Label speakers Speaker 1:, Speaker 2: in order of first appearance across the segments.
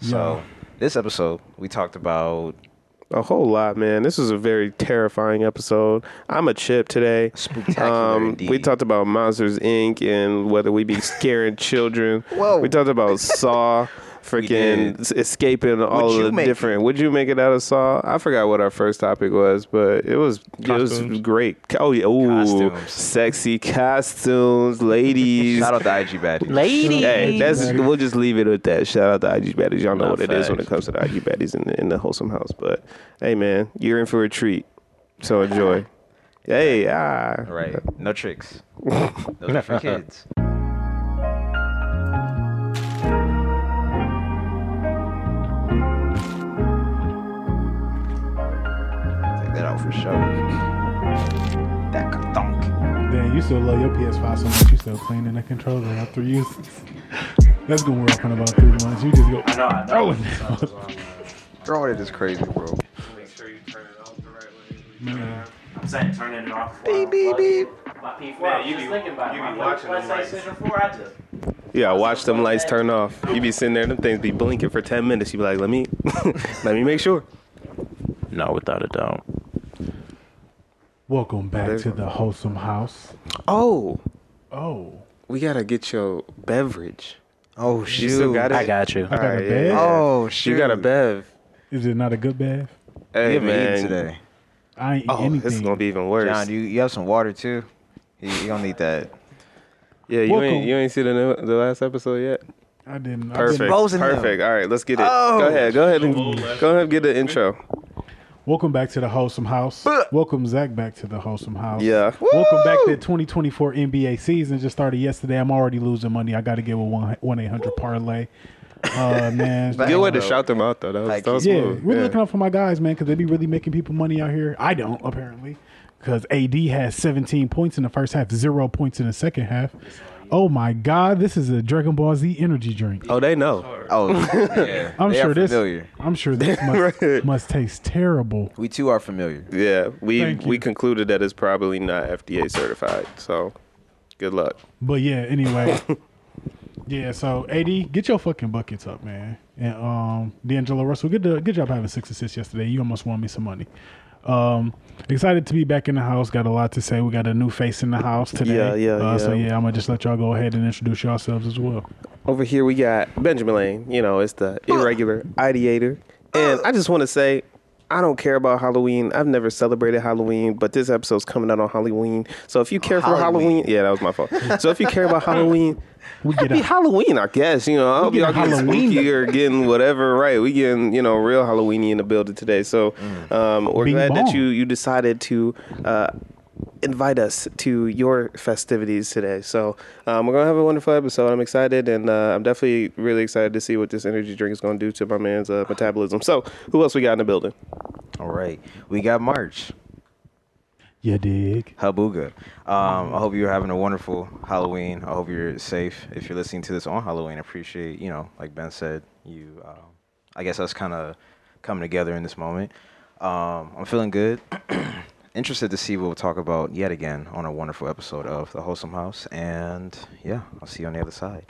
Speaker 1: So this episode, we talked about
Speaker 2: A whole lot, man. This was a very terrifying episode. I'm a chip today.
Speaker 1: Spectacular
Speaker 2: Um, we
Speaker 1: indeed.
Speaker 2: talked about Monsters Inc. and whether we be scaring children.
Speaker 1: Whoa.
Speaker 2: We talked about Saw, freaking
Speaker 1: did.
Speaker 2: s- escaping all
Speaker 1: you
Speaker 2: of the
Speaker 1: make
Speaker 2: different. Would you make it out of Saw? I forgot what our first topic was, but it was it was
Speaker 3: Costumes.
Speaker 2: great. Co- Oh yeah, ooh,
Speaker 1: Costumes.
Speaker 2: sexy costumes, ladies.
Speaker 1: shout out to IG Baddie.
Speaker 4: Lady.
Speaker 2: Hey, that's we'll just leave it at that. Shout out to IG Baddies. Y'all know
Speaker 1: Nah,
Speaker 2: what it is when it
Speaker 1: facts.
Speaker 2: comes to the IG Baddies in the, in the wholesome house. But hey, man, you're in for a treat. So enjoy. hey, ah,
Speaker 1: Right. No tricks. Those are for kids. Take that out for sure. That ka-thunk.
Speaker 3: Damn, you still love your PS5 so much. You still playing in the controller after you. That's gonna work in about three months. You just go. I know. I
Speaker 5: Oh.
Speaker 3: know.
Speaker 1: Throwing it is crazy, bro.
Speaker 6: Make sure you turn it off the right way.
Speaker 3: Man,
Speaker 6: I'm saying turn it off.
Speaker 1: Beep, beep, beep.
Speaker 6: My P4. Man, you be, thinking about you be watching them like I just.
Speaker 2: yeah. Watch them lights turn off. You be sitting there, them things be blinking for ten minutes. You be like, let me, let me make sure.
Speaker 5: No, without a doubt.
Speaker 3: welcome back to the wholesome house.
Speaker 2: Oh,
Speaker 3: Oh,
Speaker 2: we gotta get your beverage.
Speaker 1: Oh,
Speaker 2: You still
Speaker 1: shoot.
Speaker 2: got it.
Speaker 5: I got you.
Speaker 3: I got
Speaker 2: Alright,
Speaker 3: a
Speaker 2: yeah,
Speaker 3: bed.
Speaker 2: yeah.
Speaker 1: Oh,
Speaker 2: You got a
Speaker 1: shoot.
Speaker 2: bev.
Speaker 3: Is it not a good bath?
Speaker 2: Hey
Speaker 1: You haven't eaten
Speaker 2: man,
Speaker 1: today.
Speaker 3: I ain't eat
Speaker 2: Oh,
Speaker 3: anything.
Speaker 2: this is gonna be even worse.
Speaker 1: John, you, you have some water too? You, you gonna need that.
Speaker 2: yeah, you
Speaker 3: Welcome.
Speaker 2: ain't you ain't see the new, the last episode yet.
Speaker 3: I didn't. I
Speaker 2: Perfect.
Speaker 3: didn't.
Speaker 1: Exposing them.
Speaker 2: Perfect. All right, let's get it.
Speaker 1: Oh.
Speaker 2: Go ahead. Go ahead and go ahead and get the intro.
Speaker 3: Welcome back to the wholesome house.
Speaker 1: Bleh.
Speaker 3: Welcome Zach back to the wholesome house.
Speaker 2: Yeah.
Speaker 3: Welcome back to 2024 NBA season. Just started yesterday. I'm already losing money. I got to get with one one eight hundred parlay. Uh, man,
Speaker 1: Good
Speaker 2: Good way to
Speaker 1: Thanks, bro.
Speaker 2: shout them out though. That was,
Speaker 1: Thank
Speaker 2: that
Speaker 1: you.
Speaker 2: was
Speaker 3: Yeah,
Speaker 2: smooth.
Speaker 3: we're
Speaker 2: Yeah.
Speaker 3: looking out for my guys, man, because they be really making people money out here. I don't apparently, because AD has 17 points in the first half, zero points in the second half. Oh my God, this is a Dragon Ball Z energy drink.
Speaker 2: Oh, they know.
Speaker 1: Oh, yeah.
Speaker 3: I'm
Speaker 1: They are
Speaker 3: sure this.
Speaker 1: familiar.
Speaker 3: I'm sure this must, must taste terrible.
Speaker 1: We too are familiar.
Speaker 2: Yeah, we
Speaker 3: Thank
Speaker 2: we
Speaker 3: you.
Speaker 2: concluded that it's probably not FDA certified. So, good luck.
Speaker 3: But yeah, anyway. yeah, so AD, get your fucking buckets up, man. And um D'Angelo Russell, good to, good job having six assists yesterday. You almost won me some money. Um excited to be back in the house. Got a lot to say. We got a new face in the house today.
Speaker 2: Yeah, yeah,
Speaker 3: uh, So
Speaker 2: yeah.
Speaker 3: yeah, I'm gonna just let y'all go ahead and introduce yourselves as well.
Speaker 2: Over here we got Benjamin Lane. You know, it's the irregular ideator, and I just want to say. I don't care about Halloween. I've never celebrated Halloween, but this episode's coming out on Halloween. So if you care for
Speaker 1: Halloween.
Speaker 2: Halloween, yeah, that was my fault. so if you care about Halloween,
Speaker 3: We get
Speaker 2: Happy
Speaker 3: out.
Speaker 2: Halloween, I guess. You know, I hope
Speaker 3: get
Speaker 2: y'all
Speaker 3: a
Speaker 2: getting
Speaker 3: Halloween.
Speaker 2: spooky or getting whatever right. We getting you know real Halloweeny in the building today. So um, we're
Speaker 3: Bing
Speaker 2: glad that
Speaker 3: bong.
Speaker 2: you you decided to uh, invite us to your festivities today. So um, we're gonna have a wonderful episode. I'm excited, and uh, I'm definitely really excited to see what this energy drink is gonna do to my man's uh, metabolism. So who else we got in the building?
Speaker 1: All right. We got March.
Speaker 3: You dig.
Speaker 1: Habuga. Um, I hope you're having a wonderful Halloween. I hope you're safe. If you're listening to this on Halloween, I appreciate, you know, like Ben said, you, um, I guess us kind of coming together in this moment. Um, I'm feeling good. Interested to see what we'll talk about yet again on a wonderful episode of The Wholesome House. And yeah, I'll see you on the other side.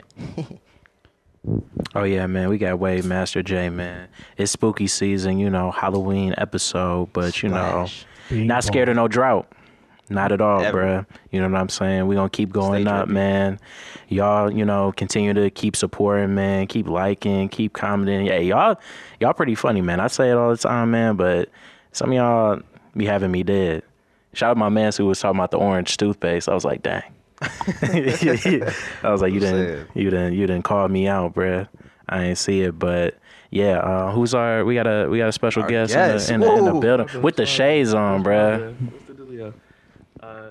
Speaker 5: Oh yeah, man, we got Wave Master J, man. It's spooky season, you know, Halloween episode, but you
Speaker 1: Splash.
Speaker 5: know,
Speaker 3: Bing
Speaker 5: not scared of no drought. Not at all,
Speaker 1: Ever.
Speaker 5: bruh. You know what I'm saying? We're gonna keep going
Speaker 1: Stay
Speaker 5: up,
Speaker 1: drippy.
Speaker 5: man. Y'all, you know, continue to keep supporting, man. Keep liking, keep commenting. Hey, y'all y'all pretty funny, man. I say it all the time, man, but some of y'all be having me dead. Shout out my man who was talking about the orange toothpaste. I was like, dang. I was like, you
Speaker 1: Sad.
Speaker 5: didn't, you didn't, you didn't call me out, bruh. I ain't see it, but yeah, uh, who's our? We got a we got a special
Speaker 1: Our
Speaker 5: guest,
Speaker 1: guest.
Speaker 5: In, the, in, the, in
Speaker 1: Whoa.
Speaker 5: the building with the shades on, bruh.
Speaker 7: What's the dealio? Uh,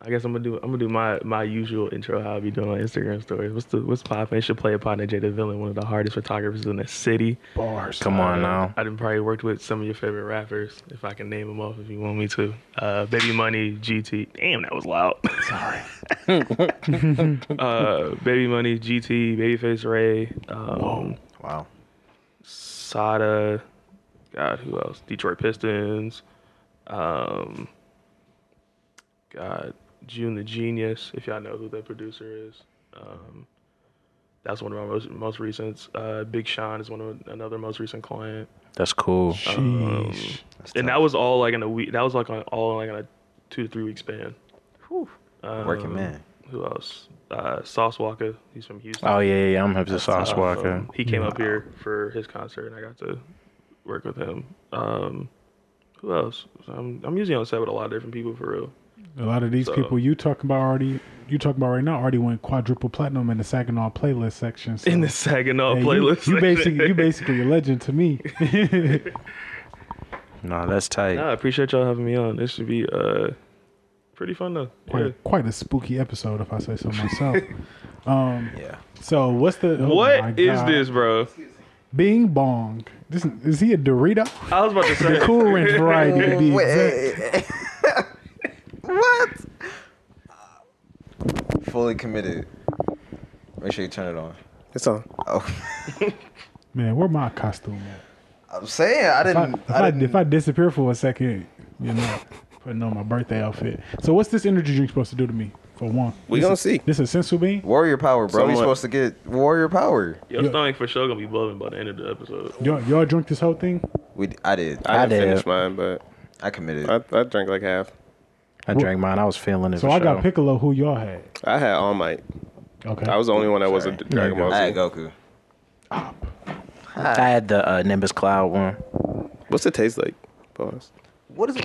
Speaker 7: I guess I'm gonna do I'm gonna do my my usual intro. How I be doing on Instagram stories. What's the what's poppin'? It should play upon Jay the Villain, one of the hardest photographers in the city. Uh,
Speaker 3: Bars.
Speaker 5: Come on now.
Speaker 7: I done probably worked with some of your favorite rappers, if I can name them off, if you want me to. Uh, Baby Money, GT. Damn, that was loud. Sorry. uh, Baby Money, GT, Babyface Ray, um,
Speaker 1: Wow.
Speaker 7: Sada. God, who else? Detroit Pistons. Um, God, June the Genius, if y'all know who that producer is. Um,
Speaker 4: That's one of my most most recent. Uh, Big Sean is one of another most recent client.
Speaker 5: That's cool.
Speaker 4: Um,
Speaker 3: Sheesh.
Speaker 4: and that was all like in a week. That was like on all like on a two to three week span.
Speaker 1: Working
Speaker 4: Um,
Speaker 1: man.
Speaker 4: Who else? Uh, Sauce Walker. He's from Houston.
Speaker 5: Oh yeah, yeah, yeah. I'm happy to Sauce
Speaker 4: Uh,
Speaker 5: Walker.
Speaker 4: um, he came up here for his concert, and I got to work with him. Um, who else? I'm, I'm usually on set with a lot of different people for real.
Speaker 3: A lot of these
Speaker 4: So-
Speaker 3: people you talking about already, you talking about right now already went quadruple platinum in the Saginaw playlist section. so-
Speaker 4: In the Saginaw
Speaker 3: Yeah, you-
Speaker 4: playlist,
Speaker 3: You, basically, you basically a legend to me.
Speaker 5: No, that's tight.
Speaker 4: Nah, I appreciate y'all having me on. This should be uh pretty fun though.
Speaker 3: quite,
Speaker 4: Yeah.
Speaker 3: quite a spooky episode, if I say so myself. um,
Speaker 1: Yeah.
Speaker 3: so what's the oh my
Speaker 4: What is
Speaker 3: God.
Speaker 4: this, bro?
Speaker 3: Bing Bong. This is he a Dorito?
Speaker 4: I was about to say.
Speaker 3: Cool Ranch variety. to be exact.
Speaker 1: what? Fully committed. Make sure you turn it on.
Speaker 2: It's on.
Speaker 1: Oh,
Speaker 3: Man, where my costume at?
Speaker 1: I'm saying I
Speaker 3: If I,
Speaker 1: didn't.
Speaker 3: if
Speaker 1: I,
Speaker 3: I,
Speaker 1: didn't.
Speaker 3: if I disappear for a second, you know, putting on my birthday outfit. So what's this energy drink supposed to do to me? For one,
Speaker 2: We
Speaker 3: This
Speaker 2: gonna
Speaker 3: is-
Speaker 2: see.
Speaker 3: This is sensu bean.
Speaker 1: warrior power, bro. We
Speaker 2: Somewhat.
Speaker 1: supposed to get warrior power.
Speaker 4: Your stomach for sure gonna be bubbling by the end of the episode.
Speaker 3: Y'all, y'all drink this whole thing?
Speaker 1: We. d- I did. I,
Speaker 2: I,
Speaker 5: I
Speaker 2: didn't
Speaker 5: did.
Speaker 2: finish mine, but
Speaker 1: I committed.
Speaker 2: I, I drank like half.
Speaker 5: I drank mine. I was feeling it.
Speaker 3: So
Speaker 5: for
Speaker 3: I
Speaker 5: sure.
Speaker 3: got Piccolo, who y'all had.
Speaker 2: I had All Might.
Speaker 3: Okay.
Speaker 2: I was the only one that wasn't
Speaker 5: you
Speaker 2: Dragon Ball
Speaker 1: I had
Speaker 2: Z.
Speaker 1: Goku.
Speaker 5: I had the uh, Nimbus Cloud one.
Speaker 2: Oh, What's it taste like? Pause.
Speaker 1: What is?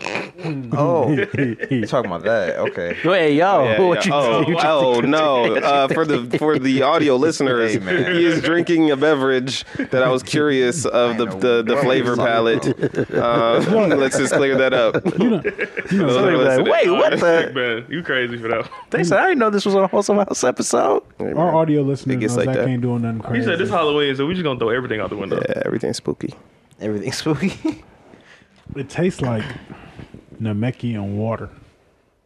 Speaker 1: oh, you talking about that? Okay.
Speaker 5: Hey yo,
Speaker 2: Yeah,
Speaker 5: what
Speaker 2: yeah.
Speaker 5: you
Speaker 2: oh, oh, no! Uh, for the for the audio listeners,
Speaker 1: Hey, man.
Speaker 2: he is drinking a beverage that I was curious of the
Speaker 1: know
Speaker 2: the, the
Speaker 1: what
Speaker 2: flavor
Speaker 1: he's talking
Speaker 2: palette. Uh, let's just clear that up.
Speaker 3: you know,
Speaker 2: Those
Speaker 3: so-
Speaker 2: are
Speaker 5: Like,
Speaker 2: listening.
Speaker 5: Wait, what the?
Speaker 4: Man, you crazy for that? one.
Speaker 5: They said I didn't know this was a wholesome house episode.
Speaker 2: Hey,
Speaker 3: our
Speaker 2: man.
Speaker 3: audio listeners
Speaker 2: gets
Speaker 3: knows
Speaker 2: like
Speaker 3: that,
Speaker 2: that.
Speaker 3: can't do nothing crazy.
Speaker 4: You said this Halloween, so we just gonna throw everything out the window.
Speaker 2: Yeah, everything's spooky.
Speaker 1: Everything's spooky.
Speaker 3: It tastes like Namekian water,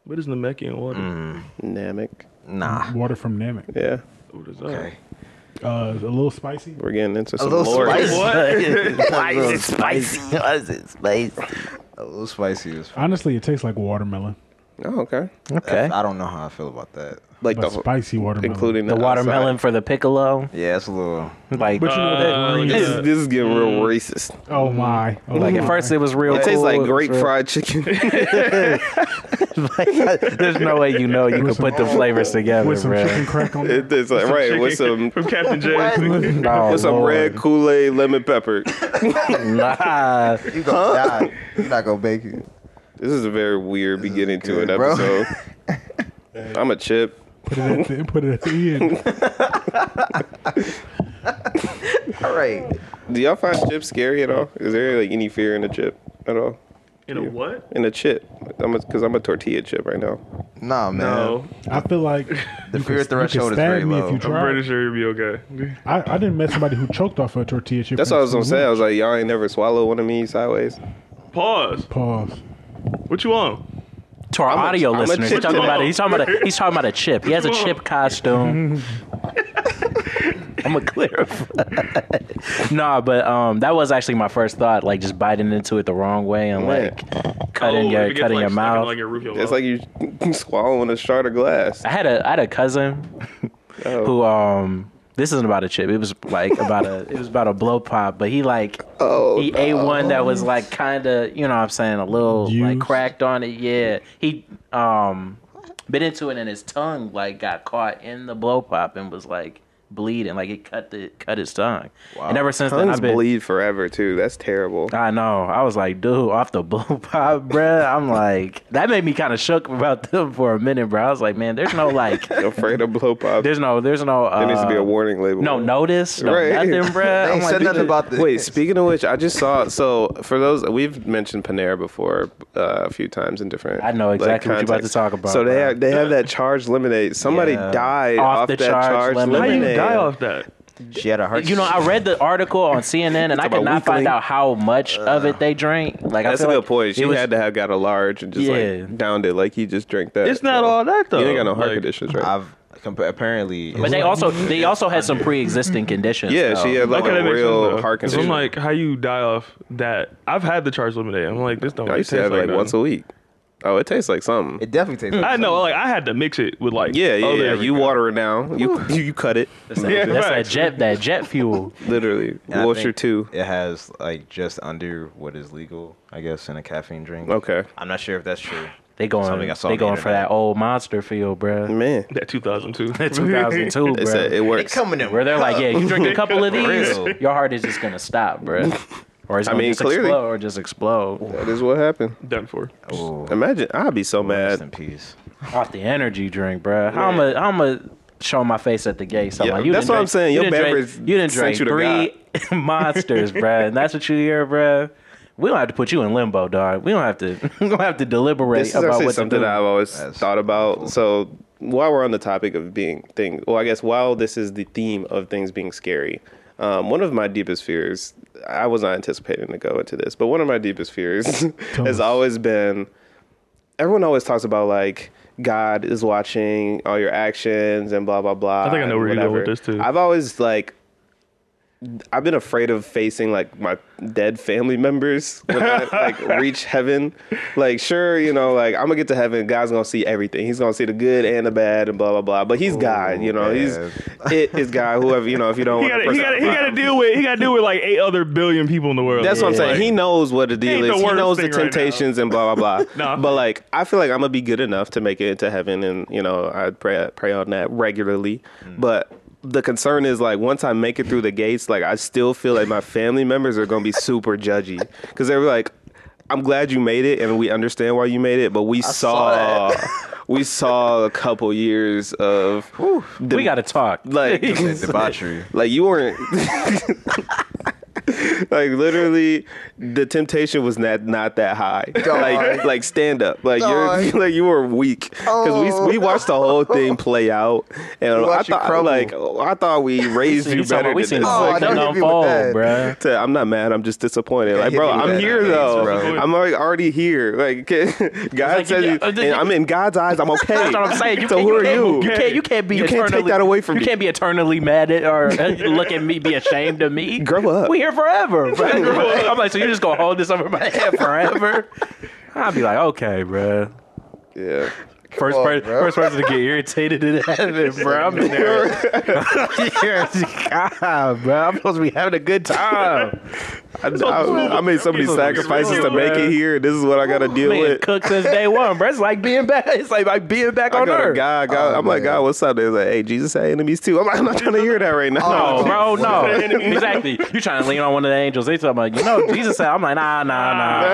Speaker 4: What is Namekian water?
Speaker 2: Mm. Namek.
Speaker 1: nah.
Speaker 3: water from Namek.
Speaker 2: Yeah,
Speaker 4: What is that?
Speaker 1: Okay.
Speaker 3: Uh, it's a little spicy.
Speaker 2: we're getting into some
Speaker 1: little
Speaker 2: lore.
Speaker 1: spicy.
Speaker 5: What? Why
Speaker 1: is it
Speaker 5: spicy? Why is it spicy?
Speaker 1: A little spicy. As f-
Speaker 3: Honestly, it tastes like watermelon,
Speaker 2: Oh, okay.
Speaker 5: Okay.
Speaker 1: I don't know how I feel about that.
Speaker 2: Like
Speaker 3: but
Speaker 2: the whole-
Speaker 3: spicy watermelon.
Speaker 2: Oh, including
Speaker 5: The watermelon
Speaker 2: outside.
Speaker 5: for the piccolo,
Speaker 1: Yeah, it's a little.
Speaker 5: like
Speaker 3: But you know
Speaker 4: Uh,
Speaker 3: that.
Speaker 4: look at
Speaker 3: green-
Speaker 2: This, this is getting
Speaker 1: Mm.
Speaker 2: real racist.
Speaker 3: Oh my! Oh
Speaker 5: like
Speaker 3: my.
Speaker 5: at first it was real.
Speaker 2: It
Speaker 5: cool.
Speaker 2: tastes like
Speaker 1: Oh,
Speaker 5: was
Speaker 2: great
Speaker 5: real-
Speaker 2: fried chicken.
Speaker 5: There's no way you know you could put the flavors together,
Speaker 3: with some chicken
Speaker 5: bro.
Speaker 3: crack on it.
Speaker 2: It- it's like right with some
Speaker 4: from Captain James.
Speaker 5: No,
Speaker 2: with some red
Speaker 5: Oh, Lord.
Speaker 2: Kool Aid lemon pepper.
Speaker 5: Nah.
Speaker 1: You gonna die. You're not gonna bake it.
Speaker 2: This is a very weird beginning to an
Speaker 1: good, bro.
Speaker 2: episode. I'm a chip.
Speaker 3: Put it at the, put it at the end.
Speaker 1: All right.
Speaker 2: Do y'all find chips scary at all? Is there like any fear in a chip at all?
Speaker 4: In a what?
Speaker 2: In a chip, I'm because I'm a tortilla chip right now.
Speaker 1: Nah,
Speaker 4: Uh,
Speaker 1: man.
Speaker 4: No,
Speaker 3: I feel like
Speaker 1: The
Speaker 3: you
Speaker 1: fear
Speaker 3: could- you could
Speaker 1: threshold is
Speaker 3: stab
Speaker 1: very
Speaker 3: me
Speaker 1: low.
Speaker 3: If you
Speaker 1: I'm
Speaker 4: I'm
Speaker 3: try.
Speaker 4: pretty sure you'll be okay.
Speaker 3: I, I didn't met somebody who choked off a tortilla chip.
Speaker 2: That's
Speaker 3: in
Speaker 2: what I was gonna
Speaker 3: school.
Speaker 2: say. I was like, y'all ain't never swallowed one of me sideways.
Speaker 4: Pause.
Speaker 3: Pause.
Speaker 4: What you on?
Speaker 5: To our
Speaker 2: I'm a-
Speaker 5: audio
Speaker 2: I'm a
Speaker 5: listeners, he's
Speaker 2: chip
Speaker 5: talking
Speaker 2: chip.
Speaker 5: about a, he's talking about a, he's talking about a chip. He has a
Speaker 4: Come on.
Speaker 5: chip costume. I'm gonna clarify. nah, but um, that was actually my first thought, like just biting into it the wrong way and
Speaker 2: Man.
Speaker 5: like cutting
Speaker 4: Oh, if
Speaker 5: your
Speaker 4: it gets,
Speaker 5: cutting
Speaker 4: like,
Speaker 5: your
Speaker 4: stuck in,
Speaker 5: mouth.
Speaker 4: Like your roof, your
Speaker 2: It's
Speaker 4: mouth.
Speaker 2: like you swallowing a shard of glass.
Speaker 5: I had a I had a cousin
Speaker 2: Oh,
Speaker 5: who um this isn't about a chip. It was like about a it was about a blow pop, but he like
Speaker 2: Oh,
Speaker 5: he ate one that was like kind of you know what I'm saying a little like
Speaker 3: Used.
Speaker 5: cracked on it. Yeah, he um bit into it and his tongue like got caught in the blow pop and was like bleeding. Like it cut the cut his tongue. And ever since then
Speaker 2: tongues
Speaker 5: I've been.
Speaker 2: bleed forever too. That's terrible.
Speaker 5: I know. I was like, dude, off the blow pop, bruh. I'm like, that made me kind of shook about them for a minute, bro. I was like, man, there's no like,
Speaker 2: Afraid of blow pop. There
Speaker 5: there's no, there's no. Uh,
Speaker 2: needs to be a warning label.
Speaker 5: no notice, no
Speaker 2: Right.
Speaker 5: nothing,
Speaker 1: They
Speaker 5: bruh. I'm
Speaker 1: ain't
Speaker 5: like,
Speaker 1: said nothing
Speaker 5: dude,
Speaker 1: about this.
Speaker 2: Wait, speaking of which, I just saw. So for those, we've mentioned Panera before uh, a few times in different.
Speaker 5: I know exactly what you about
Speaker 2: contexts.
Speaker 5: to talk about,
Speaker 2: So they
Speaker 5: bro.
Speaker 2: have, they have that charged lemonade. Somebody
Speaker 5: Yeah.
Speaker 2: died off, the that charged, lemonade.
Speaker 4: How you
Speaker 5: lemonade.
Speaker 4: die off that?
Speaker 1: She had a heart.
Speaker 5: You know, I read the article on CNN and I could
Speaker 2: about
Speaker 5: not find
Speaker 2: Weekly.
Speaker 5: out how much of it they drank. Like
Speaker 2: That's
Speaker 5: I
Speaker 2: a
Speaker 5: feel
Speaker 2: good
Speaker 5: like
Speaker 2: point. She
Speaker 5: it was-
Speaker 2: had to have got a large and just
Speaker 5: Yeah.
Speaker 2: like downed it, like he just drank that.
Speaker 4: It's not
Speaker 2: so.
Speaker 4: all that though.
Speaker 2: You ain't got no heart
Speaker 4: Like,
Speaker 2: conditions, right?
Speaker 1: I've compa- apparently.
Speaker 5: But they also they also had some pre-existing conditions.
Speaker 2: yeah,
Speaker 5: though.
Speaker 2: she had like
Speaker 4: Okay, that
Speaker 2: a
Speaker 4: makes
Speaker 2: real
Speaker 4: sense, though.
Speaker 2: heart
Speaker 4: 'Cause
Speaker 2: condition.
Speaker 4: I'm like, how you die off that? I've had the charged lemonade. I'm like, this don't.
Speaker 2: I
Speaker 4: it
Speaker 2: used to
Speaker 4: tastes
Speaker 2: have it like
Speaker 4: that.
Speaker 2: once a week. Oh, it tastes like something.
Speaker 1: It definitely tastes. Like
Speaker 7: I know, like
Speaker 1: something.
Speaker 7: I had to mix it with like
Speaker 2: yeah,
Speaker 4: Oh,
Speaker 2: yeah,
Speaker 7: other-
Speaker 2: yeah. You water it now. You you, you cut it.
Speaker 7: Yeah,
Speaker 5: That's
Speaker 7: right.
Speaker 5: that jet that jet fuel.
Speaker 2: Literally.
Speaker 1: And I
Speaker 2: Wilshire
Speaker 1: think
Speaker 2: two.
Speaker 1: It has like just under what is legal, I guess, in a caffeine drink.
Speaker 2: Okay.
Speaker 1: I'm not sure if that's true.
Speaker 5: They going
Speaker 1: Something I saw
Speaker 5: they
Speaker 1: on the
Speaker 5: going for
Speaker 1: internet.
Speaker 5: that old monster feel, bruh.
Speaker 2: Man.
Speaker 7: that 2002.
Speaker 5: 2002,
Speaker 2: They said
Speaker 5: bruh.
Speaker 2: it
Speaker 1: They
Speaker 2: works.
Speaker 1: coming in
Speaker 5: Where they're like, yeah, you drink a couple of
Speaker 1: For
Speaker 5: these,
Speaker 1: real.
Speaker 5: your heart is just gonna stop, bruh. Or it's
Speaker 2: I
Speaker 5: gonna
Speaker 2: mean,
Speaker 5: just
Speaker 2: clearly.
Speaker 5: explode, or just explode
Speaker 2: That is what happened.
Speaker 7: Done for.
Speaker 1: Oh,
Speaker 2: Imagine I'd be so
Speaker 1: rest in
Speaker 2: mad.
Speaker 1: peace.
Speaker 5: off the energy drink, bruh. How am I? How am I? Show my face at the gate. So I'm
Speaker 2: Yeah,
Speaker 5: like, you
Speaker 2: that's
Speaker 5: done
Speaker 2: what I'm
Speaker 5: drank-
Speaker 2: saying.
Speaker 5: You
Speaker 2: Your
Speaker 5: done drank-
Speaker 2: beverage
Speaker 5: you done
Speaker 2: sent
Speaker 5: drank
Speaker 2: you to
Speaker 5: three monsters, bruh, and that's what you hear, bruh. We don't have to put you in limbo, dog. We don't have to. We don't have to deliberate
Speaker 2: This is
Speaker 5: about
Speaker 2: actually
Speaker 5: what
Speaker 2: something
Speaker 5: to do.
Speaker 2: that I've always
Speaker 1: That's
Speaker 2: thought about. So while we're on the topic of being things, well, I guess while this is the theme of things being scary, um, one of my deepest fears, I was not anticipating to go into this, but one of my deepest fears
Speaker 3: us.
Speaker 2: has always been everyone always talks about like God is watching all your actions and blah blah blah.
Speaker 7: I think I know
Speaker 2: and
Speaker 7: where you're going
Speaker 2: whatever.
Speaker 7: with this, too.
Speaker 2: I've always like I've been afraid of facing like my dead family members when I like reach heaven. Like sure, you know, like I'm gonna get to heaven, God's gonna see everything. He's gonna see the good and the bad and blah blah blah. But
Speaker 7: Oh,
Speaker 2: he's God, you know,
Speaker 1: man.
Speaker 2: he's it is God, whoever you know, if you don't
Speaker 7: He
Speaker 2: want
Speaker 7: got
Speaker 2: to
Speaker 7: he got he got to deal with he got to deal with like eight other billion people in the world.
Speaker 2: That's what I'm saying.
Speaker 7: Like,
Speaker 2: he knows what the deal
Speaker 7: ain't the
Speaker 2: is. he
Speaker 7: worst
Speaker 2: knows the
Speaker 7: thing right now.
Speaker 2: temptations and blah blah blah.
Speaker 7: No.
Speaker 2: But like, I feel like I'm gonna be good enough to make it into heaven, and you know, I pray pray on that regularly.
Speaker 7: Mm.
Speaker 2: But the concern is like, once I make it through the gates, like I still feel like my family members are gonna be super judgy because they're like, "I'm glad you made it, and we understand why you made it, but we saw." We saw a couple years of
Speaker 5: We got to talk.
Speaker 2: like
Speaker 1: It's debauchery.
Speaker 2: like you weren't like literally the temptation was not not that high. Like like stand up. Like
Speaker 1: Dog.
Speaker 2: you're like you were weak because
Speaker 1: Oh.
Speaker 2: we we watched the whole thing play out and I
Speaker 1: watched you
Speaker 2: thought
Speaker 1: crumble.
Speaker 2: like I thought we raised
Speaker 5: You
Speaker 2: you
Speaker 5: talking
Speaker 2: better.
Speaker 5: about- we
Speaker 2: than
Speaker 5: seen Oh,
Speaker 2: this.
Speaker 5: the
Speaker 1: Oh,
Speaker 5: whole
Speaker 1: I
Speaker 5: thing
Speaker 1: don't hit me with
Speaker 5: unfold,
Speaker 1: that.
Speaker 5: bruh.
Speaker 2: To- I'm not mad. I'm just disappointed. Like,
Speaker 1: hit
Speaker 2: bro,
Speaker 1: me with
Speaker 2: I'm
Speaker 1: that
Speaker 2: here
Speaker 1: in the face,
Speaker 2: though.
Speaker 1: bro.
Speaker 2: I'm already, already here. Like, God
Speaker 5: like,
Speaker 2: says,
Speaker 5: you- uh,
Speaker 2: you- and I'm in God's eyes. I'm okay.
Speaker 5: That's what I'm saying. You
Speaker 2: so
Speaker 5: can't,
Speaker 2: who are
Speaker 5: can't-
Speaker 2: you?
Speaker 5: You can't, you can't be
Speaker 2: You can't
Speaker 5: eternally,
Speaker 2: take that away from
Speaker 5: you
Speaker 2: me.
Speaker 5: can't be eternally mad at or look at me, be ashamed of me.
Speaker 2: Grow up.
Speaker 5: We here forever. Bro. I'm like, so you're just gonna hold this over my head forever? I'd be like, okay, bro.
Speaker 2: Yeah.
Speaker 5: First
Speaker 1: on,
Speaker 5: person,
Speaker 1: bro.
Speaker 5: first person to get irritated in heaven, bro. I'm in there. God, bro. I'm supposed to be having a good time.
Speaker 2: I, I, I made so many sacrifices to make it here. This is what I got to deal
Speaker 5: Man,
Speaker 2: with.
Speaker 5: cooked since day one, bro. It's like being back. It's like, like being back
Speaker 2: I
Speaker 5: on
Speaker 2: go to
Speaker 5: earth.
Speaker 2: God. God I'm like, God, what's up? They're like, hey, Jesus had enemies too. I'm like, I'm not trying to hear that right now.
Speaker 5: No, bro, no. exactly. You trying to lean on one of the angels? They talking about you know Jesus said. I'm like nah, nah, nah.
Speaker 7: I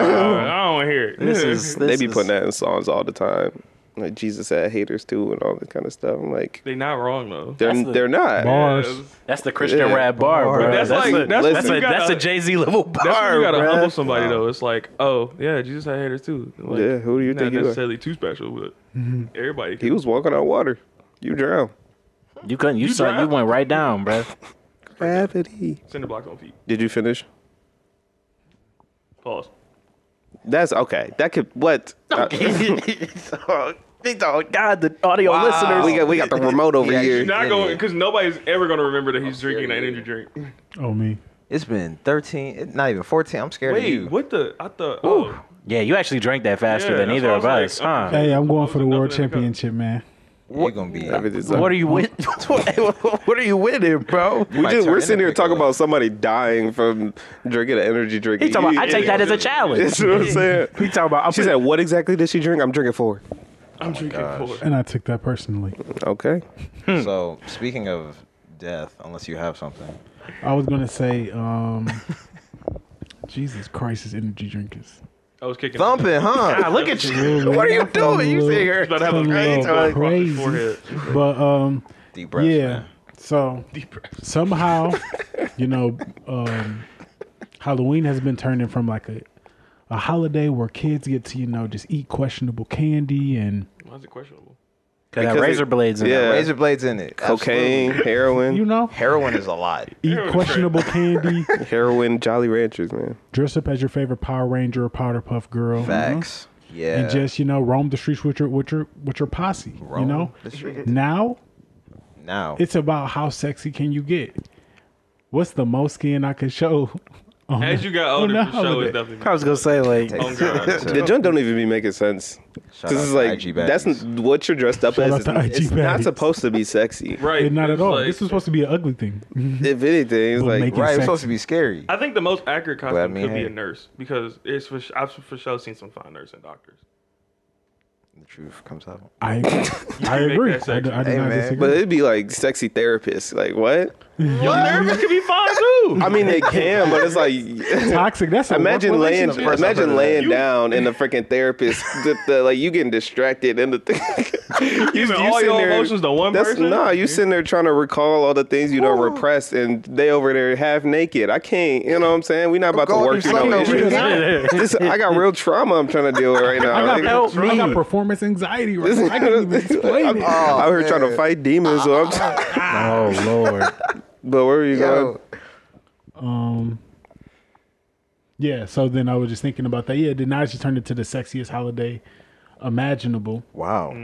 Speaker 7: don't want to hear it.
Speaker 5: This is
Speaker 2: They
Speaker 5: this
Speaker 2: be
Speaker 5: is-
Speaker 2: putting that in songs all the time. Like, Jesus had haters too and all that kind of stuff. I'm like,
Speaker 7: they not wrong though.
Speaker 2: they're,
Speaker 5: That's the-
Speaker 2: they're not.
Speaker 3: Bars.
Speaker 5: That's the Christian
Speaker 2: Yeah.
Speaker 5: rap bar, bro.
Speaker 7: That's like-
Speaker 5: a,
Speaker 7: that's-
Speaker 5: that's,
Speaker 2: you
Speaker 5: a,
Speaker 7: gotta-
Speaker 5: that's a Jay Z level bar,
Speaker 7: That's when you gotta
Speaker 5: bro.
Speaker 7: humble somebody though. It's like, oh yeah, Jesus had haters too. Like,
Speaker 2: Yeah, who do you
Speaker 7: not
Speaker 2: think you are?
Speaker 7: necessarily too special, but everybody.
Speaker 2: He
Speaker 7: Can.
Speaker 2: was walking on water. You drown.
Speaker 5: You couldn't. You, saw. You
Speaker 7: drowned.
Speaker 5: went right down, bro.
Speaker 2: Gravity.
Speaker 7: Cinder block on feet.
Speaker 2: Did you finish?
Speaker 7: Pause.
Speaker 2: That's okay. That could what? Uh,
Speaker 5: God, the audio listeners.
Speaker 2: we got we got the remote over
Speaker 1: Yeah,
Speaker 2: here.
Speaker 1: you-
Speaker 7: Not
Speaker 1: Idiot.
Speaker 7: going because nobody's ever gonna remember that he's drinking an energy drink.
Speaker 3: Oh me.
Speaker 1: It's been 13, it- not even 14. I'm scared of
Speaker 7: Wait,
Speaker 1: you.
Speaker 7: what the? I thought. Oh,
Speaker 5: yeah, you actually drank that faster
Speaker 7: Yeah,
Speaker 5: than
Speaker 7: that's
Speaker 5: either
Speaker 7: what I
Speaker 5: of
Speaker 7: was
Speaker 5: us,
Speaker 7: like, I'm
Speaker 5: huh?
Speaker 3: Hey, I'm going for the
Speaker 7: Nothing
Speaker 3: world
Speaker 7: in the cup.
Speaker 3: championship, man.
Speaker 1: You're gonna be.
Speaker 2: Everything's
Speaker 5: What
Speaker 2: up.
Speaker 5: are you with? what are you with it, bro?
Speaker 2: We
Speaker 1: might
Speaker 2: just,
Speaker 1: turn
Speaker 2: we're sitting
Speaker 1: into
Speaker 2: here talking
Speaker 1: Piccolo.
Speaker 2: about somebody dying from drinking an energy drink.
Speaker 5: He talking
Speaker 2: You-
Speaker 5: about, I take that as a challenge.
Speaker 2: That's what I'm saying.
Speaker 5: He talking about. I'm
Speaker 2: She said, "What exactly did she drink?" I'm drinking four.
Speaker 7: I'm drinking four.
Speaker 3: And I took that personally.
Speaker 2: Okay.
Speaker 1: So speaking of death, unless you have something,
Speaker 3: I was gonna say, um, Jesus Christ is energy drinkers.
Speaker 7: I was kicking.
Speaker 1: thumping, huh?
Speaker 5: look at you.
Speaker 3: What are you
Speaker 5: doing? You sit here.
Speaker 7: About to have a
Speaker 3: Little
Speaker 7: great time.
Speaker 3: crazy.
Speaker 7: Forehead.
Speaker 3: But um,
Speaker 1: Deep breath.
Speaker 3: yeah.
Speaker 1: man.
Speaker 3: So somehow, you know, um, Halloween has been turning from like a a holiday where kids get to you know just eat questionable candy and
Speaker 7: Why is it questionable?
Speaker 5: Got that
Speaker 2: Because
Speaker 5: razor
Speaker 2: it-
Speaker 5: blades in
Speaker 2: yeah.
Speaker 5: there.
Speaker 1: Razor blades in it.
Speaker 2: Cocaine,
Speaker 1: Absolutely.
Speaker 2: heroin,
Speaker 3: you know
Speaker 1: Heroin is a lot.
Speaker 3: eat
Speaker 7: Heroin's
Speaker 3: questionable candy.
Speaker 2: heroin, Jolly Ranchers, man.
Speaker 3: Dress up as your favorite Power Ranger or Powderpuff Girl.
Speaker 1: Facts. Mm-hmm. Yeah.
Speaker 3: and just you know roam the streets with your with your with your posse.
Speaker 1: Roam
Speaker 3: you know,
Speaker 1: the streets.
Speaker 3: now
Speaker 1: now.
Speaker 3: it's about how sexy can you get. What's the most skin I can show Oh,
Speaker 4: As you got older,
Speaker 3: no,
Speaker 4: the show
Speaker 3: holiday.
Speaker 4: is definitely.
Speaker 5: I was gonna say like
Speaker 1: Take
Speaker 4: Oh,
Speaker 1: time.
Speaker 4: God.
Speaker 1: So,
Speaker 2: The joint don't even be making sense.
Speaker 1: shout
Speaker 2: This
Speaker 1: out
Speaker 2: is
Speaker 1: to
Speaker 2: like
Speaker 1: IG
Speaker 2: that's
Speaker 1: baddies.
Speaker 2: n- what you're dressed up
Speaker 3: Shout
Speaker 2: as.
Speaker 3: out
Speaker 2: It's,
Speaker 3: to IG
Speaker 2: it's not
Speaker 3: baddies.
Speaker 2: supposed to be sexy.
Speaker 4: right.
Speaker 3: not at
Speaker 4: It's
Speaker 3: all.
Speaker 4: like-
Speaker 3: this is supposed to be an ugly thing.
Speaker 2: If anything, it's
Speaker 3: But
Speaker 2: like
Speaker 3: make
Speaker 1: right. It's
Speaker 3: sexy.
Speaker 1: supposed to be scary.
Speaker 4: I think the most accurate costume
Speaker 1: I mean,
Speaker 4: could be
Speaker 1: hey.
Speaker 4: a nurse because it's for sh- I've for sure seen some fine nurses and doctors.
Speaker 1: The truth comes out.
Speaker 3: I I
Speaker 4: make
Speaker 3: agree. I
Speaker 4: that
Speaker 3: do, I do
Speaker 4: sexy.
Speaker 3: not
Speaker 1: Hey, man,
Speaker 2: But
Speaker 3: disagree.
Speaker 2: it'd be like sexy therapist. Like what?
Speaker 4: Nurses could be fine too.
Speaker 2: I mean, they can, but it's like
Speaker 3: Toxic. That's a
Speaker 2: imagine
Speaker 3: rough
Speaker 2: laying
Speaker 3: relationship.
Speaker 2: imagine laying down in the freaking therapist. the, the, like you getting distracted and the thing. you,
Speaker 4: Giving all
Speaker 2: sitting
Speaker 4: your emotions to one
Speaker 2: that's
Speaker 4: person.
Speaker 2: nah. You sitting there trying to recall all the things you know repressed, and they over there half naked. I can't. You know what I'm saying? We not about to
Speaker 1: Go
Speaker 2: work
Speaker 1: do
Speaker 2: through no
Speaker 1: something
Speaker 2: issues.
Speaker 1: over here.
Speaker 2: This- I got real trauma. I'm trying to deal with right now.
Speaker 3: I got,
Speaker 2: Like,
Speaker 3: help I got performance anxiety right now. I can't even explain
Speaker 2: I'm
Speaker 3: it.
Speaker 1: Uh,
Speaker 2: out here trying to
Speaker 1: man.
Speaker 2: fight demons. so I'm trying-
Speaker 5: oh lord.
Speaker 2: but where are you going?
Speaker 1: Yo,
Speaker 3: Um. Yeah, so then I was just thinking about that. Yeah, then I just turned it to the sexiest holiday imaginable.
Speaker 1: wow.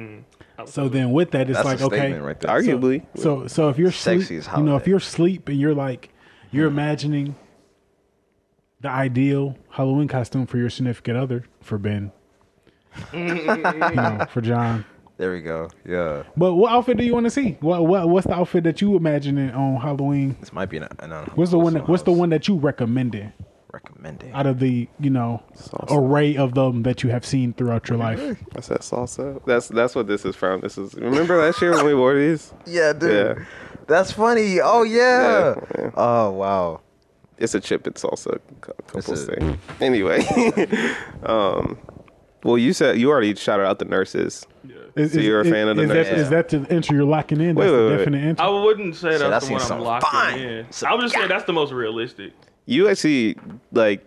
Speaker 3: So then with that, it's
Speaker 1: That's
Speaker 3: like
Speaker 1: a
Speaker 3: okay,
Speaker 1: statement right there.
Speaker 2: Arguably,
Speaker 3: So so if you're
Speaker 1: Sexiest
Speaker 3: sleep, you know, if
Speaker 1: holiday.
Speaker 3: you're asleep and you're like you're
Speaker 2: Hmm.
Speaker 3: imagining the ideal Halloween costume for your significant other for Ben, you know, for John.
Speaker 1: There we go. Yeah.
Speaker 3: But what outfit do you want to see? What what what's the outfit that you imagining on Halloween?
Speaker 1: This might be an. an un-
Speaker 3: What's the one?
Speaker 1: someone
Speaker 3: That, what's the
Speaker 1: else
Speaker 3: one that you recommending
Speaker 1: recommending?
Speaker 3: out of the you know array of them that you have seen throughout your life?
Speaker 2: that's that salsa. That's that's what this is from. This is remember last year when we wore these.
Speaker 1: Yeah, dude.
Speaker 2: Yeah.
Speaker 1: That's funny. Oh yeah.
Speaker 2: Yeah, yeah.
Speaker 1: Oh wow.
Speaker 2: It's a chip and salsa cou- couple
Speaker 1: It's a-
Speaker 2: thing. Anyway, um, well, you said you already shouted out the nurses.
Speaker 3: Is,
Speaker 2: So you're a fan of the
Speaker 3: is that,
Speaker 2: nurses.
Speaker 3: is that the entry you're locking in?
Speaker 2: Wait,
Speaker 3: That's
Speaker 2: wait,
Speaker 3: the
Speaker 2: wait.
Speaker 3: definite entry.
Speaker 4: I wouldn't say
Speaker 1: Said I
Speaker 4: that's the
Speaker 1: seen
Speaker 4: one I'm
Speaker 1: some
Speaker 4: locking
Speaker 1: fine.
Speaker 4: in.
Speaker 1: Some
Speaker 4: I would just say that's the most realistic.
Speaker 2: You actually like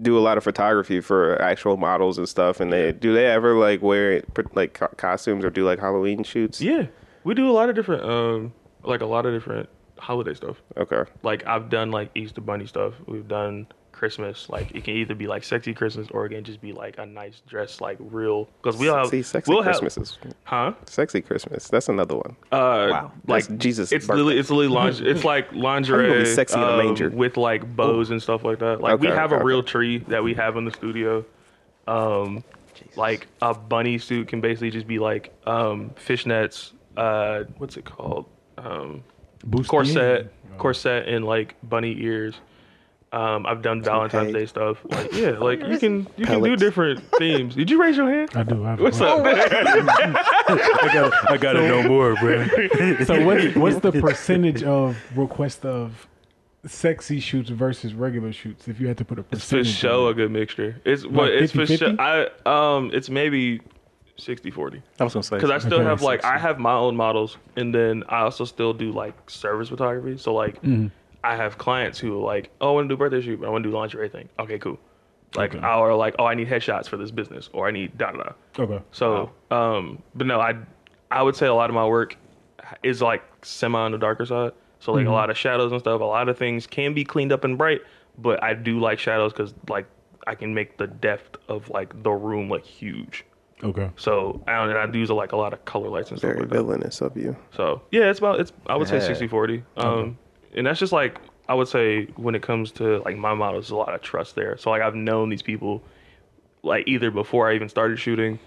Speaker 2: do a lot of photography for actual models and stuff, and they do they ever like wear pr- like co- costumes or do like Halloween shoots?
Speaker 4: Yeah, we do a lot of different, um, like a lot of different holiday stuff.
Speaker 2: Okay.
Speaker 4: Like I've done like Easter bunny stuff. We've done Christmas. Like it can either be like sexy Christmas or it can just be like a nice dress, like real. Because we'll have
Speaker 2: See, sexy
Speaker 4: we'll
Speaker 2: Christmas is
Speaker 4: have, huh?
Speaker 2: sexy Christmas. That's another one.
Speaker 4: Uh,
Speaker 2: Like
Speaker 4: Like
Speaker 2: Jesus.
Speaker 4: it's
Speaker 2: birthday.
Speaker 4: literally it's literally lingerie. It's like
Speaker 2: gonna
Speaker 4: lingerie
Speaker 2: be sexy in a
Speaker 4: um,
Speaker 2: manger.
Speaker 4: with like bows and stuff like that. Like we
Speaker 2: Okay,
Speaker 4: have
Speaker 2: okay,
Speaker 4: a real tree that we have in the studio. Um, like a bunny suit can basically just be like um, fishnets. Uh, what's it called? Um,
Speaker 3: Boost
Speaker 4: corset,
Speaker 3: in.
Speaker 4: corset, and like bunny ears. Um, I've done Valentine's
Speaker 2: Okay.
Speaker 4: Day stuff. Like yeah, like you can you can do
Speaker 2: Pellets.
Speaker 4: different themes. Did you raise your hand?
Speaker 3: I do. I have
Speaker 4: What's up?
Speaker 5: I gotta, I gotta know more, bro.
Speaker 3: So what, what's the percentage of request of sexy shoots versus regular shoots? If you had to put a
Speaker 4: It's for
Speaker 3: percentage,
Speaker 4: show a good mixture. It's what it's for
Speaker 3: 50-50?
Speaker 4: show. I um, it's maybe 60-40.
Speaker 5: I was gonna say
Speaker 4: because I still
Speaker 3: Okay,
Speaker 4: have like I have my own models, and then I also still do like service photography. So like I have clients who are like, oh, I want to do birthday shoot, but I want to do lingerie thing. Okay, cool. Like
Speaker 3: Okay.
Speaker 4: or like, oh, I need headshots for this business, or I need da da da.
Speaker 3: okay.
Speaker 4: So, um, but no, I I would say a lot of my work is like semi on the darker side. So like a lot of shadows and stuff. A lot of things can be cleaned up and bright, but I do like shadows because like I can make the depth of like the room like huge.
Speaker 3: Okay.
Speaker 4: So I don't, and I do use like a lot of color lights and stuff
Speaker 2: very
Speaker 4: like that.
Speaker 2: villainous of you.
Speaker 4: So yeah, it's about it's I would
Speaker 1: Yeah.
Speaker 4: say 60 40. Um, and that's just like I would say when it comes to like my model, there's a lot of trust there. So like I've known these people like either before I even started shooting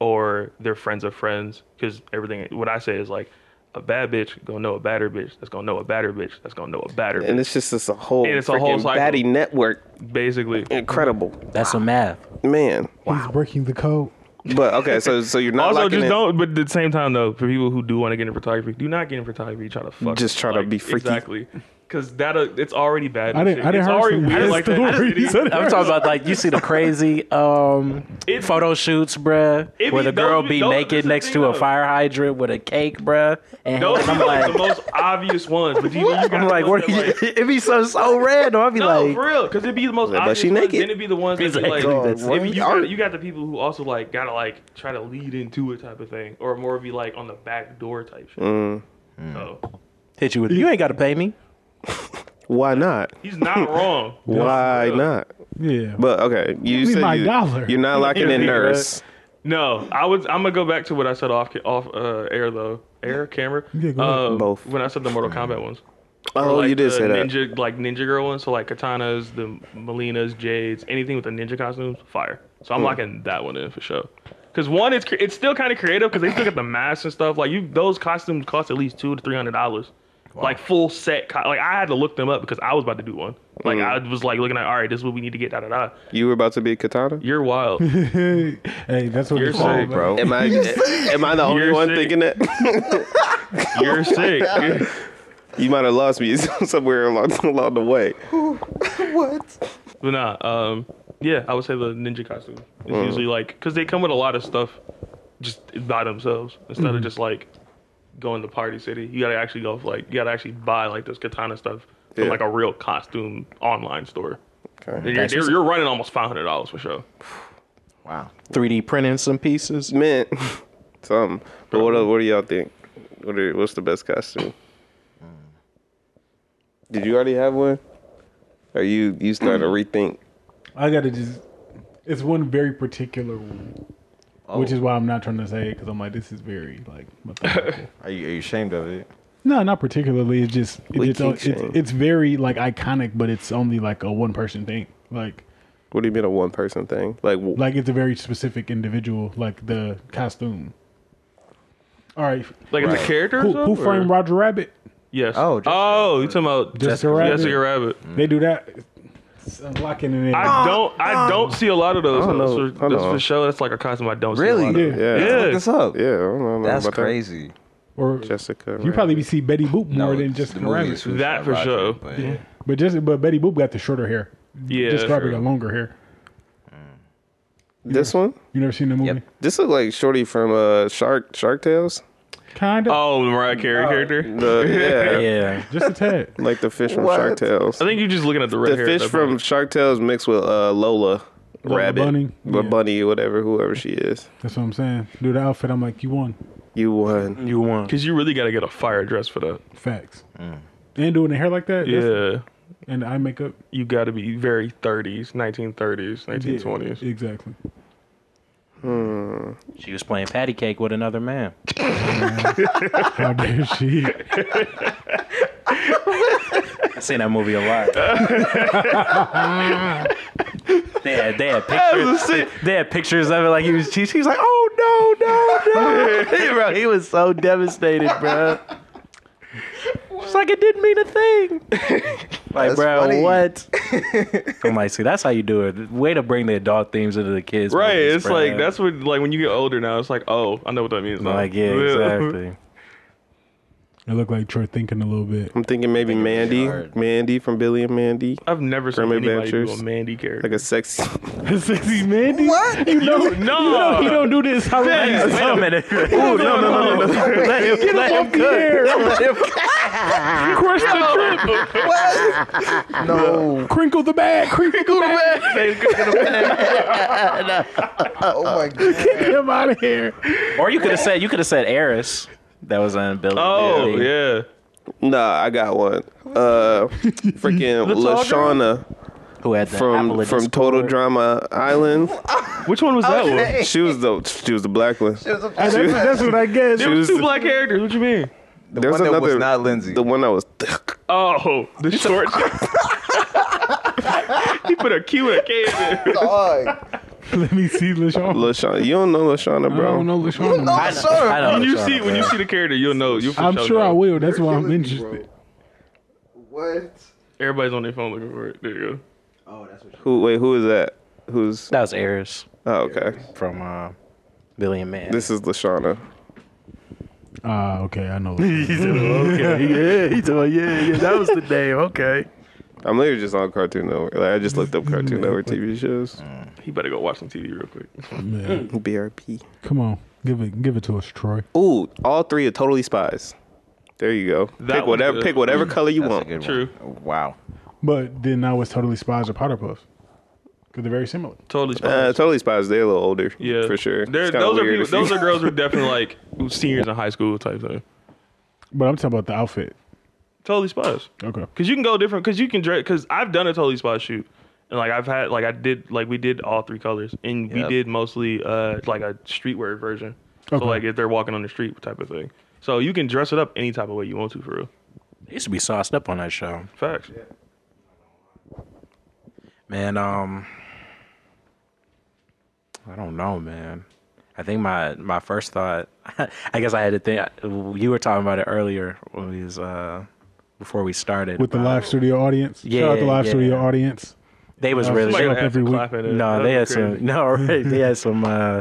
Speaker 4: or they're friends of friends because everything what I say is like a bad bitch gonna know a badder bitch that's gonna know a badder bitch that's gonna know a badder bitch
Speaker 2: And it's just it's a whole
Speaker 4: And it's a whole
Speaker 2: freaking
Speaker 4: cycle.
Speaker 2: baddie network.
Speaker 4: basically.
Speaker 2: Incredible,
Speaker 5: That's some math.
Speaker 2: man.
Speaker 3: He's breaking the code.
Speaker 2: But okay, so so you're not
Speaker 4: Also,
Speaker 2: locking
Speaker 4: just
Speaker 2: in-
Speaker 4: don't. But at the same time, though, for people who do want to get into photography, do not get into photography. Try to fuck.
Speaker 2: Just try to be freaky.
Speaker 4: Exactly. Because that uh, it's already bad.
Speaker 3: I
Speaker 4: and
Speaker 3: didn't-
Speaker 4: shit.
Speaker 3: I didn't
Speaker 4: it's
Speaker 3: heard
Speaker 4: already
Speaker 3: some
Speaker 4: weird
Speaker 3: weird
Speaker 4: like that.
Speaker 3: stories.
Speaker 4: It-
Speaker 3: I didn't-
Speaker 5: I'm talking about like you see the crazy um
Speaker 4: It-
Speaker 5: photo shoots, bruh,
Speaker 4: It
Speaker 5: where
Speaker 4: be-
Speaker 5: the girl
Speaker 4: those be-
Speaker 5: be
Speaker 4: those- that's
Speaker 5: naked
Speaker 4: the
Speaker 5: next
Speaker 4: thing,
Speaker 5: to a
Speaker 4: though.
Speaker 5: fire hydrant with a cake, bruh. And
Speaker 4: Those
Speaker 5: I'm
Speaker 4: are like
Speaker 5: like,
Speaker 4: the most obvious ones. But you, you got
Speaker 5: I'm like,
Speaker 4: the ones
Speaker 5: what?
Speaker 4: that, like-
Speaker 5: it be so so random. I'd be
Speaker 4: no,
Speaker 5: like,
Speaker 4: for real, because it'd be the most
Speaker 2: But
Speaker 4: obvious.
Speaker 2: she
Speaker 4: ones,
Speaker 2: naked.
Speaker 4: Then it'd be the ones that be
Speaker 5: Exactly.
Speaker 4: like,
Speaker 5: Oh,
Speaker 4: if
Speaker 2: what?
Speaker 4: you, got, you got the people who also like gotta like try to lead into it type of thing, or more be like on the back door type shit.
Speaker 5: Mm.
Speaker 3: Hmm.
Speaker 4: So
Speaker 5: hit you with you ain't got to pay me.
Speaker 2: Why not?
Speaker 4: he's not wrong.
Speaker 2: Why not?
Speaker 3: Yeah.
Speaker 2: But okay, you
Speaker 3: Give me
Speaker 2: said
Speaker 3: my
Speaker 2: you,
Speaker 3: dollar.
Speaker 2: are not locking in
Speaker 4: Yeah.
Speaker 2: nurse.
Speaker 4: No, I was. I'm gonna go back to what I said off off uh, air though. Air camera.
Speaker 3: Yeah, go ahead.
Speaker 4: Um,
Speaker 2: Both.
Speaker 4: When I said the Mortal Kombat ones, Or,
Speaker 2: Oh,
Speaker 4: like,
Speaker 2: you did
Speaker 4: the
Speaker 2: say that.
Speaker 4: ninja, Like ninja girl ones, so like katanas, the Melinas, jades, anything with the ninja costumes, fire. So I'm
Speaker 2: Hmm.
Speaker 4: locking that one in for sure. Cause one, it's cre- it's still kind of creative because they still got the masks and stuff. Like you, those costumes cost at least two to three hundred dollars. Like full set. Co- like I had to look them up because I was about to do one. Like
Speaker 2: Hmm.
Speaker 4: I was like looking at, all right, this is what we need to get. Da da da.
Speaker 2: You were about to be a katana. Oh,
Speaker 4: You're wild.
Speaker 3: Hey, that's what
Speaker 4: You're
Speaker 3: it's called,
Speaker 4: sick,
Speaker 3: bro.
Speaker 1: bro.
Speaker 2: Am I? am I the only
Speaker 4: You're
Speaker 2: one
Speaker 4: sick.
Speaker 2: thinking that?
Speaker 4: You're sick.
Speaker 2: you might have lost me somewhere along along the way.
Speaker 4: But nah, um, yeah, I would say the ninja costume. It's usually like because they come with a lot of stuff just by themselves instead
Speaker 2: Mm-hmm.
Speaker 4: of just like going to Party City. You gotta actually go like you gotta actually buy like this katana stuff from
Speaker 2: Yeah.
Speaker 4: like a real costume online store.
Speaker 2: Okay.
Speaker 4: And you're, you're, you're running almost five hundred dollars for sure.
Speaker 1: Wow.
Speaker 5: 3D printing some pieces.
Speaker 2: Man, some. But what what do y'all think? What are, what's the best costume? Did you already have one? Are you you starting to
Speaker 4: Mm.
Speaker 2: rethink?
Speaker 3: I gotta just. It's one very particular one,
Speaker 4: Oh.
Speaker 3: which is why I'm not trying to say it because I'm like this is very like. methodical.
Speaker 1: Are you, are you ashamed of it?
Speaker 3: no, not particularly. It's just
Speaker 2: We
Speaker 3: it's,
Speaker 2: keep
Speaker 3: it's, it's
Speaker 2: saying.
Speaker 3: it's very like iconic, but it's only like a one person thing. Like
Speaker 2: What do you mean a one person thing? Like, w-
Speaker 3: like it's a very specific individual, like the costume. All right,
Speaker 4: Like it's a character.
Speaker 3: who,
Speaker 4: or
Speaker 3: who
Speaker 4: something, or-
Speaker 3: framed Roger Rabbit?
Speaker 4: Yes.
Speaker 1: Oh, Jessica
Speaker 4: oh, you talking about
Speaker 3: Jessica Rabbit.
Speaker 4: Jessica Rabbit?
Speaker 2: Mm.
Speaker 1: Hmm.
Speaker 3: They do that. It's unlocking it. In.
Speaker 4: I don't.
Speaker 3: Ah.
Speaker 4: I don't see a lot of those.
Speaker 2: I don't
Speaker 4: though.
Speaker 2: know.
Speaker 4: So
Speaker 2: I don't
Speaker 4: That's
Speaker 2: know.
Speaker 4: for sure. That's like a costume I don't
Speaker 1: Really?
Speaker 4: See a lot of.
Speaker 3: yeah.
Speaker 2: yeah,
Speaker 4: Yeah.
Speaker 1: Look this up.
Speaker 2: yeah. I don't know
Speaker 1: That's
Speaker 2: about that.
Speaker 1: crazy.
Speaker 3: Or
Speaker 2: Jessica.
Speaker 3: you
Speaker 2: Rabbit.
Speaker 3: probably see Betty Boop more
Speaker 1: No,
Speaker 3: than
Speaker 1: it's
Speaker 3: Jessica
Speaker 1: the movie is
Speaker 3: Rabbit.
Speaker 1: Suicide
Speaker 4: That for
Speaker 1: Roger,
Speaker 4: sure.
Speaker 1: but-
Speaker 3: But just but Betty Boop got the shorter hair.
Speaker 4: Yeah,
Speaker 3: Jessica Rabbit
Speaker 4: sure.
Speaker 3: got longer hair.
Speaker 2: this one.
Speaker 3: You never seen the movie?
Speaker 1: Yep.
Speaker 2: This look like Shorty from uh, Shark Shark Tales.
Speaker 3: Kinda.
Speaker 4: Oh, Mariah Carey character.
Speaker 2: The, yeah,
Speaker 5: Yeah.
Speaker 3: Just a tad.
Speaker 2: like the fish from Shark
Speaker 1: What?
Speaker 2: Tales.
Speaker 4: I think you're just looking at the red
Speaker 2: the
Speaker 4: hair at
Speaker 2: fish
Speaker 4: that
Speaker 2: from
Speaker 4: point.
Speaker 2: Shark Tales mixed with uh, Lola,
Speaker 3: Lola
Speaker 2: Rabbit,
Speaker 3: Bunny?
Speaker 2: Or
Speaker 3: Yeah.
Speaker 2: Bunny, whatever, whoever she is.
Speaker 3: That's what I'm saying. Do the outfit. I'm like, you won.
Speaker 2: You won.
Speaker 5: You won.
Speaker 4: Cause you really gotta get a fire dress for that.
Speaker 3: Facts.
Speaker 1: Mm.
Speaker 3: And doing the hair like that. that's-
Speaker 4: Yeah,
Speaker 3: And the eye makeup.
Speaker 4: you gotta be very 30s, 1930s, 1920s.
Speaker 3: Yeah, exactly.
Speaker 5: She was playing patty cake with another man.
Speaker 3: How dare she?
Speaker 5: I seen that movie a lot. they had they had pictures. They had pictures of it. Like he was, she, she was like, "Oh no, no, no!" bro, he was so devastated, bro. She's like, "It didn't mean a thing." like, bro,
Speaker 1: funny.
Speaker 5: what? I'm like, see, that's how you do it. Way to bring the adult themes into the kids.
Speaker 4: Right.
Speaker 5: movies,
Speaker 4: It's
Speaker 5: bro.
Speaker 4: like that's what like when you get older now. It's like oh, I know what that means. Now.
Speaker 5: like yeah, exactly.
Speaker 3: It looked like Troy thinking a little bit.
Speaker 2: I'm thinking maybe Mandy,
Speaker 1: hard.
Speaker 2: Mandy from Billy and Mandy,
Speaker 4: I've never seen
Speaker 2: Grammy
Speaker 4: anybody do
Speaker 2: Ventures.
Speaker 4: a Mandy character.
Speaker 2: like a sexy.
Speaker 3: Sexy Mandy. What? You know, you
Speaker 4: no.
Speaker 3: know he don't do this. How
Speaker 5: Wait a minute.
Speaker 4: no, no, no, no, no.
Speaker 5: let him, let him cook.
Speaker 1: No.
Speaker 3: crinkle the bag? Crinkle the bag.
Speaker 1: Oh my god.
Speaker 3: Get him out of here.
Speaker 5: Or you could have said you could have said Eris. That was an ability.
Speaker 4: Oh yeah.
Speaker 2: nah, I got one. Uh, freaking Lashana
Speaker 5: Who had the apple
Speaker 2: from
Speaker 5: of
Speaker 2: from Total
Speaker 5: discord.
Speaker 2: Drama Island.
Speaker 4: Which one was that one?
Speaker 2: She was the she was the black one.
Speaker 3: That's, that's what I guess.
Speaker 4: There was
Speaker 2: was
Speaker 4: two
Speaker 2: the-
Speaker 4: black characters. What you mean?
Speaker 1: The
Speaker 2: There's
Speaker 1: one that was
Speaker 2: another.
Speaker 1: not Lindsay.
Speaker 2: the one that was.
Speaker 4: Oh, the short. he put a Q and a K in there.
Speaker 3: Let me see LaShawn.
Speaker 2: Lashana, you don't know Lashana,
Speaker 3: I
Speaker 2: bro.
Speaker 3: don't know LaShawn.
Speaker 5: I know. I know
Speaker 4: When you
Speaker 5: Lashana,
Speaker 4: see when you
Speaker 5: bro.
Speaker 4: see the character, you'll know. You'll for
Speaker 3: I'm sure I
Speaker 4: know.
Speaker 3: will. That's why I'm interested.
Speaker 1: What?
Speaker 4: Everybody's on their phone looking for it. There you go.
Speaker 1: Oh, that's what.
Speaker 2: Who? Wait, who is that? Who's?
Speaker 5: That was Eris
Speaker 2: Oh, okay.
Speaker 5: from uh, Billy and Man.
Speaker 2: This is Lashana.
Speaker 3: Ah, okay, I know. LaShawn.
Speaker 5: yeah, he's all, yeah, yeah. That was the name. Okay.
Speaker 2: I'm literally just on Cartoon Network. Like, I just looked up Cartoon Network TV shows.
Speaker 4: He better go watch some TV real quick.
Speaker 3: Man,
Speaker 5: Mm.
Speaker 2: BRP.
Speaker 3: Come on, give it, give it to us, Troy.
Speaker 2: Ooh, all three are totally spies. There you go. pick
Speaker 4: one's
Speaker 2: whatever.
Speaker 4: good.
Speaker 2: Pick whatever color you
Speaker 1: That's a
Speaker 2: want.
Speaker 1: good
Speaker 4: True.
Speaker 1: one. Wow.
Speaker 3: But then now it's totally Spies or Powder Puffs because they're very similar.
Speaker 4: Totally. Spies.
Speaker 2: Uh, totally spies. They're a little older.
Speaker 4: Yeah,
Speaker 2: for sure.
Speaker 4: They're-
Speaker 2: It's kinda
Speaker 4: Those are
Speaker 2: weird
Speaker 4: people,
Speaker 2: if you-
Speaker 4: those are girls who are definitely like who seniors in high school type thing.
Speaker 3: But I'm talking about the outfit.
Speaker 4: Totally spies,
Speaker 3: Okay.
Speaker 4: because you can go different. Because you can dress. Because I've done a totally spies shoot, and like I've had like I did like we did all three colors, and we
Speaker 1: Yep.
Speaker 4: did mostly uh like a streetwear version.
Speaker 3: Okay.
Speaker 4: So like if they're walking on the street type of thing. So you can dress it up any type of way you want to for real.
Speaker 5: They used to be sauced up on that show.
Speaker 4: Facts.
Speaker 5: Man, um I don't know, man. I think my my first thought I guess I had to think you were talking about it earlier when we was uh before we started
Speaker 3: with the
Speaker 5: about-
Speaker 3: live studio audience. Shout out
Speaker 5: Yeah,
Speaker 3: the live
Speaker 5: yeah.
Speaker 3: studio audience.
Speaker 5: They was
Speaker 3: Uh,
Speaker 5: really
Speaker 3: Somebody
Speaker 4: Somebody
Speaker 3: Shut up
Speaker 4: have
Speaker 3: every
Speaker 4: to
Speaker 3: week.
Speaker 4: clap at it.
Speaker 5: No,
Speaker 4: That'd
Speaker 5: they
Speaker 4: be
Speaker 5: had
Speaker 4: crazy.
Speaker 5: some. No, right, they had some. Uh,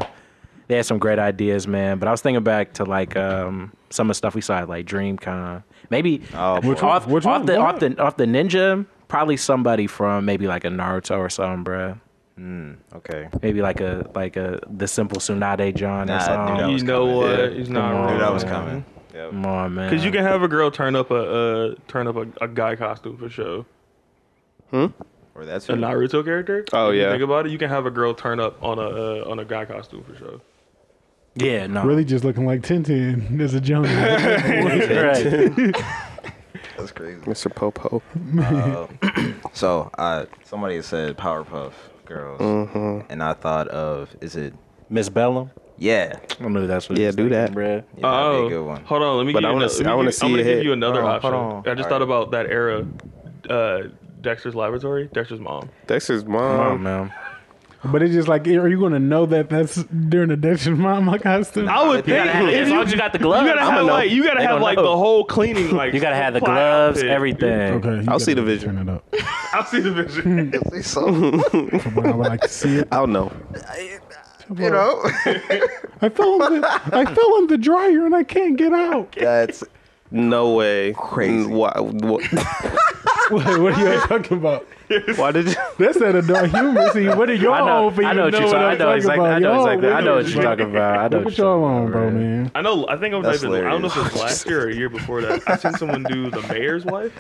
Speaker 5: they had some great ideas, man. But I was thinking back to like um, some of the stuff we saw at like DreamCon. Maybe
Speaker 1: Oh, boy. Which
Speaker 5: off,
Speaker 3: one? Which
Speaker 5: off
Speaker 3: one?
Speaker 5: the
Speaker 3: What?
Speaker 5: off the off the ninja. Probably somebody from maybe like a Naruto or something, bruh.
Speaker 1: Okay.
Speaker 5: Maybe like a like a the simple Tsunade John
Speaker 1: Nah,
Speaker 5: or
Speaker 1: I
Speaker 5: something.
Speaker 1: knew that
Speaker 4: you
Speaker 1: was
Speaker 4: know
Speaker 1: coming.
Speaker 4: what?
Speaker 1: Yeah.
Speaker 4: He's not
Speaker 5: Come on.
Speaker 4: wrong.
Speaker 1: Knew that was
Speaker 5: Yeah.
Speaker 1: coming.
Speaker 5: Come on, man.
Speaker 4: Because you can have a girl turn up a uh, turn up a, a guy costume for sure.
Speaker 1: Or that's
Speaker 4: A
Speaker 1: it.
Speaker 4: Naruto character.
Speaker 2: Oh,
Speaker 4: If you
Speaker 2: yeah.
Speaker 4: Think about it. You can have a girl turn up on a uh, on a guy costume for sure.
Speaker 5: yeah, no,
Speaker 3: Really, just looking like Tintin as a Jones.
Speaker 5: right.
Speaker 1: That's crazy.
Speaker 2: Mr. Popo.
Speaker 1: So I somebody said Powerpuff Girls, and I thought of is it?
Speaker 5: Miss Bellum.
Speaker 1: Yeah,
Speaker 5: I knew that's what. you
Speaker 2: Yeah,
Speaker 5: was
Speaker 2: do that.
Speaker 5: thinking, bruh.
Speaker 1: yeah that'd
Speaker 4: Oh.
Speaker 1: be a good one.
Speaker 4: Hold on, let me.
Speaker 2: But
Speaker 4: give
Speaker 2: I
Speaker 4: you
Speaker 2: wanna
Speaker 4: ano-
Speaker 2: see-
Speaker 4: let me
Speaker 2: I wanna
Speaker 4: give-
Speaker 2: see
Speaker 4: I'm gonna
Speaker 2: it
Speaker 4: give
Speaker 2: hit.
Speaker 4: you another
Speaker 5: Hold on,
Speaker 4: option.
Speaker 5: hold on.
Speaker 4: I just thought about that era. Uh, Dexter's Laboratory. Dexter's mom.
Speaker 2: Dexter's
Speaker 5: Come on,
Speaker 2: mom.
Speaker 5: man.
Speaker 3: but it's just like, are you going to know that that's during the Dutchman Mama costume?
Speaker 4: I would think
Speaker 5: As long as you got the gloves,
Speaker 4: you gotta
Speaker 5: I'ma
Speaker 4: have
Speaker 5: know.
Speaker 4: like you gotta
Speaker 5: They
Speaker 4: have
Speaker 5: gonna
Speaker 4: like
Speaker 5: know.
Speaker 4: the whole cleaning like
Speaker 5: You gotta have the
Speaker 4: supply
Speaker 5: gloves,
Speaker 4: outfit.
Speaker 5: everything.
Speaker 3: Okay, you
Speaker 2: I'll see
Speaker 3: gotta
Speaker 2: the vision.
Speaker 3: Turn it up.
Speaker 4: I see the vision.
Speaker 3: But I would like to see it.
Speaker 2: I don't know.
Speaker 1: You know,
Speaker 3: I fell in the, I fell in the dryer and I can't get out.
Speaker 1: that's
Speaker 2: No way. Mm,
Speaker 1: Crazy.
Speaker 2: Why, why,
Speaker 3: Wait, what are you talking about?
Speaker 2: why did you?
Speaker 3: That's that adult humor. See, what are y'all
Speaker 5: I know,
Speaker 3: on for you?
Speaker 5: I know what
Speaker 3: know
Speaker 5: you're
Speaker 3: what
Speaker 5: talking. I
Speaker 3: I'm
Speaker 5: know exactly. I
Speaker 3: about?
Speaker 5: know
Speaker 3: Y'all
Speaker 5: exactly. I know
Speaker 3: weird
Speaker 5: what you're talking about. I know
Speaker 3: Look
Speaker 5: what
Speaker 3: at y'all
Speaker 5: you're
Speaker 3: on,
Speaker 5: talking
Speaker 3: bro,
Speaker 5: about. bruh.
Speaker 3: man.
Speaker 4: I know. I think it
Speaker 1: That's
Speaker 4: was maybe, I don't know if it was
Speaker 1: hilarious.
Speaker 4: last year or a year before that. I seen someone do the mayor's wife,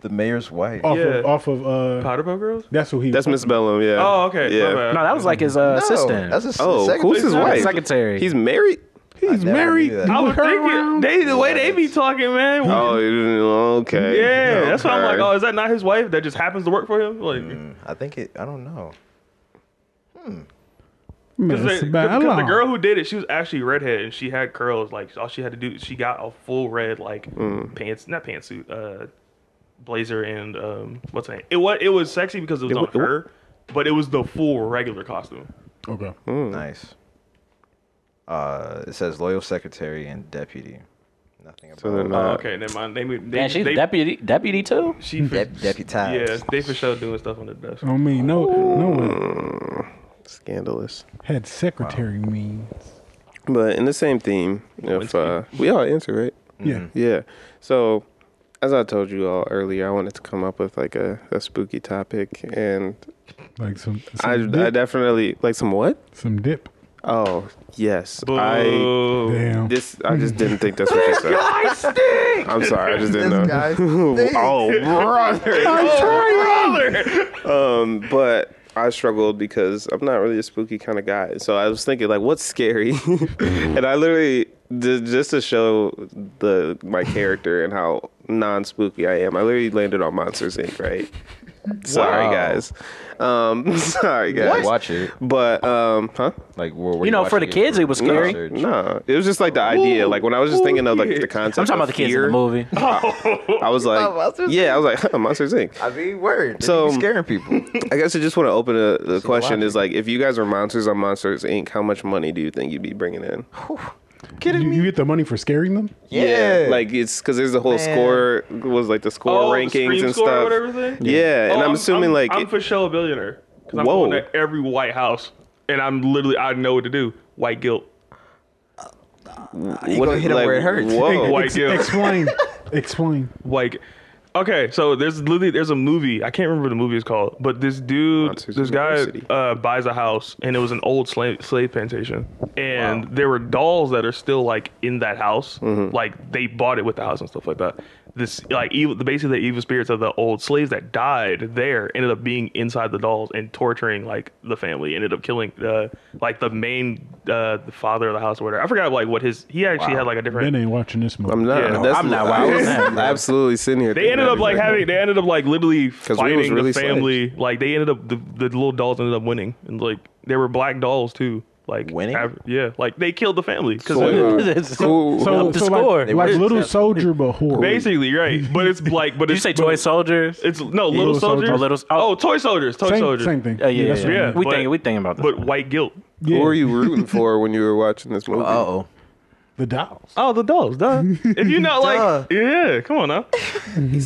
Speaker 1: the mayor's wife.
Speaker 3: Off
Speaker 4: Yeah.
Speaker 3: of off of uh,
Speaker 4: Powder Puff Girls.
Speaker 3: that's who he.
Speaker 2: That's Miss Bellum. Yeah.
Speaker 4: Oh, okay.
Speaker 2: Yeah.
Speaker 4: My bad.
Speaker 5: No, that was like his uh, assistant.
Speaker 1: That's a
Speaker 2: Oh,
Speaker 1: second
Speaker 2: who's his
Speaker 1: place.
Speaker 2: wife?
Speaker 5: Secretary.
Speaker 2: He's married.
Speaker 3: He's
Speaker 1: never
Speaker 3: married.
Speaker 1: knew that.
Speaker 4: I
Speaker 3: You
Speaker 4: was
Speaker 3: her
Speaker 4: thinking
Speaker 3: around?
Speaker 4: Oh, they the way they be talking, man.
Speaker 2: Oh, you- okay.
Speaker 4: yeah, that's why I'm like,
Speaker 2: Okay. Mm.
Speaker 4: oh, is that not his wife? That just happens to work for him. Like,
Speaker 1: I think it. I don't know.
Speaker 3: Man,
Speaker 4: Cause they-
Speaker 3: it's
Speaker 4: cause-
Speaker 3: about
Speaker 4: 'cause uh, the
Speaker 3: long.
Speaker 4: girl who did it, she was actually redhead and she had curls. Like all she had to do, she got a full red like
Speaker 2: Mm.
Speaker 4: pants, not pantsuit, uh, blazer and um, what's her name? It was it was sexy because it was
Speaker 2: It
Speaker 4: on
Speaker 2: wa- it wa-
Speaker 4: her, but it was the full regular costume.
Speaker 3: Okay.
Speaker 5: Hmm.
Speaker 1: Nice. Uh, it says loyal secretary and deputy. Nothing about
Speaker 2: So they're
Speaker 4: Oh,
Speaker 2: not-
Speaker 4: okay, never mind. They, moved- they,
Speaker 5: Man, she's
Speaker 4: they,
Speaker 5: deputy deputy too.
Speaker 4: She for,
Speaker 1: Dep- deputized.
Speaker 4: Yeah, they for sure doing stuff on the desk.
Speaker 3: I mean, no, no one
Speaker 2: Scandalous.
Speaker 3: had secretary means.
Speaker 2: But in the same theme, if uh, we all answer right.
Speaker 3: Yeah.
Speaker 2: Yeah. So, as I told you all earlier, I wanted to come up with like a, a spooky topic, and
Speaker 3: Like some some,
Speaker 2: I, I
Speaker 3: dip,
Speaker 2: definitely like some what?
Speaker 3: some dip.
Speaker 2: Oh yes, I
Speaker 4: Boo.
Speaker 3: Damn.
Speaker 2: this I just didn't think that's what you said. I'm sorry, I just didn't know. oh brother! um, but I struggled because I'm not really a spooky kind of guy. So I was thinking like, what's scary? and I literally ju- just to show the my character and how non spooky I am. I literally landed on Monsters Inc. Right? Sorry
Speaker 1: Wow.
Speaker 2: guys. Um, sorry guys.
Speaker 1: Watch it.
Speaker 2: But um, huh?
Speaker 1: Like, where, where
Speaker 5: You know, for the
Speaker 1: watching
Speaker 5: kids, it was
Speaker 1: for
Speaker 5: scary.
Speaker 1: research?
Speaker 2: No, it was just like the idea. Like when I was just thinking of like the concept.
Speaker 5: I'm talking
Speaker 2: of
Speaker 5: about the kids in
Speaker 2: fear,
Speaker 5: the movie.
Speaker 2: I was like, yeah, I was like, huh, Monsters Inc.
Speaker 1: I mean, word.
Speaker 2: So-
Speaker 1: So scaring people.
Speaker 2: I guess I just want to open a, the question
Speaker 1: logic.
Speaker 2: is like, if you guys were monsters on Monsters Inc., how much money do you think you'd be bringing in?
Speaker 3: You, you get the money for scaring them?
Speaker 1: yeah.
Speaker 2: like it's because there's the whole
Speaker 1: Man.
Speaker 2: score was like the score
Speaker 4: Oh, the
Speaker 2: rankings
Speaker 4: Scream
Speaker 2: and
Speaker 4: score or
Speaker 2: stuff.
Speaker 4: whatever thing?
Speaker 2: Yeah, and
Speaker 4: Oh,
Speaker 2: I'm, assuming like
Speaker 4: I'm for sure a billionaire. 'Cause I'm
Speaker 2: Whoa.
Speaker 4: going to every White House, and I'm literally I know what to do. White guilt.
Speaker 2: you
Speaker 1: gonna hit 'em where it hurts.
Speaker 2: Whoa,
Speaker 4: White
Speaker 3: Ex-
Speaker 4: guilt.
Speaker 3: explain. explain.
Speaker 4: Like, okay, so there's literally there's a movie I can't remember what the movie is called, but this dude,
Speaker 2: Monsters
Speaker 4: this guy
Speaker 2: University.
Speaker 4: uh, buys a house, and it was an old slave slave plantation, and there were dolls that are still like in that house, like they bought it with the house and stuff like that. This like evil, basically the evil spirits of the old slaves that died there ended up being inside the dolls and torturing like the family. Ended up killing the like the main uh, the father of the house or whatever. I forgot like what his he actually had like a different
Speaker 3: Ben ain't watching this movie.
Speaker 2: I'm not.
Speaker 4: Yeah, no,
Speaker 2: that's,
Speaker 5: I'm not
Speaker 2: I
Speaker 5: wild.
Speaker 2: was
Speaker 5: Man, bro.
Speaker 2: absolutely sitting here.
Speaker 4: They ended up like having. They ended up like literally
Speaker 2: we
Speaker 4: fighting
Speaker 2: was really
Speaker 4: the family. Like they ended up the, the little dolls ended up winning, and like they were black dolls too. Like
Speaker 1: Winning?
Speaker 4: aver- yeah, like they killed the family. 'Cause
Speaker 2: So-
Speaker 4: of-
Speaker 2: Cool.
Speaker 3: So,
Speaker 5: Up the
Speaker 3: so
Speaker 5: score.
Speaker 3: like,
Speaker 5: They
Speaker 3: like
Speaker 4: were-
Speaker 3: little soldier but horror.
Speaker 4: basically, right? But it's like, but
Speaker 5: Did you
Speaker 4: it's,
Speaker 5: say
Speaker 4: but
Speaker 5: toy soldiers?
Speaker 4: It's no
Speaker 3: Little
Speaker 4: little
Speaker 3: Soldiers.
Speaker 4: soldiers.
Speaker 5: Oh, Little- oh.
Speaker 4: oh, toy soldiers, toy
Speaker 3: same,
Speaker 4: soldiers.
Speaker 3: same thing.
Speaker 5: Yeah, yeah,
Speaker 3: that's
Speaker 5: yeah.
Speaker 3: what I
Speaker 4: Yeah.
Speaker 3: meant.
Speaker 5: we
Speaker 4: but-
Speaker 5: think we think about this.
Speaker 4: But white guilt.
Speaker 3: Yeah,
Speaker 2: Who were you rooting for when you were watching this movie?
Speaker 1: Oh,
Speaker 3: The dolls.
Speaker 4: Oh, the dolls, duh. if you not like, yeah, come on now,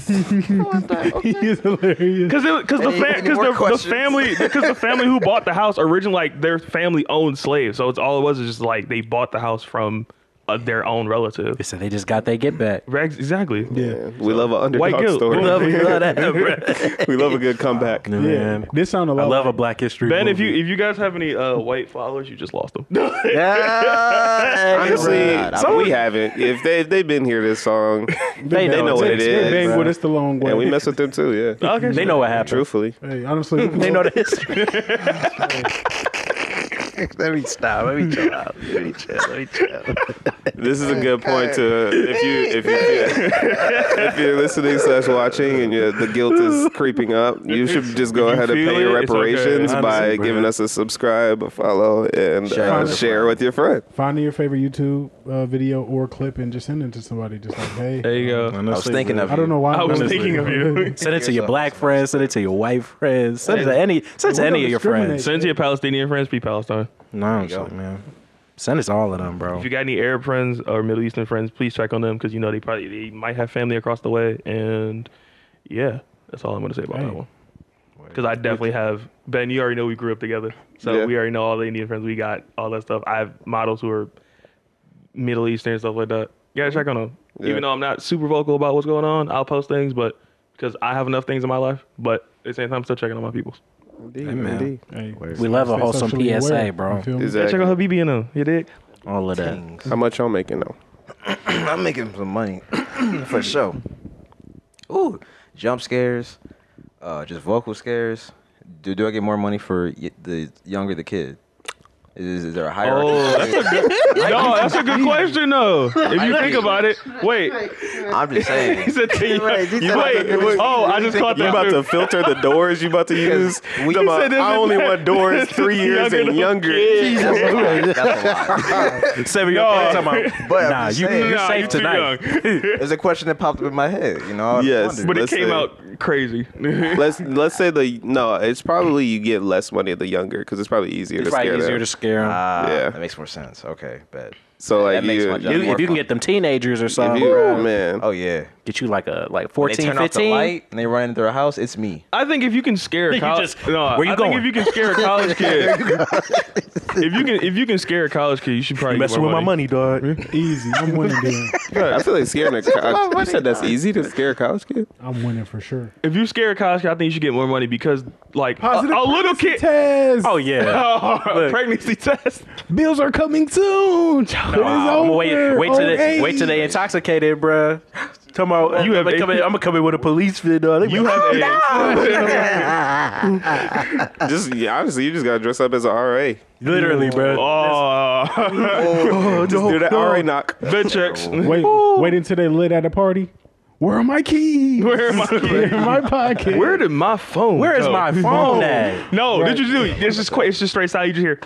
Speaker 3: He is hilarious.
Speaker 4: because because the
Speaker 1: Any-
Speaker 4: fa-
Speaker 1: any
Speaker 4: cause
Speaker 1: more
Speaker 4: the, the
Speaker 1: questions?
Speaker 4: family because the family who bought the house originally like their family owned slaves, so it's all it was is just like they bought the house from uh, their own relative.
Speaker 5: They said they just got their get back.
Speaker 4: Regs, exactly.
Speaker 3: Yeah.
Speaker 2: We love an
Speaker 4: White
Speaker 2: underdog
Speaker 4: guilt.
Speaker 2: story.
Speaker 4: We love- we love that,
Speaker 2: we love a good comeback.
Speaker 5: Man,
Speaker 3: This sound a
Speaker 5: I
Speaker 3: lot.
Speaker 5: love a Black History.
Speaker 4: Ben, if
Speaker 5: movie.
Speaker 4: you if you guys have any uh, white followers, you just lost them.
Speaker 2: Honestly,
Speaker 1: Someone-
Speaker 2: we haven't. If they if they've been here this song, they
Speaker 5: they,
Speaker 2: know
Speaker 5: know
Speaker 2: what
Speaker 5: what
Speaker 2: it
Speaker 5: it
Speaker 3: They
Speaker 2: is. Yeah,
Speaker 3: bang
Speaker 2: bro.
Speaker 3: with us the long way.
Speaker 2: and we mess with them too. Yeah,
Speaker 5: is. They know what happened.
Speaker 2: truthfully.
Speaker 3: Hey, honestly, we can
Speaker 5: They
Speaker 3: go-
Speaker 5: know the history.
Speaker 1: let me stop. Let me chill out. Let me chill. Let me chill.
Speaker 2: This is a good point to if you if you if you're listening slash watching and you the guilt is creeping up, you should just go
Speaker 4: if you
Speaker 2: ahead and
Speaker 4: feel
Speaker 2: pay your
Speaker 4: it, it's okay.
Speaker 2: reparations by
Speaker 5: Honestly, bro.
Speaker 2: giving us a subscribe, a follow, and
Speaker 1: Share
Speaker 2: uh,
Speaker 1: with a
Speaker 2: share with your friend.
Speaker 3: find your favorite YouTube uh, video or clip and just send it to somebody. Just like, hey,
Speaker 4: There you go.
Speaker 1: I was thinking of
Speaker 3: I don't know why.
Speaker 4: I was
Speaker 3: but-
Speaker 4: thinking of you.
Speaker 5: Send it to your black friends. Send it to your white friends. Send it to any. Send it to
Speaker 3: we
Speaker 5: any
Speaker 3: don't
Speaker 5: of your
Speaker 3: discriminate.
Speaker 5: friends.
Speaker 4: Send it to your Palestinian friends, be Palestine.
Speaker 5: No, I'm just like, man. Send us all of them, bro.
Speaker 4: If you got any Arab friends or Middle Eastern friends, please check on them because you know they probably they might have family across the way. And yeah, that's all I'm gonna say about that
Speaker 3: Hey.
Speaker 4: one. Because I definitely have Ben. You already know we grew up together, so
Speaker 2: Yeah.
Speaker 4: we already know all the Indian friends we got, all that stuff. I have models who are Middle Eastern stuff like that. You gotta check on them.
Speaker 2: Yeah.
Speaker 4: Even though I'm not super vocal about what's going on, I'll post things, but because I have enough things in my life. But at the same time, I'm still checking on my peoples.
Speaker 5: man. indeed.
Speaker 3: Hey,
Speaker 5: We love a
Speaker 3: stay
Speaker 5: wholesome
Speaker 3: socially aware,
Speaker 5: PSA,
Speaker 3: you
Speaker 5: bro.
Speaker 3: feel me?
Speaker 4: Yeah, check
Speaker 2: Exactly.
Speaker 4: out Habibi and them. You dig?
Speaker 5: All of that.
Speaker 1: Things.
Speaker 2: How much y'all making now?
Speaker 1: I'm making some money for sure. Ooh, jump scares, uh, just vocal scares. Do do I get more money for y- the younger the kid? Is, is there a hierarchy?
Speaker 4: Oh, that's a good, no, that's a good question though. If you think about it, wait.
Speaker 1: I'm just saying.
Speaker 4: He said to you,
Speaker 1: Right, he said
Speaker 4: you-
Speaker 1: I
Speaker 4: wait,
Speaker 1: thought that was-
Speaker 4: oh, I just caught
Speaker 2: You
Speaker 4: that.
Speaker 2: about to filter the doors you about to use?
Speaker 1: we-
Speaker 2: Talking about,
Speaker 4: said this
Speaker 2: I
Speaker 4: is
Speaker 2: only
Speaker 4: bad.
Speaker 2: want doors three years
Speaker 4: Younger
Speaker 2: and
Speaker 4: than
Speaker 2: younger.
Speaker 4: kids.
Speaker 1: That's a lot. That's a lot.
Speaker 5: Seven year
Speaker 4: No.
Speaker 5: old talking about.
Speaker 1: But I'm
Speaker 5: Nah,
Speaker 1: just
Speaker 5: you,
Speaker 1: saying,
Speaker 5: you're
Speaker 4: Nah,
Speaker 5: safe
Speaker 4: you too
Speaker 5: tonight.
Speaker 4: young.
Speaker 1: There's a question that popped up in my head. You know, I was
Speaker 2: Yes,
Speaker 1: wondering.
Speaker 4: but it
Speaker 2: Let's
Speaker 4: came
Speaker 2: say-
Speaker 4: out crazy.
Speaker 2: Let's let's say the no. It's probably you get less money the younger because it's probably easier
Speaker 5: It's
Speaker 2: to
Speaker 5: probably
Speaker 2: scare
Speaker 5: easier
Speaker 2: them.
Speaker 5: to scare them.
Speaker 1: Ah,
Speaker 2: Yeah.
Speaker 1: that makes more sense. Okay, bet.
Speaker 2: so like
Speaker 1: that makes
Speaker 2: you,
Speaker 1: my job
Speaker 2: you-
Speaker 5: if,
Speaker 1: more
Speaker 5: if you
Speaker 1: fun.
Speaker 5: can get them teenagers or
Speaker 2: if
Speaker 5: something,
Speaker 2: you-
Speaker 5: woo,
Speaker 2: oh man,
Speaker 1: Oh yeah.
Speaker 5: get you like a like
Speaker 1: When they
Speaker 5: 14,
Speaker 1: turn off the
Speaker 5: 15.
Speaker 1: light and they run into their house. It's me.
Speaker 4: I think if you can scare a
Speaker 5: You
Speaker 4: college,
Speaker 5: just-
Speaker 4: no,
Speaker 5: where you
Speaker 4: I
Speaker 5: going?
Speaker 4: think if you can scare a college kid, if you can if you can scare a college kid, you should probably get more money.
Speaker 5: dog.
Speaker 3: Easy. I'm winning, dude.
Speaker 2: I feel like scaring a college. You said that's easy to scare a college kid.
Speaker 3: I'm winning for sure.
Speaker 4: If you scare a college kid, I think you should get more money because like a,
Speaker 3: Positive
Speaker 4: a little kid.
Speaker 3: Tez,
Speaker 5: Oh yeah.
Speaker 4: Oh, pregnancy test.
Speaker 3: bills are coming soon. it is
Speaker 5: Wow, I'ma
Speaker 3: over.
Speaker 5: wait, wait till they,
Speaker 3: Okay.
Speaker 5: wait till they intoxicated, bruh. Come on, you
Speaker 4: You
Speaker 5: I'm
Speaker 4: have
Speaker 5: gonna come in,
Speaker 4: eight-
Speaker 5: I'm gonna come in with a police fit on.
Speaker 4: You have AIDS.
Speaker 2: Just yeah, honestly, you just gotta dress up as an RA.
Speaker 5: literally, bruh.
Speaker 4: Oh,
Speaker 2: Just do that RA knock.
Speaker 4: bed checks.
Speaker 3: Wait, wait until they lit at a party. Where are my keys?
Speaker 4: Where am I?
Speaker 3: in my pocket?
Speaker 4: Where did my phone?
Speaker 5: Where is
Speaker 4: go?
Speaker 5: my phone at?
Speaker 4: No, did you do? It's just quick. It's just straight style. You just hear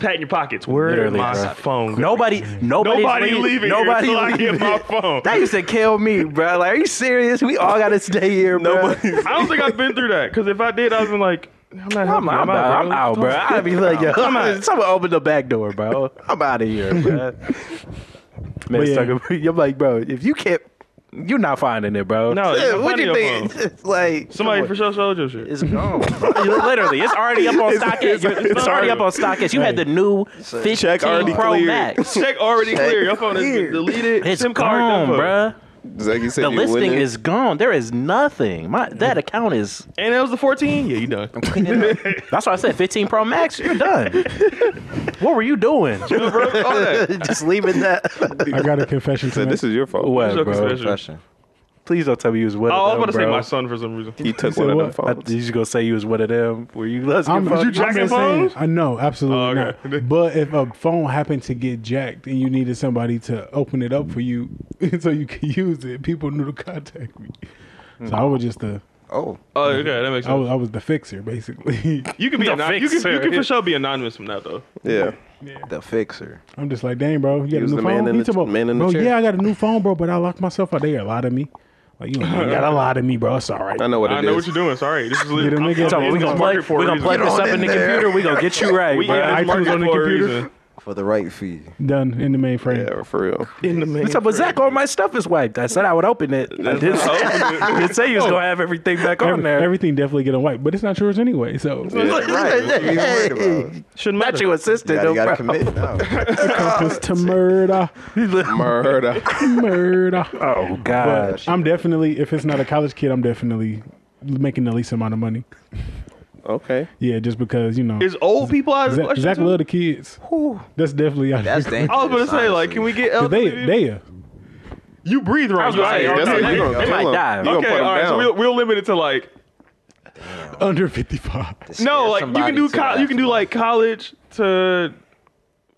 Speaker 4: pat in your pockets. Where did
Speaker 5: Literally,
Speaker 4: my
Speaker 5: bro.
Speaker 4: phone? go?
Speaker 5: Nobody, nobody's
Speaker 4: nobody
Speaker 5: leaving.
Speaker 4: leaving.
Speaker 5: Nobody
Speaker 4: here
Speaker 5: leaving.
Speaker 4: until I get my phone.
Speaker 5: That used to kill me, bruh. Like, are you serious? We all gotta stay here, bro.
Speaker 4: I don't think I've been through that. Because if I did, I've been like, I'm not
Speaker 5: I'm,
Speaker 4: helping.
Speaker 5: I'm,
Speaker 4: I'm
Speaker 5: out,
Speaker 4: out,
Speaker 5: I'm out, bro. I'd be like, yo, someone open the back door, bro. I'm out of here, bro. Man,
Speaker 3: yeah.
Speaker 5: sucker, I'm like, bro, if you can't, you're not finding it, bro.
Speaker 4: No, it's
Speaker 5: what
Speaker 4: plenty
Speaker 5: you
Speaker 4: of
Speaker 5: think?
Speaker 4: them.
Speaker 5: It's like
Speaker 4: Somebody for sure sold your shit.
Speaker 5: It's
Speaker 1: Oh.
Speaker 5: gone. bro. Literally, it's already up on StockX. It's, already up on StockX. You had the new 15
Speaker 2: Check already
Speaker 5: Pro
Speaker 2: cleared.
Speaker 5: Max.
Speaker 4: Check already clear. Your phone has been deleted.
Speaker 5: It's
Speaker 4: SIM card
Speaker 5: gone,
Speaker 4: info.
Speaker 5: bro.
Speaker 2: Like you said,
Speaker 5: The
Speaker 2: you
Speaker 5: listing
Speaker 2: winning.
Speaker 5: is gone. There is nothing. My that account is.
Speaker 4: And that was the 14. Yeah, you done.
Speaker 5: That's why I said 15 Pro Max. You're done. what were you doing?
Speaker 4: All that.
Speaker 5: Just leaving that.
Speaker 3: I got a confession to
Speaker 2: Said,
Speaker 3: make.
Speaker 2: this is your fault.
Speaker 5: What,
Speaker 4: Joking
Speaker 5: bro?
Speaker 4: special.
Speaker 1: Question.
Speaker 5: Please don't tell me you was one
Speaker 4: Oh, I was
Speaker 5: of them.
Speaker 4: about to say
Speaker 5: bro.
Speaker 4: my son for some reason.
Speaker 2: You took
Speaker 3: You
Speaker 2: one
Speaker 3: said
Speaker 2: of them
Speaker 3: what?
Speaker 5: I,
Speaker 2: phones.
Speaker 5: you just gonna say you was one of them? Were you? Let's
Speaker 3: I'm,
Speaker 5: get
Speaker 3: you
Speaker 5: fucked.
Speaker 3: jacking
Speaker 4: jacking
Speaker 3: phones?
Speaker 4: phones?
Speaker 3: I know, absolutely
Speaker 4: Oh, okay.
Speaker 3: not. But if a phone happened to get jacked and you needed somebody to open it up for you so you could use it, people knew to contact me. So I was just a
Speaker 1: Oh,
Speaker 4: Oh, okay, that makes
Speaker 3: I
Speaker 4: sense.
Speaker 3: was, I was the fixer, basically.
Speaker 4: You can be
Speaker 7: The
Speaker 4: anonymous. You can, you
Speaker 7: fixer.
Speaker 4: can for sure be anonymous from that though.
Speaker 2: Yeah.
Speaker 1: the fixer.
Speaker 3: I'm just like, dang, bro, you got
Speaker 2: He
Speaker 3: a
Speaker 2: was
Speaker 3: new
Speaker 2: the man
Speaker 3: phone.
Speaker 2: in
Speaker 3: He
Speaker 2: the
Speaker 3: talking
Speaker 2: ch-
Speaker 3: about,
Speaker 2: man in the
Speaker 3: bro,
Speaker 2: chair."
Speaker 3: yeah, I got a new phone, bro, but I locked myself out. They got a lot of me. Like you, ain't got a lot of me, bro. It's all right.
Speaker 2: I know what it
Speaker 4: I
Speaker 2: is.
Speaker 4: know what you're doing. Sorry, this is
Speaker 3: Yeah, the nigga-
Speaker 4: I'm-
Speaker 5: So
Speaker 4: I'm
Speaker 5: we
Speaker 4: in
Speaker 5: gonna plug,
Speaker 4: this market for a
Speaker 5: we gonna
Speaker 4: reason.
Speaker 5: plug
Speaker 1: Get
Speaker 5: this
Speaker 1: on
Speaker 5: up in
Speaker 1: in
Speaker 5: the
Speaker 1: there.
Speaker 5: computer. We gonna get you right,
Speaker 4: We
Speaker 5: bro.
Speaker 4: in this
Speaker 3: iTunes
Speaker 4: market
Speaker 3: on the
Speaker 4: for a
Speaker 3: computer.
Speaker 4: reason.
Speaker 1: For the right fee.
Speaker 3: Done in the mainframe.
Speaker 2: yeah, for real.
Speaker 4: In the main.
Speaker 5: What's up, but Zach? All my stuff is wiped. I said I would open it. I did, I did say you was gonna have everything back on
Speaker 3: Every-
Speaker 5: there.
Speaker 3: everything definitely get a wipe, but it's not yours anyway. So
Speaker 1: Right. What you worried about? You
Speaker 5: Shouldn't matter. Not your assistant,
Speaker 1: gotta,
Speaker 5: no
Speaker 1: you gotta
Speaker 5: problem.
Speaker 1: commit now.
Speaker 3: accomplice to murder,
Speaker 2: Murder.
Speaker 3: murder.
Speaker 5: Oh God.
Speaker 3: But I'm definitely, if it's not a college kid, I'm definitely making the least amount of money.
Speaker 2: okay.
Speaker 3: Yeah, just because you know.
Speaker 4: Is old people out of the
Speaker 3: Zach,
Speaker 4: question
Speaker 3: Zach
Speaker 4: too?
Speaker 3: love the kids. That's definitely out
Speaker 1: That's
Speaker 3: of
Speaker 1: dangerous.
Speaker 4: I was gonna say, like, can we get
Speaker 3: They,
Speaker 4: elderly?
Speaker 3: they, are-
Speaker 4: you breathe right. now.
Speaker 5: say,
Speaker 4: okay,
Speaker 2: That's what
Speaker 5: they-
Speaker 2: you're
Speaker 4: okay,
Speaker 2: gonna
Speaker 5: they
Speaker 2: kill
Speaker 5: might
Speaker 2: him.
Speaker 5: die.
Speaker 2: You're gonna put him
Speaker 4: all right. So
Speaker 2: down.
Speaker 4: we'll, we'll limit it to like
Speaker 3: under 55.
Speaker 1: Scare
Speaker 4: no, like you
Speaker 1: somebody
Speaker 4: can do
Speaker 1: to
Speaker 4: co-
Speaker 1: that.
Speaker 4: you can do like college to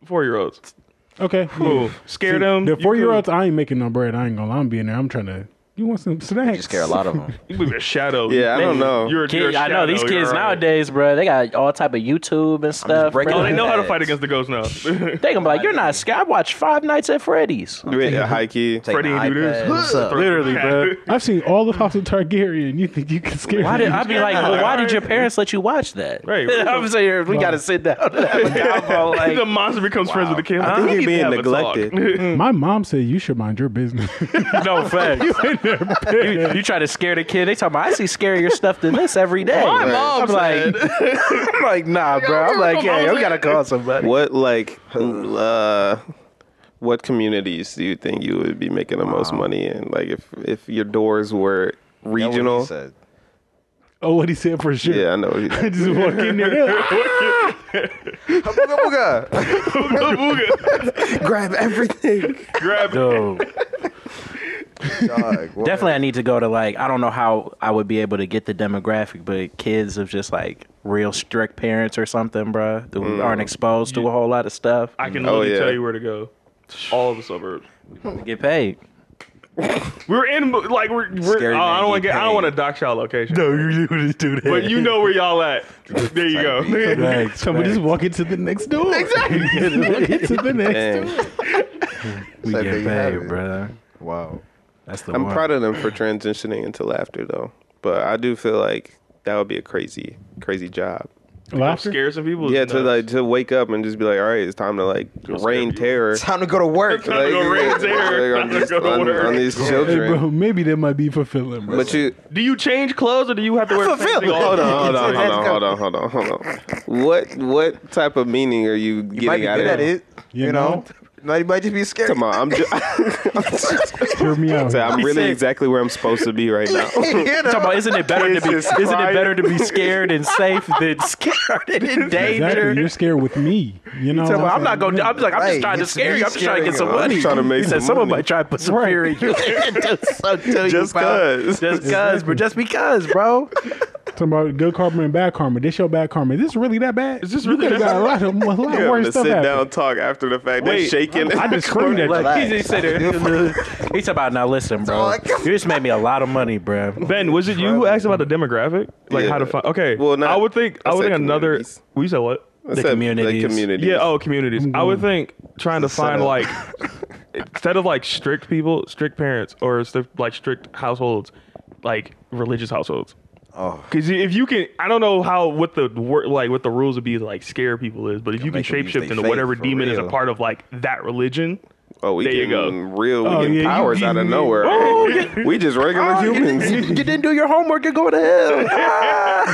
Speaker 4: four year olds.
Speaker 3: Okay.
Speaker 4: Cool. Scare them.
Speaker 3: The
Speaker 4: you
Speaker 3: four year olds, I ain't making no bread. I ain't gonna lie. I'm being there. I'm trying to. You want some snacks?
Speaker 1: Just scare a lot of them.
Speaker 4: could- You could be a shadow.
Speaker 2: Yeah, I don't
Speaker 4: Nigga,
Speaker 2: know.
Speaker 4: You're, you're a
Speaker 5: Kid, I know these
Speaker 4: shadow, you're
Speaker 5: kids
Speaker 4: right.
Speaker 5: nowadays, bro. They got all type of YouTube and stuff.
Speaker 1: breaking
Speaker 4: Oh,
Speaker 5: bro.
Speaker 4: they know how to
Speaker 1: Yes.
Speaker 4: fight against the ghost now.
Speaker 5: They gonna be like, you're not scared. I watched Five Nights at Freddy's.
Speaker 2: Wait, a high key.
Speaker 1: Take
Speaker 4: Freddie
Speaker 1: the
Speaker 4: ain't do this.
Speaker 1: iPad. What's up?
Speaker 4: Literally, bro.
Speaker 3: I've seen all of House of Targaryen. You think you can scare
Speaker 5: Why
Speaker 3: me?
Speaker 5: did I be like? Well, why did your parents let you watch that?
Speaker 4: Right.
Speaker 5: I'm saying we gotta sit down. and have a convo, like,
Speaker 4: the monster becomes friends with the kid.
Speaker 2: I think
Speaker 4: we
Speaker 2: you're
Speaker 4: need to
Speaker 2: being
Speaker 4: have a talk.
Speaker 2: neglected.
Speaker 3: My mom said you should mind your business.
Speaker 5: No facts. you, you try to scare the kid. They talking about I see scarier stuff than this every day.
Speaker 4: My mom
Speaker 5: I'm like,
Speaker 4: said-
Speaker 5: I'm like, nah, bro. I'm like, yeah, we gotta call somebody.
Speaker 2: What like uh what communities do you think you would be making the most money in? Like if if your doors were regional.
Speaker 1: said.
Speaker 3: oh, what he said for sure.
Speaker 2: Yeah, I know. what you-
Speaker 3: Just walk in there.
Speaker 1: Booga, booga.
Speaker 2: Grab everything.
Speaker 4: Grab
Speaker 5: Dude,
Speaker 1: Dog, what?
Speaker 5: definitely, I need to go to like I don't know how I would be able to get the demographic, but kids of just like real strict parents or something, bro, who aren't exposed to a whole lot of stuff.
Speaker 4: I can
Speaker 2: Oh,
Speaker 4: literally
Speaker 2: yeah.
Speaker 4: tell you where to go. All the suburbs.
Speaker 5: get paid.
Speaker 4: We're in like we're. we're
Speaker 1: Scary
Speaker 4: oh, I
Speaker 1: man
Speaker 4: don't want
Speaker 1: get
Speaker 4: to. I don't
Speaker 1: paid.
Speaker 4: want to dox y'all location.
Speaker 5: you just do that.
Speaker 4: But you know where y'all at. There you go.
Speaker 3: Somebody just walk into the next door. Exactly. walk into the next
Speaker 2: Dang.
Speaker 3: door.
Speaker 5: we
Speaker 1: Say
Speaker 5: get
Speaker 1: there you have
Speaker 5: paid,
Speaker 1: it.
Speaker 5: bro.
Speaker 1: Wow.
Speaker 5: That's the
Speaker 2: I'm
Speaker 5: one.
Speaker 2: proud of them for transitioning into laughter though. But I do feel like that would be a crazy, crazy job.
Speaker 3: Laughter.
Speaker 4: Scare some people. is
Speaker 2: Yeah, to
Speaker 4: nuts.
Speaker 2: like to wake up and just be like, all right, it's time to like rain
Speaker 4: people.
Speaker 2: terror.
Speaker 1: Time to go to work.
Speaker 4: Time to go rain terror.
Speaker 2: Like,
Speaker 4: Time to go to
Speaker 2: on,
Speaker 4: work.
Speaker 2: on these
Speaker 3: Hey,
Speaker 2: children.
Speaker 3: bro, maybe that might be fulfilling, bro.
Speaker 2: But you
Speaker 4: Do you change clothes or do you have to wear the same thing all
Speaker 2: hold
Speaker 4: the
Speaker 2: on,
Speaker 4: time?
Speaker 2: hold on, hold on, hold on, hold on, hold on. What what type of meaning are you
Speaker 1: You might be
Speaker 2: getting out
Speaker 1: good
Speaker 2: of
Speaker 1: at
Speaker 2: it?
Speaker 1: it. You know? Now you might just be scared.
Speaker 2: Come on, I'm just,
Speaker 3: Hear me out.
Speaker 2: I'm
Speaker 5: He
Speaker 2: really
Speaker 5: said-
Speaker 2: exactly where I'm supposed to be right now.
Speaker 1: You know?
Speaker 5: Talking about, isn't it better to be
Speaker 2: Jesus
Speaker 5: isn't it
Speaker 2: Christ.
Speaker 5: better to be scared and safe than scared and in danger?
Speaker 3: Exactly. You're scared with me. You know.
Speaker 5: Talking
Speaker 3: what
Speaker 5: about, I'm not
Speaker 3: saying?
Speaker 5: going. to I'm like, I'm
Speaker 1: Right.
Speaker 5: just trying to
Speaker 1: It's
Speaker 5: scare you. I'm
Speaker 1: me
Speaker 5: just trying to get some
Speaker 1: scaring you. I'm
Speaker 5: money.
Speaker 2: trying to make
Speaker 5: he said
Speaker 2: some
Speaker 5: someone
Speaker 2: money.
Speaker 5: might try to put some fear in you. just so tell you
Speaker 2: Just
Speaker 5: about-
Speaker 2: 'cause.
Speaker 5: Just cause, but just because, bro.
Speaker 3: Talking about good karma and bad karma. This your bad karma. Is this really that bad? Is
Speaker 4: this really
Speaker 3: you
Speaker 4: that
Speaker 3: got a lot of a lot
Speaker 2: You
Speaker 3: of
Speaker 2: have
Speaker 3: worse
Speaker 2: to
Speaker 3: stuff
Speaker 2: sit
Speaker 3: happened.
Speaker 2: down, talk after the fact. They're
Speaker 4: Wait,
Speaker 2: shaking.
Speaker 3: I just screamed at you.
Speaker 5: Like,
Speaker 1: Relax.
Speaker 5: he just said it. He's about now. Listen, bro.
Speaker 1: Talk.
Speaker 5: You just made me a lot of money, bro.
Speaker 4: Ben, was it you who asked about the demographic? Like how to
Speaker 2: Yeah.
Speaker 4: find? Okay.
Speaker 2: Well, not-
Speaker 4: I would think. I
Speaker 2: I
Speaker 4: would
Speaker 2: said
Speaker 4: think another.
Speaker 2: communities.
Speaker 4: We said what?
Speaker 2: I said,
Speaker 5: communities.
Speaker 2: The communities.
Speaker 4: Yeah. Oh, communities. I would think trying to
Speaker 2: Mm-hmm. It's a
Speaker 4: find
Speaker 2: setup.
Speaker 4: like instead of like strict people, strict parents, or strict, like strict households, like religious households.
Speaker 1: Oh.
Speaker 4: Because if you can, I don't know how what the wor- like what the rules would be to like scare people is, but if you can
Speaker 1: make 'em use
Speaker 4: shapeshift
Speaker 1: they
Speaker 4: into
Speaker 1: faith
Speaker 4: whatever
Speaker 1: for
Speaker 4: demon is a
Speaker 1: real.
Speaker 4: part of like that religion,
Speaker 2: Oh, we
Speaker 4: There you
Speaker 2: getting
Speaker 4: go.
Speaker 2: real. We
Speaker 3: Oh,
Speaker 2: getting
Speaker 3: yeah, you
Speaker 2: powers out of
Speaker 3: getting-
Speaker 2: nowhere.
Speaker 4: Oh,
Speaker 2: We just regular humans.
Speaker 5: You, you didn't do your homework. You're going to hell. Ah.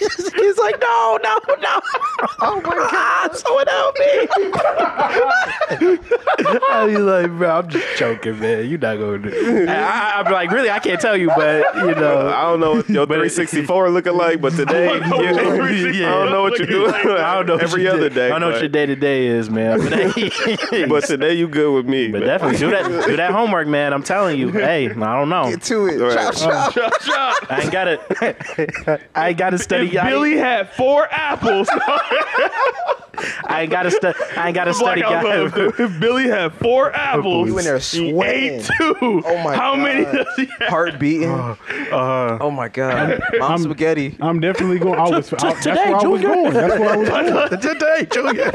Speaker 5: He's like, no, no, no. Oh my God, someone help me. I be like, bro, I'm just joking, man. You're not going to do it. I, I'm like, really, I can't tell you, but, you know.
Speaker 2: I don't know what your
Speaker 5: But it-
Speaker 2: 364 looking like, but today,
Speaker 4: I don't know
Speaker 2: yeah,
Speaker 4: what
Speaker 2: I don't know what you're doing.
Speaker 5: I don't know what
Speaker 2: Every
Speaker 5: your
Speaker 2: other
Speaker 5: day-
Speaker 2: day.
Speaker 5: I don't know what
Speaker 2: but-
Speaker 5: your day to day is, man. But,
Speaker 2: But today, you good with me.
Speaker 5: but
Speaker 2: man.
Speaker 5: definitely do that. Do that homework, man. I'm telling you. Hey, I don't know.
Speaker 1: Get to it.
Speaker 2: Right.
Speaker 1: Chop, chop.
Speaker 5: I ain't got to. I ain't got to study.
Speaker 4: if
Speaker 5: I ain't-
Speaker 4: Billy had four apples,
Speaker 5: I ain't gotta stu- I ain't gotta study
Speaker 4: Blackout
Speaker 5: guys.
Speaker 4: mode. If Billy had four apples,
Speaker 1: You in there
Speaker 4: he
Speaker 1: sweating.
Speaker 4: ate two.
Speaker 1: Oh my
Speaker 4: How many
Speaker 1: God.
Speaker 4: does he have?
Speaker 1: Heart beating. oh my god, mom spaghetti.
Speaker 3: I'm definitely going. I was, I, that's
Speaker 5: today,
Speaker 3: where I was
Speaker 5: Junior.
Speaker 3: going. That's where I was going.
Speaker 1: Today, Junior.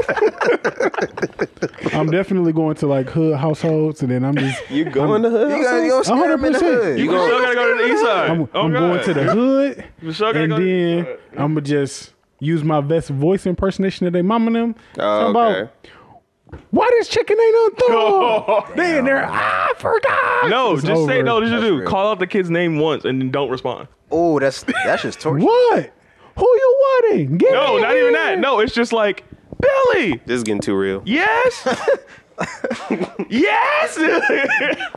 Speaker 3: I'm definitely going to like hood households, and then I'm just.
Speaker 1: You going to
Speaker 2: hood
Speaker 1: You gonna go scare him in the
Speaker 3: 100%.
Speaker 1: hood.
Speaker 4: You still gotta go to the east side.
Speaker 3: I'm,
Speaker 4: Oh,
Speaker 3: I'm
Speaker 4: God.
Speaker 3: going to the hood,
Speaker 4: Michelle gotta
Speaker 3: and
Speaker 4: go to-
Speaker 3: then I'm gonna just use my best voice impersonation of their mom and them.
Speaker 2: Oh,
Speaker 3: Talking
Speaker 2: okay.
Speaker 3: Why this chicken ain't on thorn? they in there. I forgot.
Speaker 4: Oh, No,
Speaker 3: It's
Speaker 4: just say
Speaker 3: over.
Speaker 4: no. Just
Speaker 1: That's
Speaker 4: do.
Speaker 1: real.
Speaker 4: Call out the kid's name once and then don't respond.
Speaker 1: Oh, that's that's just torture.
Speaker 3: What? Who you wanting? Get
Speaker 4: No,
Speaker 3: in
Speaker 4: not even
Speaker 3: here.
Speaker 4: that. No, it's just like Billy.
Speaker 2: This is getting too real.
Speaker 4: Yes. yes. I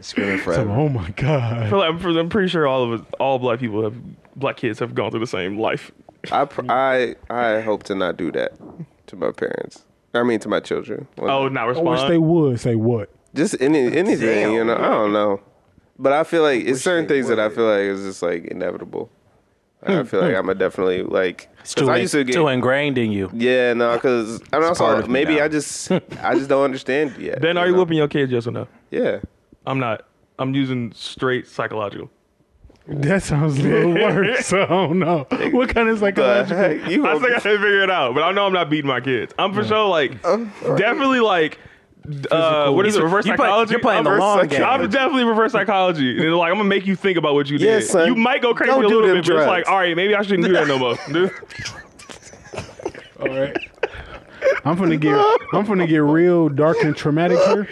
Speaker 1: Screaming
Speaker 3: So,
Speaker 1: forever.
Speaker 3: oh my god.
Speaker 4: feel like I'm, I'm pretty sure all of us, all black people have, black kids have gone through the same life.
Speaker 2: I pr- I I hope to not do that to my parents. I mean to my children. Well,
Speaker 4: Oh, not
Speaker 3: I wish
Speaker 4: respond.
Speaker 3: they would say what.
Speaker 2: just any anything,
Speaker 1: Damn.
Speaker 2: you know. I don't know, but I feel like it's certain
Speaker 1: they
Speaker 2: things that I
Speaker 1: would.
Speaker 2: feel like is just like inevitable. I feel like I'm a definitely like
Speaker 5: It's
Speaker 2: 'cause
Speaker 5: too,
Speaker 2: I used to
Speaker 5: too
Speaker 2: get
Speaker 5: ingrained in you.
Speaker 2: yeah no because I'm
Speaker 1: part
Speaker 2: also
Speaker 1: of me
Speaker 2: maybe
Speaker 1: now.
Speaker 2: I just I just don't understand yet.
Speaker 4: Then are you
Speaker 2: know?
Speaker 4: whooping your kids? Yes or no?
Speaker 2: Yeah.
Speaker 4: I'm not. I'm using straight psychological.
Speaker 3: That sounds a little worse. I don't know. What kind of
Speaker 2: The
Speaker 3: psychological?
Speaker 2: heck you
Speaker 4: I
Speaker 2: gonna
Speaker 4: think I can figure it out, but I know I'm not beating my kids. I'm for sure like definitely like uh, what is it? Reverse
Speaker 5: You play-
Speaker 4: psychology.
Speaker 5: you're playing the
Speaker 4: I'm-
Speaker 5: long game.
Speaker 4: I'm definitely reverse psychology, and they're like I'm gonna make you think about what you did.
Speaker 2: Yeah, son.
Speaker 4: You might go crazy
Speaker 2: Don't
Speaker 4: a
Speaker 2: do
Speaker 4: little
Speaker 2: them
Speaker 4: bit, but it's
Speaker 2: drugs.
Speaker 4: like, all right, maybe I shouldn't do that no more. Dude,
Speaker 3: All right. I'm finna get I'm finna get real dark and traumatic here.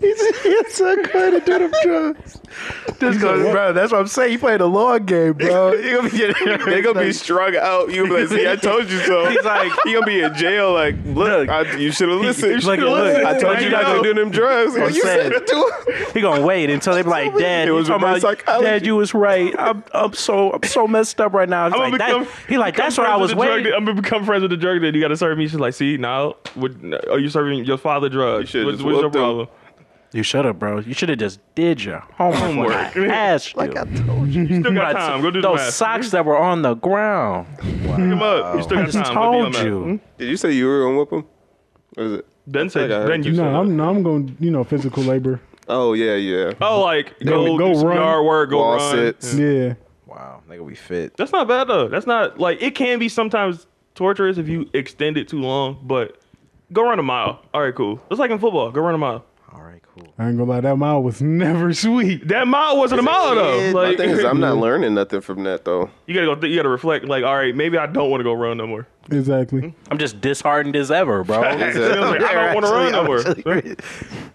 Speaker 2: it's a good to do them drugs.
Speaker 5: bro, that's what I'm saying. You play the long game, bro.
Speaker 2: You're gonna be getting, they're gonna be strung out. You gonna be like, see, I told you so. He's like, you're gonna be in jail. Like, look, I, you should have listened. You
Speaker 5: look,
Speaker 2: shoulda
Speaker 5: look,
Speaker 2: listened. I told you not to do them drugs.
Speaker 5: I'm
Speaker 2: Oh, you
Speaker 5: saying-
Speaker 2: said to do it.
Speaker 5: He gonna wait until they be like, Dad,
Speaker 2: It
Speaker 5: you
Speaker 2: was
Speaker 5: talking
Speaker 2: reverse
Speaker 5: about-
Speaker 2: psychology.
Speaker 5: Dad, you was right. I'm, I'm so I'm so messed up right now. He's
Speaker 4: I'm
Speaker 5: like,
Speaker 4: gonna
Speaker 5: that,
Speaker 4: become-
Speaker 5: he like
Speaker 4: become
Speaker 5: that's what I
Speaker 4: friends with
Speaker 5: was
Speaker 4: the drug
Speaker 5: waiting.
Speaker 4: dealer. I'm gonna become friends with the drug dealer. You gotta serve me. She's like, see now, what, are you serving your father drugs?
Speaker 2: You should've
Speaker 4: What-
Speaker 2: just
Speaker 4: what's your
Speaker 2: whooped him.
Speaker 4: problem?
Speaker 5: You should have, bro. You should have just did your homework.
Speaker 4: Homework.
Speaker 5: I asked you.
Speaker 4: You still got
Speaker 5: But
Speaker 4: time. Go do the
Speaker 5: those
Speaker 4: math.
Speaker 5: socks that were on the ground.
Speaker 4: Pick him up. You still
Speaker 5: I
Speaker 4: got
Speaker 5: just
Speaker 4: time. Go do
Speaker 5: told
Speaker 4: the math. Hmm?
Speaker 5: you.
Speaker 2: Did you say you were gonna whoop him? What is it?
Speaker 4: Ben said.
Speaker 2: I think I
Speaker 4: Ben,
Speaker 2: heard
Speaker 4: you
Speaker 3: No,
Speaker 4: said.
Speaker 3: I'm no, I'm going you know physical labor.
Speaker 2: Oh yeah, yeah.
Speaker 4: Oh, like go,
Speaker 3: go
Speaker 4: go do some
Speaker 3: run.
Speaker 4: yard work, go
Speaker 2: Wall
Speaker 4: run.
Speaker 2: sits.
Speaker 3: Yeah.
Speaker 1: Wow, they gonna be fit.
Speaker 4: That's not bad though. That's not like it can be sometimes torturous if you extend it too long, but go run a mile. All right, cool. It's like in football. Go run a mile.
Speaker 1: All right, cool.
Speaker 3: I ain't gonna lie, that mile was never sweet.
Speaker 4: That mile wasn't a mile though.
Speaker 1: kid.
Speaker 2: My
Speaker 4: Like
Speaker 2: thing is, I'm not learning nothing from that though.
Speaker 4: you gotta go. Th- you gotta reflect. Like, all right, maybe I don't want to go run no more.
Speaker 3: Exactly.
Speaker 5: I'm just disheartened as ever, bro.
Speaker 4: I was like, I don't want to run no more.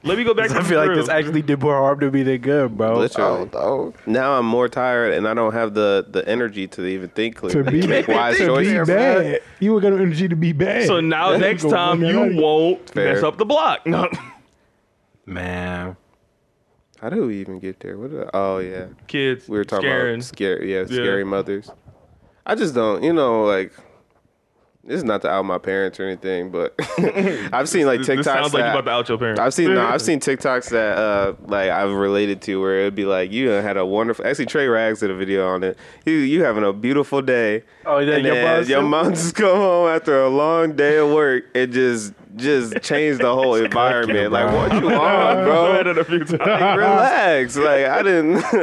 Speaker 4: Let me go back. To
Speaker 5: I feel like this
Speaker 4: drill.
Speaker 5: actually did more harm to me than good, bro.
Speaker 2: Literally. Oh, Now I'm more tired and I don't have the, the energy to even think
Speaker 3: To
Speaker 2: clearly.
Speaker 3: be,
Speaker 2: make wise
Speaker 3: to be
Speaker 2: choices.
Speaker 3: bad. You were gonna energy to be bad.
Speaker 4: So now
Speaker 3: That
Speaker 4: next
Speaker 3: ain't gonna
Speaker 4: time
Speaker 3: work out.
Speaker 4: you won't
Speaker 2: Fair.
Speaker 4: mess up the block. No.
Speaker 5: Man,
Speaker 2: How do we even get there? What? Did I, oh yeah.
Speaker 4: Kids,
Speaker 2: We were talking
Speaker 4: scaring.
Speaker 2: about scary, yeah, scary mothers. I just don't, you know, like this is not to out my parents or anything, but I've seen like
Speaker 4: This-
Speaker 2: TikToks
Speaker 4: this sounds like you
Speaker 2: that
Speaker 4: about to out your parents.
Speaker 2: I've seen no, I've seen TikToks that uh like I've related to where it'd be like you done had a wonderful. Actually, Trey Rags did a video on it. You you having a beautiful day.
Speaker 5: Oh, yeah,
Speaker 2: and
Speaker 5: your
Speaker 2: then
Speaker 5: mom's-
Speaker 2: your mom just come home after a long day of work and just just change the whole environment. Like
Speaker 5: bro.
Speaker 2: what you on, bro?
Speaker 4: I did a few times.
Speaker 2: Like, relax. Like I didn't,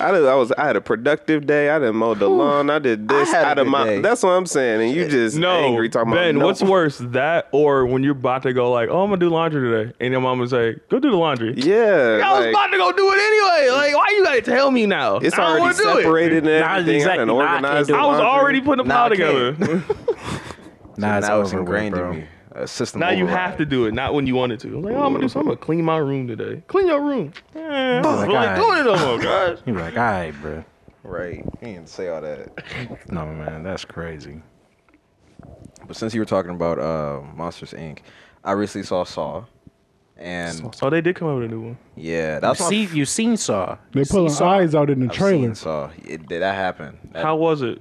Speaker 2: I did. I was. I had a productive day. I didn't mow the lawn. I did this
Speaker 1: I had a
Speaker 2: out of
Speaker 1: good
Speaker 2: my.
Speaker 1: day.
Speaker 2: That's what I'm saying. And you just
Speaker 4: No,
Speaker 2: angry talking
Speaker 4: Ben,
Speaker 2: about. no.
Speaker 4: what's worse, that or when you're about to go like, oh, I'm gonna do laundry today, and your mom was like, go do the laundry.
Speaker 2: Yeah,
Speaker 4: I was
Speaker 2: like,
Speaker 4: about to go do it anyway. Like, why you gotta tell me now?
Speaker 2: it's
Speaker 4: I don't
Speaker 2: already
Speaker 4: wanna do it.
Speaker 2: separated and
Speaker 5: Nah,
Speaker 2: everything.
Speaker 5: exactly.
Speaker 2: I done
Speaker 5: Nah, I can't
Speaker 2: organized.
Speaker 5: do
Speaker 2: the
Speaker 5: it.
Speaker 4: I was
Speaker 2: laundry.
Speaker 4: already putting a
Speaker 1: Nah,
Speaker 4: pile
Speaker 1: I
Speaker 4: together.
Speaker 1: can't.
Speaker 5: nah, it's
Speaker 1: now it's
Speaker 5: over, with,
Speaker 1: ingrained
Speaker 5: bro.
Speaker 1: in me. A system.
Speaker 4: now you
Speaker 1: override.
Speaker 4: have to do it, not when you wanted to. I'm like, oh, I'm gonna do something. I'm gonna clean my room today. Clean your room. Eh, I'm
Speaker 5: Oh my God.
Speaker 4: like doing it no more, guys.
Speaker 5: You're like, all right, bro.
Speaker 1: Right. You didn't say all that.
Speaker 5: No, man, that's crazy.
Speaker 1: But since you were talking about uh, Monsters Inc., I recently saw Saw, and
Speaker 4: Oh, they did come up with a new one.
Speaker 1: yeah, that was
Speaker 5: you
Speaker 1: my
Speaker 5: see,
Speaker 1: f-
Speaker 5: you seen Saw.
Speaker 3: they
Speaker 5: You seen
Speaker 3: pulling
Speaker 5: Saw?
Speaker 3: eyes out in the
Speaker 1: I've
Speaker 3: trailer.
Speaker 1: seen Saw. It, did that happen? That-
Speaker 4: How was it?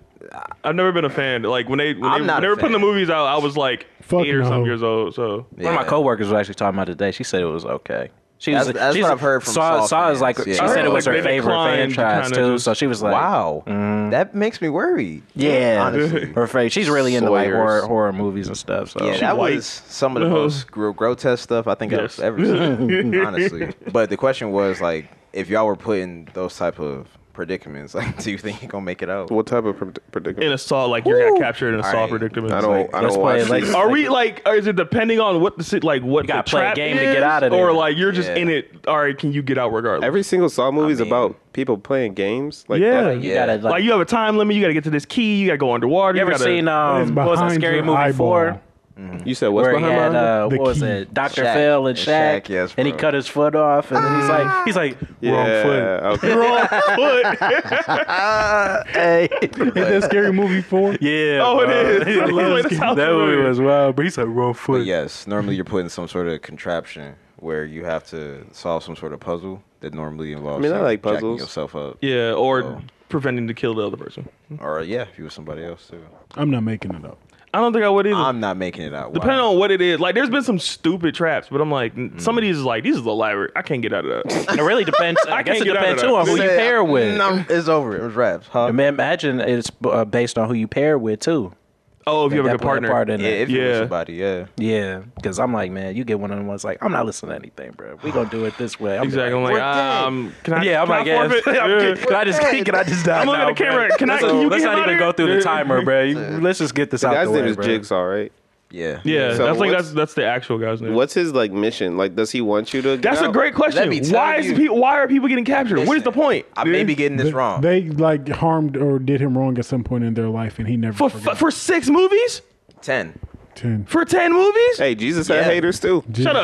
Speaker 4: I've never been a fan. Like when they when
Speaker 1: I'm
Speaker 4: they,
Speaker 1: not
Speaker 4: when
Speaker 1: a
Speaker 4: they were putting the
Speaker 1: fan.
Speaker 4: movies out, I was like
Speaker 3: Fuck
Speaker 4: eight or
Speaker 3: no.
Speaker 4: something years old. So
Speaker 5: One of
Speaker 1: Yeah.
Speaker 5: my coworkers was actually talking about it today. She said it was okay. She
Speaker 1: That's-
Speaker 5: was,
Speaker 1: that's
Speaker 5: she's-
Speaker 1: what I've heard from
Speaker 5: Saw,
Speaker 1: Saw
Speaker 5: Saw is like
Speaker 1: fans,
Speaker 5: she
Speaker 1: yeah.
Speaker 5: said it was
Speaker 4: Like,
Speaker 5: her
Speaker 4: they
Speaker 5: favorite
Speaker 4: declined to
Speaker 5: franchise
Speaker 4: kinda
Speaker 5: too.
Speaker 4: just-
Speaker 5: So she was like, mm.
Speaker 1: wow, that makes me worried.
Speaker 5: yeah,
Speaker 1: honestly.
Speaker 5: her face. She's really into like
Speaker 2: Sawyers.
Speaker 5: horror horror movies and stuff. So
Speaker 2: Oh,
Speaker 1: Yeah, that
Speaker 4: white.
Speaker 1: was some of the most gro- grotesque stuff I think
Speaker 4: Yes.
Speaker 1: I've ever seen, honestly. But the question was like, if y'all were put in those type of predicaments, like, do you think you're gonna make it out?
Speaker 2: What type of pred-
Speaker 4: in
Speaker 2: predicament?
Speaker 4: a saw like you got captured in a
Speaker 1: All
Speaker 4: saw
Speaker 1: right.
Speaker 4: predicament.
Speaker 2: I don't. I
Speaker 5: Let's
Speaker 2: don't
Speaker 5: play
Speaker 2: watch.
Speaker 5: it. Let's-
Speaker 2: these.
Speaker 4: Are we like? Or is it depending on what the sit like what
Speaker 5: gotta
Speaker 4: the
Speaker 5: play a
Speaker 4: trap
Speaker 5: game
Speaker 4: is,
Speaker 5: to get out of there.
Speaker 4: or like you're just
Speaker 1: Yeah.
Speaker 4: in it? All right, can you get out regardless?
Speaker 2: Every single Saw movie is
Speaker 1: mean-
Speaker 2: about people playing games. Like
Speaker 4: Yeah.
Speaker 2: that-
Speaker 5: you
Speaker 1: Yeah.
Speaker 5: gotta like.
Speaker 4: like
Speaker 5: you,
Speaker 4: you have a time limit. You got to get to this key. You got to go underwater.
Speaker 5: ever
Speaker 4: gotta-
Speaker 5: seen um? What was that
Speaker 3: behind
Speaker 5: scary
Speaker 3: your
Speaker 5: movie
Speaker 3: eyeball.
Speaker 5: four?
Speaker 2: You said what's
Speaker 5: Where he
Speaker 2: behind
Speaker 5: had
Speaker 2: my
Speaker 5: uh,
Speaker 3: The
Speaker 5: what was
Speaker 3: key.
Speaker 5: it? Doctor
Speaker 1: Shaq.
Speaker 5: Phil and
Speaker 1: It's
Speaker 5: Shaq.
Speaker 1: Shaq, yes,
Speaker 5: and he
Speaker 1: bro.
Speaker 5: cut his foot off, and then he's like, he's like,
Speaker 2: yeah,
Speaker 5: wrong
Speaker 2: Okay.
Speaker 4: wrong foot.
Speaker 5: foot. Hey.
Speaker 3: Is that scary movie four?
Speaker 5: Uh, Yeah.
Speaker 4: Oh, it
Speaker 5: bro.
Speaker 4: is. I love it. It sounds
Speaker 5: that movie
Speaker 4: familiar.
Speaker 5: was wild, but he's like wrong
Speaker 1: But
Speaker 5: foot.
Speaker 1: yes, normally you're put in some sort of contraption where you have to solve some sort of puzzle that normally involves.
Speaker 2: I mean, I
Speaker 1: you
Speaker 2: like
Speaker 1: jacking
Speaker 2: puzzles.
Speaker 1: Yourself up,
Speaker 4: yeah, or
Speaker 1: Oh.
Speaker 4: preventing to kill the other person.
Speaker 1: or yeah, if you were somebody else too.
Speaker 3: I'm not making it up.
Speaker 4: I don't think I would either.
Speaker 1: I'm not making it out.
Speaker 4: Depending
Speaker 1: wow.
Speaker 4: on what it is, like there's been some stupid traps, but I'm like,
Speaker 5: Mm-hmm.
Speaker 4: n some of these is like these is elaborate. I can't get out of that.
Speaker 5: It really depends. I,
Speaker 4: I
Speaker 5: guess it
Speaker 4: can't get out
Speaker 5: depends
Speaker 4: of
Speaker 5: too
Speaker 4: that.
Speaker 5: on who you
Speaker 1: Say,
Speaker 5: pair with.
Speaker 1: mm, I'm- it's over. It was raps, huh?
Speaker 5: I mean, imagine it's uh, based on who you pair with too.
Speaker 4: Oh, if you have a
Speaker 5: That
Speaker 4: good
Speaker 5: play
Speaker 4: partner.
Speaker 5: part in
Speaker 1: yeah,
Speaker 5: it.
Speaker 1: if you were
Speaker 4: Yeah.
Speaker 1: somebody, yeah.
Speaker 5: Yeah, because I'm like, man, you get one of them ones like, I'm not listening to anything, bro. We gonna do it this way. I'm
Speaker 4: Exactly. I'm
Speaker 5: like,
Speaker 4: like, um, can I?
Speaker 5: yeah, I'm
Speaker 4: can
Speaker 5: like,
Speaker 4: I
Speaker 5: yeah,
Speaker 4: forfeit? I'm
Speaker 5: yeah.
Speaker 4: kidding.
Speaker 5: can I just can I just die?
Speaker 4: I'm looking
Speaker 5: now,
Speaker 4: at the camera.
Speaker 5: bro?
Speaker 4: Can I-
Speaker 5: Let's,
Speaker 4: can you
Speaker 5: let's
Speaker 4: get
Speaker 5: not
Speaker 4: him out
Speaker 5: even
Speaker 4: of
Speaker 5: go
Speaker 4: here?
Speaker 5: through the timer, bro. You- let's just get this
Speaker 2: The
Speaker 5: out
Speaker 2: guy's
Speaker 5: the way,
Speaker 2: name is
Speaker 5: bro.
Speaker 2: Jigsaw, right?
Speaker 1: Yeah.
Speaker 4: Yeah,
Speaker 2: So
Speaker 4: that's like
Speaker 2: what's-
Speaker 4: that's that's the actual guy's name.
Speaker 2: What's his like mission? Like, does he want you to? Get
Speaker 4: That's a
Speaker 2: out?
Speaker 4: great
Speaker 1: Let me
Speaker 4: question.
Speaker 1: tell
Speaker 4: Why is
Speaker 1: you.
Speaker 4: people? Why are people getting captured? what is the point?
Speaker 1: I may be getting this
Speaker 3: They-
Speaker 1: wrong.
Speaker 3: They like harmed or did him wrong at some point in their life, and he never
Speaker 4: For
Speaker 3: forgot.
Speaker 4: for six movies?
Speaker 1: Ten.
Speaker 3: Ten.
Speaker 4: For ten movies?
Speaker 2: Hey, Jesus
Speaker 1: Yeah.
Speaker 2: had haters too.
Speaker 4: Shut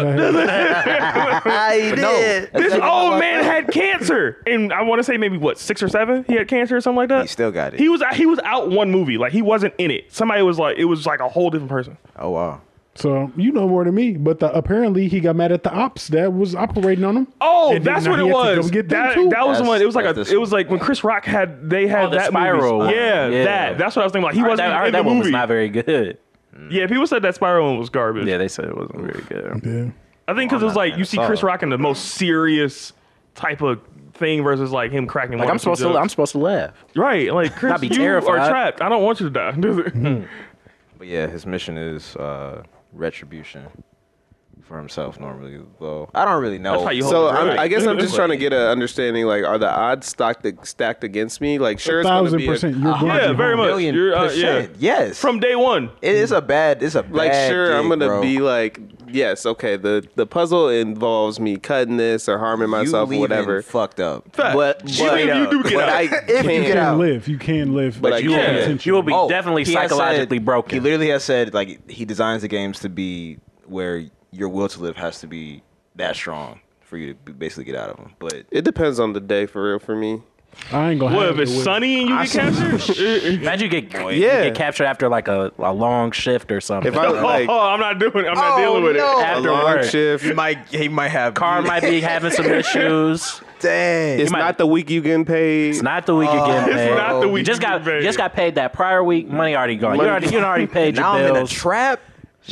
Speaker 4: up.
Speaker 1: I did.
Speaker 4: this old man had cancer, and I want to say maybe what six or seven. He had cancer or something like that.
Speaker 1: He still got it.
Speaker 4: He was he was out one movie, like he wasn't in it. Somebody was like, it was like a whole different person.
Speaker 1: Oh wow.
Speaker 3: So you know more than me, but the, apparently he got mad at the ops that was operating on him.
Speaker 4: Oh,
Speaker 3: And then
Speaker 4: that's
Speaker 3: now
Speaker 4: what it
Speaker 3: he had to
Speaker 4: was.
Speaker 3: go get them
Speaker 4: that,
Speaker 3: too.
Speaker 4: that was
Speaker 1: That's-
Speaker 4: one. It was like
Speaker 1: that's
Speaker 4: a.
Speaker 1: this
Speaker 4: It was
Speaker 1: one.
Speaker 4: like when Chris Rock had they had
Speaker 5: Oh, the
Speaker 4: that
Speaker 5: Spiral one.
Speaker 4: movie. Yeah,
Speaker 5: Yeah.
Speaker 4: that. That's what I was thinking. Like he
Speaker 5: I heard
Speaker 4: wasn't
Speaker 5: that, I heard
Speaker 4: in
Speaker 5: that
Speaker 4: the
Speaker 5: one was
Speaker 4: movie.
Speaker 5: not very good.
Speaker 4: yeah, people said that Spiral one was garbage.
Speaker 5: Yeah, they said it wasn't very good.
Speaker 3: Yeah.
Speaker 4: I think
Speaker 2: Oh,
Speaker 4: because it was like you see Chris Rock in the most serious type of thing versus like him cracking.
Speaker 5: Like
Speaker 4: one or
Speaker 5: I'm
Speaker 4: two
Speaker 5: supposed to,
Speaker 4: jokes.
Speaker 5: I'm supposed to laugh.
Speaker 4: right. Like Chris,
Speaker 5: I'd be
Speaker 4: you
Speaker 5: terrified.
Speaker 4: are trapped. I don't want you to die.
Speaker 1: But yeah, his mission is uh, retribution for himself normally. Though I don't really know.
Speaker 4: That's how you
Speaker 2: So
Speaker 4: Oh,
Speaker 2: I'm,
Speaker 4: right.
Speaker 2: I guess I'm just trying to get an understanding. Like, are the odds stacked stacked against me? Like, sure, it's gonna
Speaker 3: thousand
Speaker 2: be a-
Speaker 3: percent. You're going
Speaker 4: yeah,
Speaker 3: to be
Speaker 4: very
Speaker 3: home.
Speaker 4: much.
Speaker 1: Million
Speaker 4: You're, uh, yeah.
Speaker 1: percent. Yes.
Speaker 4: From day one.
Speaker 1: it is a bad. It's a bad
Speaker 2: like sure i'm
Speaker 1: gig,
Speaker 2: gonna
Speaker 1: bro.
Speaker 2: be like yes okay the the puzzle involves me cutting this or harming
Speaker 1: You
Speaker 2: myself or
Speaker 1: leaving
Speaker 2: whatever
Speaker 1: Fucked up.
Speaker 4: Fact.
Speaker 2: but, but,
Speaker 4: Even if you do
Speaker 2: but
Speaker 4: get out.
Speaker 2: I
Speaker 1: If you get
Speaker 2: can't-
Speaker 1: out.
Speaker 3: You can live. You can live, but,
Speaker 2: I
Speaker 3: you
Speaker 2: can't.
Speaker 3: have
Speaker 4: Yeah.
Speaker 3: potential.
Speaker 5: You will be
Speaker 1: Oh,
Speaker 5: definitely
Speaker 1: he has
Speaker 5: psychologically
Speaker 1: said-
Speaker 5: broken.
Speaker 1: He literally has said like he designs the games to be where your will to live has to be that strong for you to b- basically get out of them. But
Speaker 2: it depends on the day for real for me
Speaker 3: I ain't gonna.
Speaker 4: What
Speaker 3: have
Speaker 4: if
Speaker 3: it
Speaker 4: it's
Speaker 3: with-
Speaker 4: sunny and you get captured?
Speaker 5: Imagine you get, you
Speaker 2: Yeah.
Speaker 5: get captured after like a, a long shift or something.
Speaker 2: if i
Speaker 4: oh,
Speaker 2: like
Speaker 4: I'm not doing it. I'm
Speaker 5: oh,
Speaker 4: not dealing with
Speaker 1: Oh, no.
Speaker 2: a
Speaker 5: after
Speaker 2: long
Speaker 5: work,
Speaker 2: shift
Speaker 1: he might he might have
Speaker 5: car might be having some issues.
Speaker 1: Dang.
Speaker 2: it's
Speaker 5: might-
Speaker 2: not the week you getting paid
Speaker 5: It's not the week you're getting paid.
Speaker 4: not the
Speaker 5: you
Speaker 4: week
Speaker 5: oh, just
Speaker 4: you're
Speaker 5: got
Speaker 4: getting paid.
Speaker 5: just got paid that prior week. Money already gone. You already you already paid your
Speaker 1: now I'm in a
Speaker 5: bills.
Speaker 1: trap.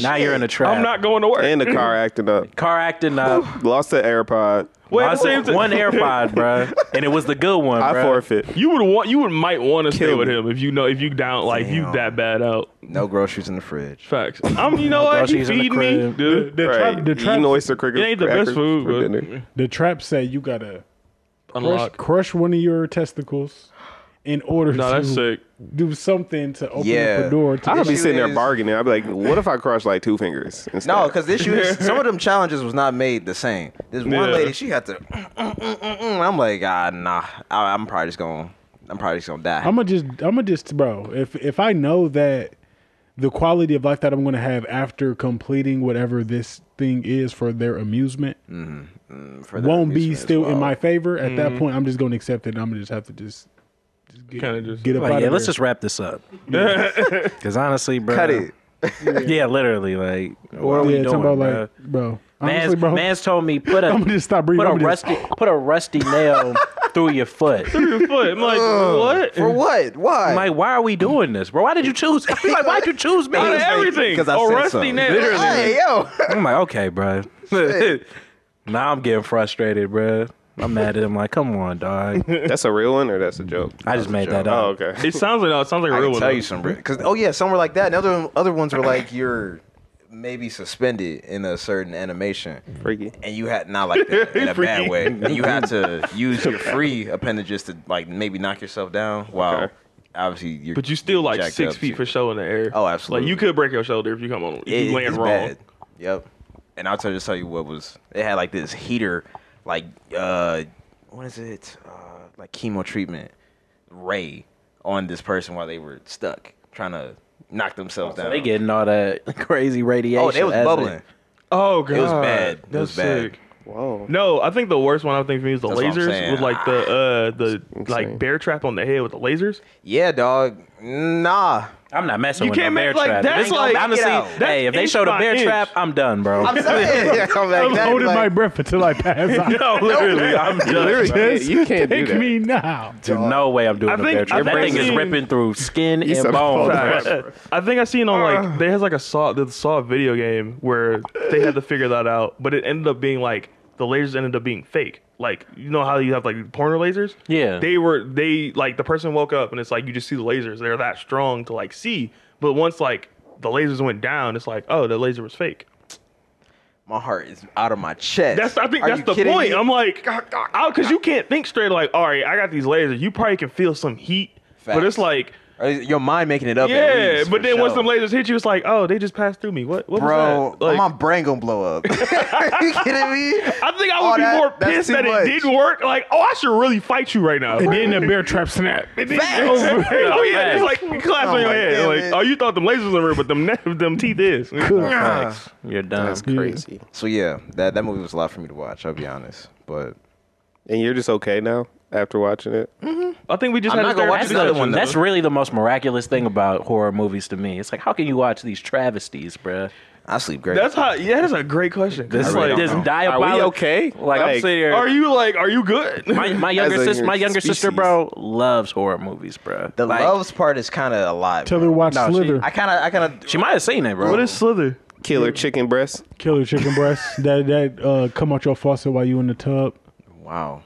Speaker 5: now you're in a
Speaker 4: it.
Speaker 5: trap.
Speaker 4: I'm not going to work.
Speaker 2: and the car acting up
Speaker 5: car acting up.
Speaker 2: lost the airpod
Speaker 4: Wait,
Speaker 5: Lost
Speaker 4: wait, wait.
Speaker 5: one AirPod, bruh, and it was the good one,
Speaker 2: i
Speaker 5: bruh.
Speaker 2: forfeit
Speaker 4: You would want. You would might want to stay
Speaker 2: Kill
Speaker 4: with
Speaker 2: me.
Speaker 4: him if you know if you down like you
Speaker 1: Damn.
Speaker 4: that bad out.
Speaker 1: No groceries in the fridge.
Speaker 4: Facts. I'm. You know what? You
Speaker 5: groceries Oh, in the
Speaker 4: feed me.
Speaker 5: crib.
Speaker 4: dude.
Speaker 3: The trap-
Speaker 2: right
Speaker 3: the trap-
Speaker 2: eating oyster cricket
Speaker 4: It ain't the best
Speaker 2: crackers
Speaker 4: food,
Speaker 2: for
Speaker 4: but-
Speaker 2: dinner.
Speaker 3: The trap say you gotta crush,
Speaker 4: Unlock.
Speaker 3: crush one of your testicles in order
Speaker 4: No,
Speaker 3: to
Speaker 4: that's sick.
Speaker 3: do something to open up
Speaker 1: Yeah.
Speaker 3: a door. To
Speaker 2: i'll be
Speaker 1: Issue
Speaker 2: sitting there
Speaker 1: is-
Speaker 2: bargaining i'll be like what if i crush like two fingers instead?
Speaker 1: No, because this year, some of them challenges was not made the same. This one
Speaker 4: Yeah.
Speaker 1: lady, she had to. I'm like, ah, nah. I, I'm probably just gonna. I'm probably just gonna die.
Speaker 3: I'm gonna just, I'm gonna just, bro. If if I know that the quality of life that I'm gonna have after completing whatever this thing is for their amusement
Speaker 1: for that
Speaker 3: won't be
Speaker 1: amusement as
Speaker 3: still in
Speaker 1: well.
Speaker 3: my favor. At that point, I'm just gonna accept it. and I'm gonna just have to just, just get,
Speaker 4: Kind of just.
Speaker 3: get up out
Speaker 5: Like, yeah,
Speaker 3: of
Speaker 5: let's
Speaker 3: there.
Speaker 5: just wrap this up. Because honestly, bro,
Speaker 1: Cut it.
Speaker 5: Yeah, literally, like, what are we
Speaker 3: yeah, talking
Speaker 5: doing,
Speaker 3: about
Speaker 5: bro?
Speaker 3: like, bro.
Speaker 5: Man's,
Speaker 3: Honestly, bro,
Speaker 5: man's told me put a
Speaker 3: I'm gonna just stop breathing.
Speaker 5: put a
Speaker 3: I'm just-
Speaker 5: rusty put a rusty nail through your foot.
Speaker 4: your foot. I'm like, what?
Speaker 1: For what? Why?
Speaker 5: I'm like, why are we doing this, bro? Why did you choose? I'm like, why'd you choose me?
Speaker 4: Out of everything.
Speaker 1: 'Cause I
Speaker 4: oh,
Speaker 1: said
Speaker 4: rusty
Speaker 1: so.
Speaker 4: nail.
Speaker 1: hey, yo.
Speaker 5: I'm like, okay, bro. Now I'm getting frustrated, bruh. I'm mad at him. Like, come on, dog.
Speaker 2: That's a real one or that's a joke?
Speaker 5: I just made that
Speaker 2: Oh,
Speaker 5: up.
Speaker 2: okay.
Speaker 4: It sounds like no, it sounds like a
Speaker 1: I can
Speaker 4: real one.
Speaker 1: tell
Speaker 4: though.
Speaker 1: you some because oh yeah, some were like that. And other other ones were like you're maybe suspended in a certain animation,
Speaker 2: Freaky.
Speaker 1: and you had not like that, in a bad way, and you had to use your free appendages to like maybe knock yourself down. Wow,
Speaker 2: Okay.
Speaker 1: obviously you're
Speaker 4: But you still like
Speaker 1: jacked
Speaker 4: six
Speaker 1: up.
Speaker 4: feet for show in the air.
Speaker 1: Oh, absolutely.
Speaker 4: Like you could break your shoulder if you come on. If
Speaker 1: It-
Speaker 4: you land
Speaker 1: it's
Speaker 4: wrong.
Speaker 1: bad. Yep. And I'll tell just tell you what was. It had like this heater, like uh, what is it? Uh, like chemo treatment ray on this person while they were stuck trying to knock themselves down.
Speaker 5: They getting all that crazy radiation.
Speaker 1: oh, they was
Speaker 5: as
Speaker 1: bubbling.
Speaker 4: Oh god,
Speaker 1: It was bad. It was
Speaker 4: That's
Speaker 1: bad.
Speaker 4: sick.
Speaker 2: Whoa.
Speaker 4: No, I think the worst one I think for me is the
Speaker 1: That's what I'm
Speaker 4: lasers
Speaker 1: saying.
Speaker 4: with like the uh the
Speaker 2: insane.
Speaker 4: like bear trap on the head with the lasers.
Speaker 1: Yeah, dog. Nah.
Speaker 5: I'm not messing
Speaker 4: You
Speaker 5: with
Speaker 4: can't
Speaker 5: no bear
Speaker 4: make- like,
Speaker 5: trap. If
Speaker 4: that's
Speaker 5: it's gonna-
Speaker 4: like-
Speaker 5: honestly,
Speaker 1: Get out.
Speaker 5: hey, if they
Speaker 4: That's
Speaker 5: showed a
Speaker 4: inch
Speaker 5: bear
Speaker 4: by
Speaker 5: trap,
Speaker 4: inch.
Speaker 5: I'm done, bro.
Speaker 1: I'm saying. yeah, I'm like,
Speaker 3: I'm
Speaker 1: that,
Speaker 3: holding my
Speaker 1: like,
Speaker 3: breath until I pass out.
Speaker 4: No, literally, I'm
Speaker 2: Literally,
Speaker 4: just
Speaker 2: can't- you can't do
Speaker 3: Take
Speaker 2: that.
Speaker 3: me now.
Speaker 5: Dude, no way I'm doing
Speaker 4: I
Speaker 5: a
Speaker 4: think-
Speaker 5: bear trap.
Speaker 4: I've
Speaker 5: That thing is
Speaker 4: seen-
Speaker 5: ripping through skin and
Speaker 2: said-
Speaker 5: bone.
Speaker 2: Facts.
Speaker 5: bro.
Speaker 4: I think I seen on like they has like a saw the saw video game where they had to figure that out, but it ended up being like the lasers ended up being fake. Like you know how you have like porno lasers?
Speaker 5: Yeah.
Speaker 4: They were they like the person woke up and it's like you just see the lasers. They're that strong to like see, but once like the lasers went down, it's like oh the laser was fake.
Speaker 1: my heart is out of my chest.
Speaker 4: That's I think
Speaker 1: Are
Speaker 4: that's
Speaker 1: you
Speaker 4: the
Speaker 1: kidding
Speaker 4: point.
Speaker 1: me?
Speaker 4: I'm like, because you can't think straight. Like, all right, I got these lasers. You probably can feel some heat, but
Speaker 1: Facts.
Speaker 4: it's like,
Speaker 1: Or is your mind making it up. at
Speaker 4: yeah.
Speaker 1: least,
Speaker 4: But
Speaker 1: for
Speaker 4: then once
Speaker 1: sure.
Speaker 4: them lasers hit you, it's like, oh, they just passed through me. What? What
Speaker 1: Bro,
Speaker 4: was that? Like,
Speaker 1: my brain gonna blow up. Are you kidding me?
Speaker 4: I think I
Speaker 1: Oh,
Speaker 4: would be
Speaker 1: that-
Speaker 4: more
Speaker 1: that's
Speaker 4: pissed
Speaker 1: too
Speaker 4: that
Speaker 1: much.
Speaker 4: it didn't work. Like, oh, I should really fight you right now.
Speaker 3: And then the bear trap snap.
Speaker 4: oh yeah, it's like you clap
Speaker 1: Oh,
Speaker 4: on your
Speaker 1: my
Speaker 4: head.
Speaker 1: damn
Speaker 4: Like,
Speaker 1: it.
Speaker 4: oh, you thought them lasers were real, but them ne- them teeth is.
Speaker 5: Facts. You're done.
Speaker 2: That's crazy.
Speaker 1: So yeah, that that movie was a lot for me to watch. I'll be honest, but
Speaker 2: And you're just okay now after watching it?
Speaker 4: I think we just
Speaker 1: I'm
Speaker 4: had
Speaker 1: not
Speaker 4: a
Speaker 1: gonna watch
Speaker 4: therapy
Speaker 5: That's, the,
Speaker 1: another
Speaker 4: session.
Speaker 1: one,
Speaker 5: that's really the most miraculous thing about horror movies to me. It's like, how can you watch these travesties, bruh?
Speaker 1: I sleep great.
Speaker 4: That's how. Yeah, that's a great question.
Speaker 5: This
Speaker 4: It's
Speaker 5: is
Speaker 1: really
Speaker 4: like,
Speaker 1: don't
Speaker 5: this
Speaker 1: know.
Speaker 2: Are
Speaker 5: diabolical.
Speaker 2: we okay?
Speaker 5: Like, I'm sitting here.
Speaker 4: are you like, are you good?
Speaker 5: my, my younger
Speaker 2: As a
Speaker 5: sister, my younger sister,
Speaker 2: species.
Speaker 5: bro, loves horror movies, bro.
Speaker 1: the
Speaker 5: like,
Speaker 1: loves part is kind of a lot.
Speaker 3: Tell her
Speaker 1: bro.
Speaker 3: watch
Speaker 5: No, she-
Speaker 3: Slither.
Speaker 1: I kind of, I kind of.
Speaker 5: She might have seen it, bro.
Speaker 4: What is Slither?
Speaker 2: Killer chicken breast?
Speaker 3: Killer chicken breasts that that uh, come out your faucet while you in the tub.
Speaker 1: Wow.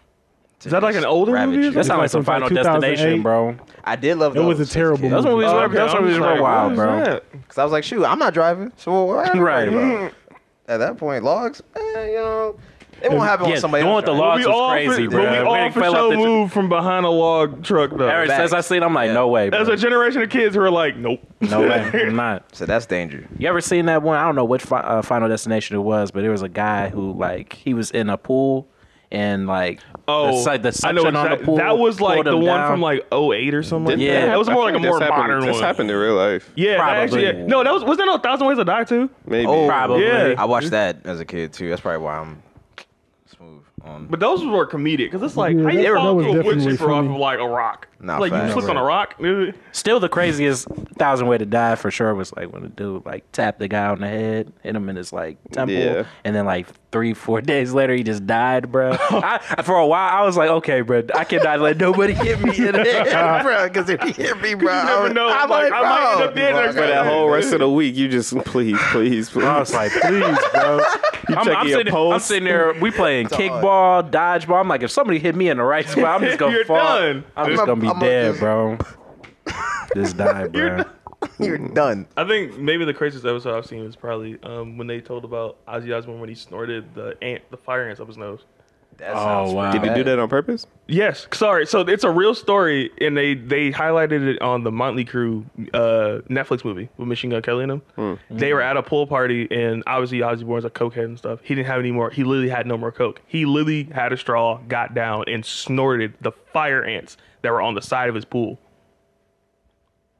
Speaker 4: Is that like an older movie or
Speaker 5: that sounds like
Speaker 3: Like
Speaker 5: some
Speaker 3: from
Speaker 5: Final
Speaker 3: 2008.
Speaker 5: Destination, bro.
Speaker 1: I did love.
Speaker 3: It was
Speaker 1: those
Speaker 3: a
Speaker 1: as
Speaker 3: terrible
Speaker 1: kid.
Speaker 3: movie.
Speaker 5: That's what we
Speaker 4: Oh,
Speaker 5: were.
Speaker 4: okay.
Speaker 5: That's what
Speaker 4: I'm
Speaker 5: we
Speaker 4: just
Speaker 5: were
Speaker 4: like,
Speaker 5: wild,
Speaker 4: what is
Speaker 5: bro.
Speaker 4: that?
Speaker 1: Cause I was like, shoot, I'm not driving. So what am I
Speaker 5: Right.
Speaker 1: about? At that point, logs, eh, you know, it won't happen
Speaker 5: Yeah,
Speaker 1: when somebody.
Speaker 5: the one
Speaker 1: else
Speaker 5: with
Speaker 1: drives.
Speaker 5: the log-
Speaker 4: we
Speaker 5: Logs was
Speaker 4: all
Speaker 5: crazy,
Speaker 4: for,
Speaker 5: bro.
Speaker 4: But we
Speaker 5: We
Speaker 4: all
Speaker 5: ain't
Speaker 4: for
Speaker 5: fell
Speaker 4: show
Speaker 5: off the-
Speaker 4: moved from behind a log truck though.
Speaker 5: Ever
Speaker 1: Facts.
Speaker 5: since I seen, it, I'm like, no way, bro.
Speaker 4: There's a generation of kids who are like, nope.
Speaker 5: no way, I'm not.
Speaker 1: So that's danger.
Speaker 5: You ever seen that one? I don't know which fi- uh, Final Destination it was, but there was a guy who like he was in a pool and like
Speaker 4: Oh,
Speaker 5: the, si- the
Speaker 4: I know
Speaker 5: suction on the
Speaker 4: exact-
Speaker 5: pool.
Speaker 4: That was like
Speaker 5: pulled
Speaker 4: the
Speaker 5: him
Speaker 4: one
Speaker 5: down.
Speaker 4: from like 08 or something. like
Speaker 5: Didn't
Speaker 4: that.
Speaker 5: they?
Speaker 4: That was more
Speaker 2: I
Speaker 4: like a
Speaker 2: feel
Speaker 4: more
Speaker 2: this happened-
Speaker 4: modern
Speaker 2: This
Speaker 4: one.
Speaker 2: happened in real life.
Speaker 4: Yeah, that actually,
Speaker 5: Probably.
Speaker 4: yeah. no, that was wasn't that a thousand ways to die too.
Speaker 2: Maybe.
Speaker 1: Oh,
Speaker 5: probably.
Speaker 4: Yeah.
Speaker 1: I watched that as a kid too. That's probably why I'm smooth on.
Speaker 4: But those were comedic because it's like
Speaker 3: Yeah,
Speaker 4: how
Speaker 3: that-
Speaker 4: you
Speaker 3: that
Speaker 4: fall
Speaker 3: was
Speaker 4: through a wood
Speaker 3: definitely
Speaker 4: chipper off
Speaker 3: funny.
Speaker 4: of like a rock.
Speaker 1: Nah,
Speaker 4: like you
Speaker 1: facts.
Speaker 4: slipped on a rock. nigga.
Speaker 5: Still, the craziest thousand way to die for sure was like when the dude like tapped the guy on the head, hit him in his like temple,
Speaker 2: Yeah.
Speaker 5: and then like three, four days later he just died, bro. I, for a while I was like, okay, bro, I cannot let nobody hit me in the head, bro, because if he hit me, bro,
Speaker 4: You never know. I'm like, I might end up dead next
Speaker 2: For that
Speaker 4: time.
Speaker 2: whole rest of the week, you just please, please, please.
Speaker 5: I was like, please, bro. I'm,
Speaker 2: checking
Speaker 5: I'm,
Speaker 2: your
Speaker 5: sitting, I'm
Speaker 2: pulse?
Speaker 5: sitting there. We playing kickball, dodgeball. I'm like, if somebody hit me in the right spot, I'm just gonna
Speaker 4: You're
Speaker 5: fall.
Speaker 4: done.
Speaker 5: I'm just
Speaker 1: I'm a-
Speaker 5: gonna be
Speaker 1: I'm a-
Speaker 5: dead, bro. just die, bro.
Speaker 1: You're done.
Speaker 4: I think maybe the craziest episode I've seen was probably um, when they told about Ozzy Osbourne when he snorted the ant, the fire ants up his nose.
Speaker 1: That
Speaker 5: Oh,
Speaker 1: sounds
Speaker 5: wow.
Speaker 1: pretty
Speaker 2: Did he do
Speaker 1: bad.
Speaker 2: that on purpose?
Speaker 4: Yes, sorry. So it's a real story, and they they highlighted it on the Motley Crue uh, Netflix movie with Machine Gun Kelly in them.
Speaker 2: Hmm.
Speaker 4: They were at a pool party, and obviously Ozzy Bourne's a cokehead and stuff. He didn't have any more. He literally had no more coke. He literally had a straw, got down, and snorted the fire ants that were on the side of his pool.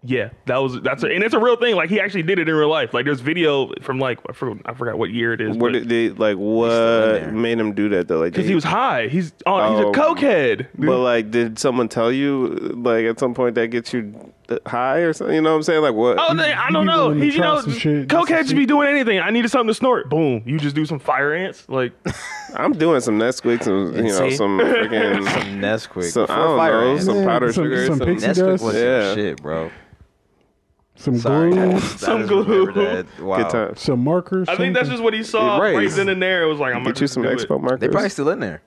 Speaker 4: Yeah, that was that's a, and it's a real thing. Like he actually did it in real life. Like there's video from like I forgot, I forgot what year it is.
Speaker 2: What
Speaker 4: but-
Speaker 2: did they like?
Speaker 1: still in
Speaker 2: What
Speaker 1: there.
Speaker 2: made him do that though? Like,
Speaker 4: because
Speaker 2: did-
Speaker 4: he was high. He's on. he's
Speaker 2: Oh.
Speaker 4: a cokehead.
Speaker 2: But like, did someone tell you like at some point that gets you uh, high or something? You know what I'm saying? Like, what?
Speaker 4: Oh, they, I
Speaker 3: you
Speaker 4: don't
Speaker 3: be
Speaker 4: know.
Speaker 3: willing to
Speaker 4: He, you
Speaker 3: try
Speaker 4: know,
Speaker 3: some shit just to
Speaker 4: cokehead
Speaker 3: see?
Speaker 4: should be doing anything. I needed something to snort. Boom. You just do some fire ants. Like,
Speaker 2: I'm doing some Nesquik, some you know,
Speaker 5: See?
Speaker 2: some freaking.
Speaker 1: Some Nesquik.
Speaker 2: Some, I
Speaker 1: Before
Speaker 2: don't
Speaker 1: fire
Speaker 2: know,
Speaker 1: ants.
Speaker 2: some powdered
Speaker 3: Some-
Speaker 2: sugar,
Speaker 3: some
Speaker 2: some,
Speaker 3: pixie
Speaker 1: Nesquik was
Speaker 2: Yeah.
Speaker 1: some shit, bro.
Speaker 3: Some
Speaker 1: Sorry,
Speaker 3: glue,
Speaker 4: Some
Speaker 1: is whatever
Speaker 4: glue.
Speaker 1: that- wow.
Speaker 2: Good times.
Speaker 3: some markers.
Speaker 4: I think that's
Speaker 3: something.
Speaker 4: just what he saw right,
Speaker 1: Right.
Speaker 4: then and there. It was like, I'm gonna
Speaker 2: Get you some
Speaker 4: do it.
Speaker 2: expo
Speaker 1: They're
Speaker 2: markers.
Speaker 1: probably still in there.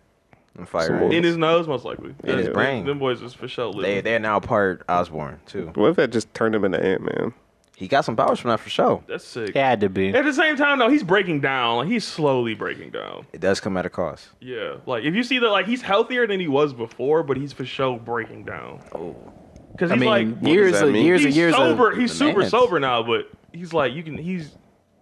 Speaker 1: I'm
Speaker 2: Some
Speaker 1: fired.
Speaker 4: in his nose, most likely.
Speaker 1: In his
Speaker 4: Them-
Speaker 1: brain.
Speaker 4: Them boys is for sure. Living.
Speaker 1: They they're now part Osborne too.
Speaker 2: what if that just turned him into Ant Man?
Speaker 1: He got some powers from that for sure.
Speaker 4: That's sick.
Speaker 5: It had to be.
Speaker 4: At the same time, though, he's breaking down. Like he's slowly breaking down.
Speaker 1: It does come at a cost.
Speaker 4: Yeah. Like if you see that, like he's healthier than he was before, but he's for sure breaking down.
Speaker 1: Oh,
Speaker 4: Because
Speaker 5: I
Speaker 4: he's
Speaker 5: mean,
Speaker 4: like
Speaker 5: years,
Speaker 1: does that
Speaker 5: of,
Speaker 1: mean?
Speaker 5: years,
Speaker 4: he's
Speaker 5: and years. of-
Speaker 4: sober. he's super
Speaker 1: demands.
Speaker 4: sober now, but he's like you can. He's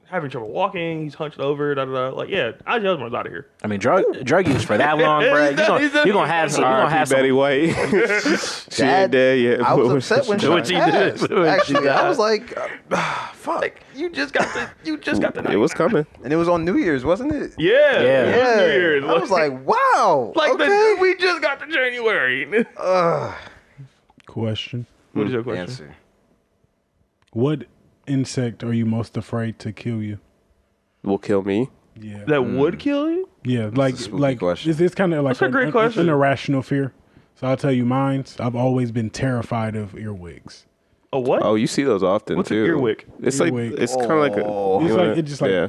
Speaker 4: having trouble walking. He's hunched over. Da da da. Like yeah, I just out of here.
Speaker 5: I mean, drug drug use for that long,
Speaker 4: He's
Speaker 5: bro. You
Speaker 4: done-
Speaker 5: gonna
Speaker 4: he's done-
Speaker 5: you gonna have some. You gonna have
Speaker 2: R.I.P. Betty
Speaker 5: some.
Speaker 2: White. she ain't
Speaker 1: Dad,
Speaker 2: dead yet.
Speaker 1: I was
Speaker 2: but-
Speaker 1: upset when
Speaker 5: what
Speaker 1: she
Speaker 5: she did.
Speaker 1: passed.
Speaker 5: What she
Speaker 1: Actually,
Speaker 5: did.
Speaker 1: I was like, ah, fuck.
Speaker 4: You just got the. You just got the.
Speaker 2: it was coming.
Speaker 1: And it was on New Year's, wasn't it?
Speaker 4: Yeah.
Speaker 5: Yeah.
Speaker 4: It was weird.
Speaker 1: I was like, wow.
Speaker 4: Like
Speaker 1: okay.
Speaker 4: the, we just got to January. what
Speaker 3: question.
Speaker 4: is your question?
Speaker 1: answer.
Speaker 3: What insect are you most afraid to kill you?
Speaker 2: Will kill me.
Speaker 3: Yeah,
Speaker 4: That
Speaker 2: Mm.
Speaker 4: would kill you?
Speaker 3: yeah, like
Speaker 1: a spooky
Speaker 3: like
Speaker 1: question.
Speaker 3: it's, it's kind of like
Speaker 4: That's a great
Speaker 3: an,
Speaker 4: question.
Speaker 3: an irrational fear. So I'll tell you mine. I've always been terrified of earwigs.
Speaker 4: A what?
Speaker 2: Oh, you see those often
Speaker 4: What's an
Speaker 2: too.
Speaker 4: earwig?
Speaker 2: It's
Speaker 3: Earwig.
Speaker 2: like it's kind of like a.
Speaker 1: Oh.
Speaker 2: you
Speaker 3: It's
Speaker 2: wanna-
Speaker 3: like it's just like
Speaker 2: yeah.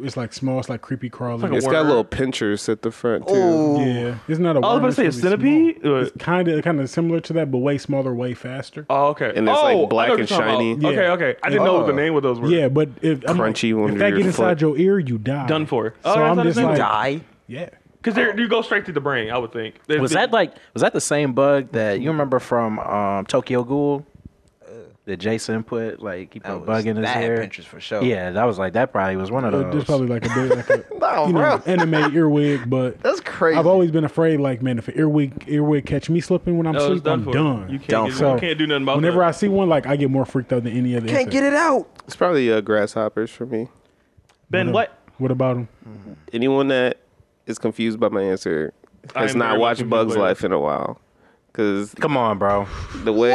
Speaker 3: it's like small. It's like creepy crawling.
Speaker 4: a
Speaker 2: It's got
Speaker 4: worm.
Speaker 2: little pinchers at the front too.
Speaker 3: yeah, it's not a.
Speaker 4: I was
Speaker 3: worm,
Speaker 4: about to
Speaker 3: it's
Speaker 4: say a
Speaker 3: really
Speaker 4: centipede.
Speaker 3: small.
Speaker 4: Uh,
Speaker 3: It's kind of kind of similar to that, but way smaller, way faster.
Speaker 4: Oh, okay.
Speaker 2: And it's,
Speaker 4: oh,
Speaker 2: like,
Speaker 4: I know what
Speaker 2: black
Speaker 4: you're
Speaker 2: and
Speaker 4: talking about.
Speaker 2: shiny.
Speaker 4: Okay,
Speaker 3: Yeah.
Speaker 4: okay. I didn't know what the
Speaker 1: Oh.
Speaker 4: name of those were.
Speaker 3: Yeah, but if I'm like,
Speaker 2: Crunchy under
Speaker 3: if that
Speaker 2: your
Speaker 3: get inside your ear, you die.
Speaker 4: Done for. Oh,
Speaker 3: So I'm just like-
Speaker 1: Die.
Speaker 3: Yeah.
Speaker 4: because you go straight to the brain. I would think.
Speaker 5: Was that like was that the same bug that you remember from um, Tokyo Ghoul? That Jason put like he put a bug in his
Speaker 1: bad
Speaker 5: hair.
Speaker 1: pictures for sure.
Speaker 5: Yeah, that was like that. Probably was one of
Speaker 1: Oh,
Speaker 3: Uh, There's
Speaker 5: those.
Speaker 3: probably like a big, like a you know, anime earwig, but
Speaker 1: That's crazy.
Speaker 3: I've always been afraid. Like, man, if an earwig earwig catch me slipping when I'm
Speaker 4: No, it's
Speaker 3: asleep,
Speaker 4: done
Speaker 3: I'm
Speaker 4: for.
Speaker 3: done.
Speaker 4: You can't,
Speaker 1: Done
Speaker 4: get,
Speaker 1: for.
Speaker 4: you can't do nothing about
Speaker 3: Whenever I
Speaker 4: that.
Speaker 3: see one, like I get more freaked out than any other.
Speaker 1: Can't get it out.
Speaker 2: It's probably uh, grasshoppers for me.
Speaker 3: Mm-hmm.
Speaker 4: Ben, what?
Speaker 3: What about them?
Speaker 2: Anyone that is confused by my answer
Speaker 4: I
Speaker 2: has
Speaker 4: am
Speaker 2: not
Speaker 4: very much
Speaker 2: watched
Speaker 4: confused
Speaker 2: Bugs
Speaker 4: by it.
Speaker 2: Life in a while, because
Speaker 5: Come on, bro.
Speaker 2: the way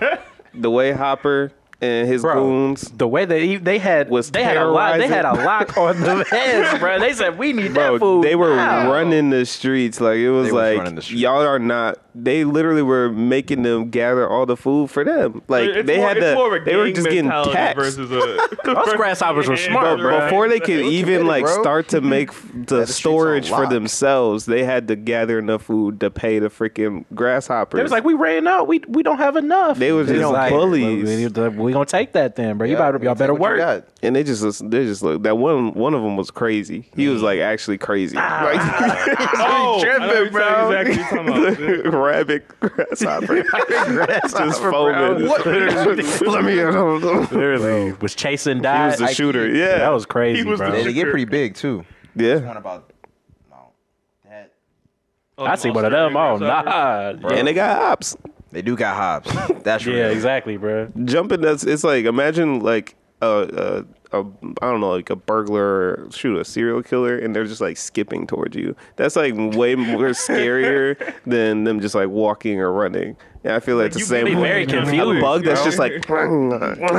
Speaker 2: the way Hopper and his
Speaker 5: Bro.
Speaker 2: goons.
Speaker 5: The way they they had
Speaker 2: Was
Speaker 5: they had a lock. They
Speaker 2: terrorizing.
Speaker 5: had a lock on the heads, bro. They said we need
Speaker 2: Bro,
Speaker 5: that food.
Speaker 2: they were
Speaker 5: now."
Speaker 2: running the streets like it was
Speaker 1: They was running
Speaker 2: like
Speaker 1: the streets.
Speaker 2: y'all are not. They literally were making them gather all the food for them. Like
Speaker 4: It's
Speaker 2: they
Speaker 4: more,
Speaker 2: had
Speaker 4: it's
Speaker 2: to.
Speaker 4: more of a
Speaker 2: they were
Speaker 4: gang
Speaker 2: just getting
Speaker 4: mentality
Speaker 2: taxed.
Speaker 4: Versus a,
Speaker 5: Those grasshoppers were
Speaker 4: Yeah,
Speaker 5: smart,
Speaker 2: But
Speaker 5: bro.
Speaker 2: before they could
Speaker 4: What you
Speaker 2: even
Speaker 1: mean,
Speaker 2: like
Speaker 1: bro?
Speaker 2: start to make f- the
Speaker 1: streets
Speaker 2: storage
Speaker 1: on
Speaker 2: for
Speaker 1: lock.
Speaker 2: themselves, they had to gather enough food to pay the freaking grasshoppers.
Speaker 5: They was like, we ran out. We we don't have enough.
Speaker 2: They was
Speaker 5: You
Speaker 2: just
Speaker 5: know,
Speaker 2: bullies.
Speaker 5: We, we, we gonna take that then, bro. You better, y'all better work.
Speaker 2: and they just listen- they just look. That one one of them was crazy. He was like actually crazy,
Speaker 5: Ah,
Speaker 2: like
Speaker 4: oh, I know
Speaker 2: tripping, bro.
Speaker 4: exactly what you're talking about.
Speaker 2: rabbit grasshopper. just
Speaker 5: bro.
Speaker 2: foaming. Let me in.
Speaker 5: Literally was chasing died.
Speaker 2: He was the
Speaker 5: Like,
Speaker 2: shooter. Yeah,
Speaker 5: That was crazy,
Speaker 4: was
Speaker 5: bro.
Speaker 4: the
Speaker 1: They, they get pretty big too.
Speaker 2: yeah.
Speaker 1: about no, that.
Speaker 4: Oh,
Speaker 5: I see one of them. Oh,
Speaker 4: Australian grasshopper.
Speaker 5: nah.
Speaker 2: And they got ops
Speaker 1: They do got Hobbs. That's real.
Speaker 5: Yeah, exactly, bro.
Speaker 2: jumping. That's it's like imagine like a, a, a I don't know like a burglar or shoot a serial killer and they're just like skipping towards you. That's like way more scarier than them just like walking or running. Yeah, I feel like,
Speaker 4: you
Speaker 2: the same
Speaker 4: can be
Speaker 5: very
Speaker 2: way. a
Speaker 5: confused,
Speaker 2: bug that's
Speaker 4: bro.
Speaker 2: just like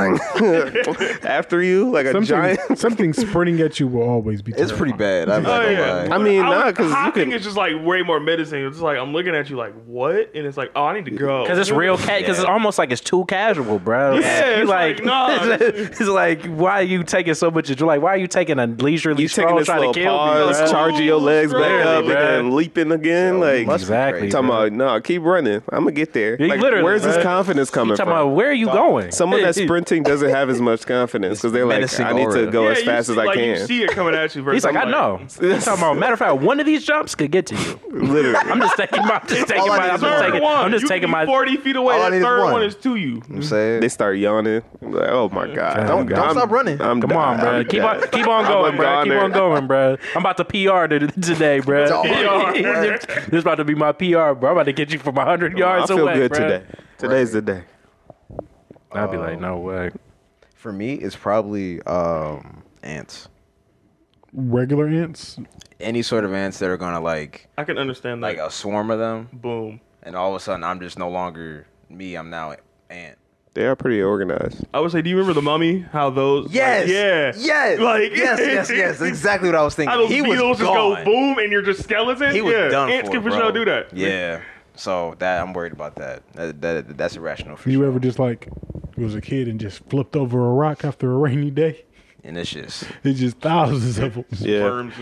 Speaker 2: after you like a
Speaker 3: Something,
Speaker 2: giant.
Speaker 3: something sprinting at you will always be.
Speaker 1: It's pretty bad. I'm not
Speaker 4: Oh
Speaker 1: gonna
Speaker 4: yeah,
Speaker 1: lie.
Speaker 2: I mean,
Speaker 4: would-
Speaker 2: nah, 'cause you
Speaker 4: hopping
Speaker 2: can-
Speaker 4: is just like way more medicine. It's just like I'm looking at you like what, and it's like oh, I need to go
Speaker 5: Because it's real, because it's almost like it's too casual, bro.
Speaker 4: Yeah,
Speaker 5: You
Speaker 4: it's like, nah.
Speaker 5: it's like, why are you taking so much? Like, why are you taking a leisurely
Speaker 2: You taking
Speaker 5: stroll
Speaker 2: this
Speaker 5: trying
Speaker 2: little
Speaker 5: to kill
Speaker 2: pause,
Speaker 5: me? Bro?
Speaker 2: charging your legs back
Speaker 4: Literally,
Speaker 2: up,
Speaker 5: bruh.
Speaker 2: and then leaping again. like
Speaker 1: must be
Speaker 5: Exactly.
Speaker 1: crazy.
Speaker 2: talking
Speaker 5: bro.
Speaker 2: about, no, keep running. I'm gonna get there.
Speaker 5: You
Speaker 2: Like,
Speaker 5: literally,
Speaker 2: where's this
Speaker 5: bruh.
Speaker 2: confidence coming
Speaker 5: You
Speaker 2: from?
Speaker 5: talking about where are you going?
Speaker 2: Someone that's
Speaker 5: Hey,
Speaker 2: sprinting doesn't have as much confidence because they're like,
Speaker 1: menacing
Speaker 2: I need to
Speaker 1: aura.
Speaker 2: go
Speaker 4: Yeah,
Speaker 2: as
Speaker 4: you
Speaker 2: fast
Speaker 4: see-
Speaker 2: as I
Speaker 4: like, You
Speaker 2: can.
Speaker 4: see it coming at you. versus
Speaker 5: He's like,
Speaker 4: I'm
Speaker 5: I know. He's talking about. Matter of fact, one of these jumps could get to you.
Speaker 2: Literally,
Speaker 5: I'm just taking my. I'm just taking
Speaker 1: I
Speaker 5: my.
Speaker 1: need
Speaker 5: I'm
Speaker 1: is
Speaker 5: just
Speaker 4: Third
Speaker 5: taking.
Speaker 4: one.
Speaker 5: I'm just
Speaker 4: you
Speaker 5: taking
Speaker 4: can be
Speaker 5: my.
Speaker 4: 40 feet away.
Speaker 1: All I
Speaker 4: That
Speaker 1: need is
Speaker 4: third
Speaker 1: one.
Speaker 4: one. is to you.
Speaker 1: I'm saying
Speaker 2: they start yawning. I'm like, oh my god!
Speaker 5: Don't- don't
Speaker 2: I'm-
Speaker 1: stop running.
Speaker 2: I'm
Speaker 5: Come on,
Speaker 2: dying.
Speaker 5: bro.
Speaker 2: I'm
Speaker 5: Keep
Speaker 2: dying.
Speaker 5: on, keep on going,
Speaker 2: a
Speaker 5: bro. Keep
Speaker 2: goner.
Speaker 5: on going, bro. I'm about to PR to, today, bro.
Speaker 1: all right.
Speaker 5: this is about to be my PR, bro. I'm about to get you from 100
Speaker 2: I
Speaker 5: yards
Speaker 2: feel
Speaker 5: away,
Speaker 2: good
Speaker 5: bro.
Speaker 2: today. Today's the day.
Speaker 5: I'll be like, no way.
Speaker 1: for me, it's probably um, ants.
Speaker 3: regular ants.
Speaker 1: Any sort of ants that are gonna like
Speaker 4: I can understand that.
Speaker 1: like a swarm of them,
Speaker 4: Boom.
Speaker 1: and all of a sudden I'm just no longer me. I'm now ant.
Speaker 2: They are pretty organized.
Speaker 4: I would say, do you remember the mummy? How those? like,
Speaker 1: Yes.
Speaker 4: yeah.
Speaker 1: Yes.
Speaker 4: Like
Speaker 1: yes. Yes. Yes. That's exactly what I was
Speaker 4: How
Speaker 1: thinking.
Speaker 4: those
Speaker 1: He was
Speaker 4: beetles just
Speaker 1: gone.
Speaker 4: go boom, and you're just skeleton.
Speaker 1: He was
Speaker 4: yeah.
Speaker 1: done
Speaker 4: Ants
Speaker 1: for.
Speaker 4: can for
Speaker 1: bro.
Speaker 4: sure do that.
Speaker 1: Yeah. So that I'm worried about that. That, that that's irrational for
Speaker 3: You
Speaker 1: sure.
Speaker 3: ever just like who was a kid and just flipped over a rock after a rainy day.
Speaker 1: and it's just
Speaker 3: It's just thousands of them.
Speaker 2: Yeah,
Speaker 4: Worms.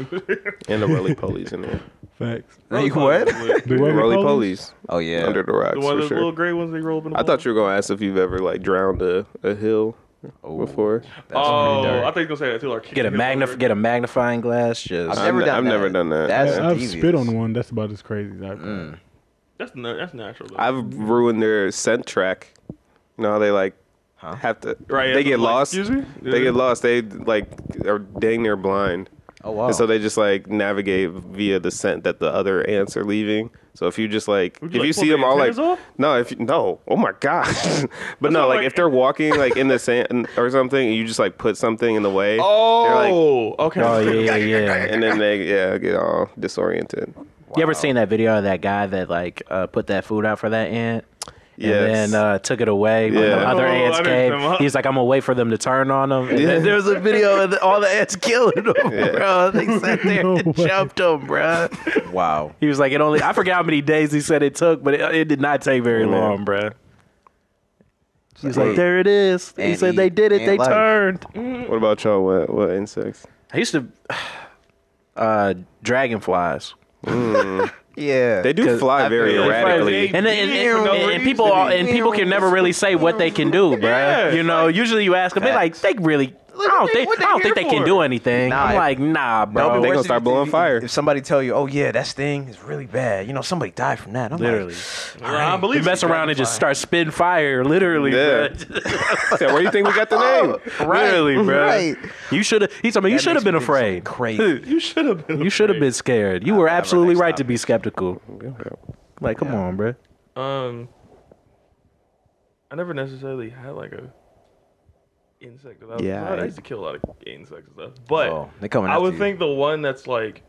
Speaker 2: and the roly polies in there.
Speaker 3: Facts.
Speaker 1: you what?
Speaker 3: The
Speaker 2: The roly
Speaker 3: roly-polies?
Speaker 2: polies
Speaker 1: Oh yeah,
Speaker 2: under the rocks
Speaker 4: the one,
Speaker 2: for
Speaker 4: the
Speaker 2: sure.
Speaker 4: little gray ones they roll up in the
Speaker 2: I thought you were gonna ask if you've ever like drowned a, a hill
Speaker 1: Oh,
Speaker 2: before.
Speaker 1: that's
Speaker 4: Oh,
Speaker 1: pretty
Speaker 4: I
Speaker 1: dark.
Speaker 4: thought you were gonna say that too. Like
Speaker 5: Get a magnif- get a magnifying glass. Just
Speaker 1: I've never
Speaker 2: I've-
Speaker 1: done.
Speaker 2: I've
Speaker 1: that.
Speaker 2: never done that.
Speaker 1: That's
Speaker 3: I've
Speaker 1: devious.
Speaker 3: spit on one. That's about as crazy as I can.
Speaker 1: Mm.
Speaker 4: That's na- that's natural. Though.
Speaker 2: I've ruined their scent track. You know how they like
Speaker 1: Huh?
Speaker 2: have to.
Speaker 4: Right,
Speaker 2: They
Speaker 4: yeah,
Speaker 2: get
Speaker 4: like,
Speaker 2: lost.
Speaker 4: excuse me?
Speaker 2: They get lost. They like are dang near blind.
Speaker 1: Oh wow.
Speaker 2: And so they just like navigate via the scent that the other ants are leaving. So if you just like,
Speaker 4: Would
Speaker 2: if
Speaker 4: you, like,
Speaker 2: you
Speaker 4: pull
Speaker 2: see
Speaker 4: the
Speaker 2: them all like,
Speaker 4: antennas off?
Speaker 2: no, if you, no, oh my god, but no,
Speaker 4: not
Speaker 2: like,
Speaker 4: like-
Speaker 2: if they're walking like in the sand or something, and you just like put something in the way, they're, like,
Speaker 4: oh, okay.
Speaker 5: oh yeah, yeah.
Speaker 2: and then they yeah get all disoriented.
Speaker 5: You ever seen that video of that guy that like uh, put that food out for that ant?
Speaker 2: Yes.
Speaker 5: And then uh, took it away when the
Speaker 2: Yeah.
Speaker 5: other
Speaker 4: Oh,
Speaker 5: ants
Speaker 4: I didn't
Speaker 5: came.
Speaker 4: come up.
Speaker 5: He's like, I'm gonna wait for them to turn on him. And then
Speaker 2: Yeah.
Speaker 5: there was a video of the, all the ants killing him, bro. They sat there
Speaker 3: No
Speaker 5: and
Speaker 3: way.
Speaker 5: jumped him, bro.
Speaker 1: wow.
Speaker 5: He was like, it only I forgot how many days he said it took, but it, it did not take very
Speaker 2: Man.
Speaker 5: long, bro. He's like,
Speaker 1: Hey,
Speaker 5: there it is. He
Speaker 1: ant
Speaker 5: said they
Speaker 1: eat
Speaker 5: did it.
Speaker 1: ant
Speaker 5: They
Speaker 1: life.
Speaker 5: turned.
Speaker 2: What about y'all? What what insects?
Speaker 5: I used to uh, dragonflies.
Speaker 1: Yeah.
Speaker 2: They do
Speaker 5: 'Cause
Speaker 2: fly very
Speaker 1: feel like-
Speaker 2: erratically.
Speaker 5: and, and, and, and, and people are, and people can never really say what they can do, bruh. you know, usually you ask them, they like they really. I don't think I don't think they can do anything.
Speaker 1: Nah,
Speaker 5: I'm
Speaker 1: if-
Speaker 5: like, nah,
Speaker 1: No,
Speaker 5: bro.
Speaker 1: but
Speaker 2: they
Speaker 1: worse
Speaker 2: gonna
Speaker 1: is
Speaker 2: start
Speaker 1: if-
Speaker 2: blowing
Speaker 1: if-
Speaker 2: fire.
Speaker 1: If somebody tell you, "Oh yeah, that sting is really bad," you know somebody died from that. I'm
Speaker 5: literally,
Speaker 1: Like,
Speaker 4: Well, I
Speaker 5: you
Speaker 4: believe
Speaker 5: mess
Speaker 4: you.
Speaker 5: around and just start spitting fire. Literally,
Speaker 2: Yeah. So Where do you think we got the name?
Speaker 5: bruh. Literally, bruh.
Speaker 1: right.
Speaker 5: You should have. He told me you
Speaker 1: That
Speaker 5: should
Speaker 1: makes
Speaker 5: have been
Speaker 1: me think
Speaker 5: afraid.
Speaker 1: it's Crazy.
Speaker 4: You should have been.
Speaker 5: You should have been scared. You were
Speaker 1: have our
Speaker 5: absolutely
Speaker 1: next
Speaker 5: right to be skeptical. Like, come on, bruh.
Speaker 4: Um, I never necessarily had like a insect. That I,
Speaker 2: Yeah,
Speaker 4: yeah, I,
Speaker 2: I-
Speaker 4: used to kill a lot of insects and stuff. But
Speaker 1: Oh, they coming.
Speaker 4: I
Speaker 1: after
Speaker 4: would
Speaker 1: you.
Speaker 4: think the one that's like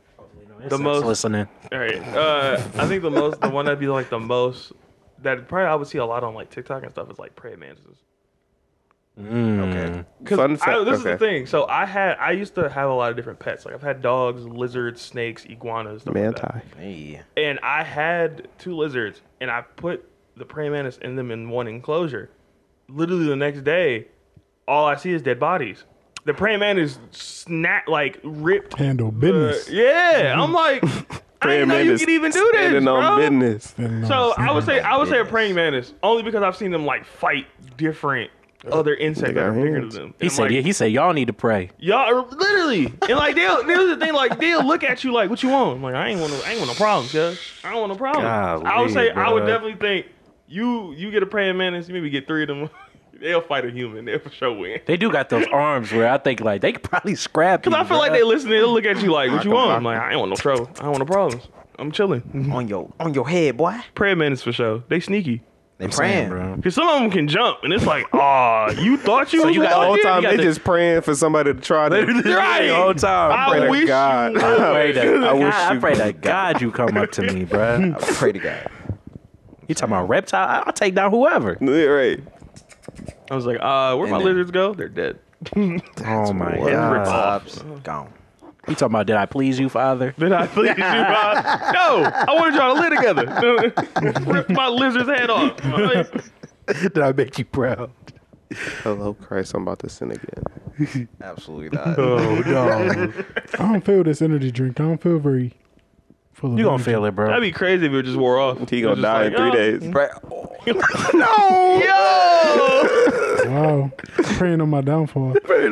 Speaker 4: the most.
Speaker 5: listening.
Speaker 4: All right, uh, I think the most, the one that'd be like the most that probably I would see a lot on like TikTok and stuff is like praying mantises.
Speaker 1: Okay.
Speaker 2: Fun fact.
Speaker 4: I,
Speaker 2: okay.
Speaker 4: this is the thing. So I had, I used to have a lot of different pets. Like I've had dogs, lizards, snakes, iguanas, stuff like that.
Speaker 2: Manti.
Speaker 1: Hey.
Speaker 4: and I had two lizards, and I put the praying mantis in them in one enclosure. Literally the next day, all I see is dead bodies. The praying mantis snap like ripped.
Speaker 3: Handle
Speaker 4: the-
Speaker 3: business. Mm-hmm.
Speaker 4: yeah, I'm like, I didn't know you could even do this,
Speaker 2: Standing
Speaker 4: bro.
Speaker 2: on business.
Speaker 3: Then, uh,
Speaker 4: So I would say I would say a
Speaker 1: Business.
Speaker 4: praying mantis only because I've seen them like fight different other insects that
Speaker 2: got
Speaker 4: are bigger than
Speaker 2: hands.
Speaker 4: them. And
Speaker 5: He
Speaker 4: I'm
Speaker 5: said,
Speaker 4: like,
Speaker 5: yeah. He said, y'all need to pray.
Speaker 4: Y'all are literally and like they'll here's the thing, like they'll look at you like what you want. I'm like, I ain't want no I ain't want no problems, yeah. I don't want no problems. I
Speaker 5: Golly,
Speaker 4: would say I would
Speaker 5: bruh.
Speaker 4: definitely think you you get a praying mantis, you maybe get three of them. they'll fight a human, they'll for sure win.
Speaker 5: They do got those arms where I think like they could probably scrap.
Speaker 4: Cause I
Speaker 5: you,
Speaker 4: feel like
Speaker 5: bruh.
Speaker 4: they listen, they'll look at you like, What you want? I'm like, I ain't want no trouble. I don't want no problems. I'm chilling.
Speaker 1: on your on your head, boy.
Speaker 4: Praying mantis for sure. They sneaky.
Speaker 1: They praying,
Speaker 5: Saying, bro.
Speaker 4: Cause some of them can jump and it's like, ah, you thought you
Speaker 5: So
Speaker 4: was
Speaker 5: you
Speaker 4: a
Speaker 5: got
Speaker 2: The
Speaker 5: all
Speaker 4: dog
Speaker 2: whole
Speaker 4: here?
Speaker 2: time
Speaker 5: got
Speaker 2: they
Speaker 5: the-
Speaker 2: just praying for somebody to try to.
Speaker 4: Right.
Speaker 5: The whole time.
Speaker 4: I
Speaker 5: bruh.
Speaker 2: Pray
Speaker 4: wish
Speaker 2: to
Speaker 4: you
Speaker 2: God.
Speaker 5: I pray to, I,
Speaker 2: I wish
Speaker 5: God, I
Speaker 2: you-
Speaker 5: pray to God you come up to me, bro.
Speaker 1: I pray to God.
Speaker 5: You talking about reptile? I- I'll take down whoever.
Speaker 2: Yeah, right.
Speaker 4: I was like, uh, where
Speaker 1: And
Speaker 4: my
Speaker 1: then-
Speaker 4: lizards go? They're dead.
Speaker 5: oh my
Speaker 1: Word.
Speaker 5: God.
Speaker 1: Pops, Gone.
Speaker 5: You talking about did I please you, Father?
Speaker 4: Did I please you, Bob? No, I wanted y'all to live together. Rip my lizard's head off.
Speaker 5: did I make you proud?
Speaker 2: Hello, Christ. I'm about to sin again.
Speaker 1: Absolutely not.
Speaker 2: Oh,
Speaker 3: I don't feel this energy drink. I don't feel very full of
Speaker 5: You gonna
Speaker 3: energy.
Speaker 5: feel it, bro?
Speaker 4: That'd be crazy if it just wore off.
Speaker 2: He
Speaker 4: It was
Speaker 2: gonna
Speaker 4: just
Speaker 2: die
Speaker 4: like,
Speaker 2: in three
Speaker 4: oh.
Speaker 2: days.
Speaker 1: Pray-
Speaker 3: Wow. Praying on my downfall. That hurt.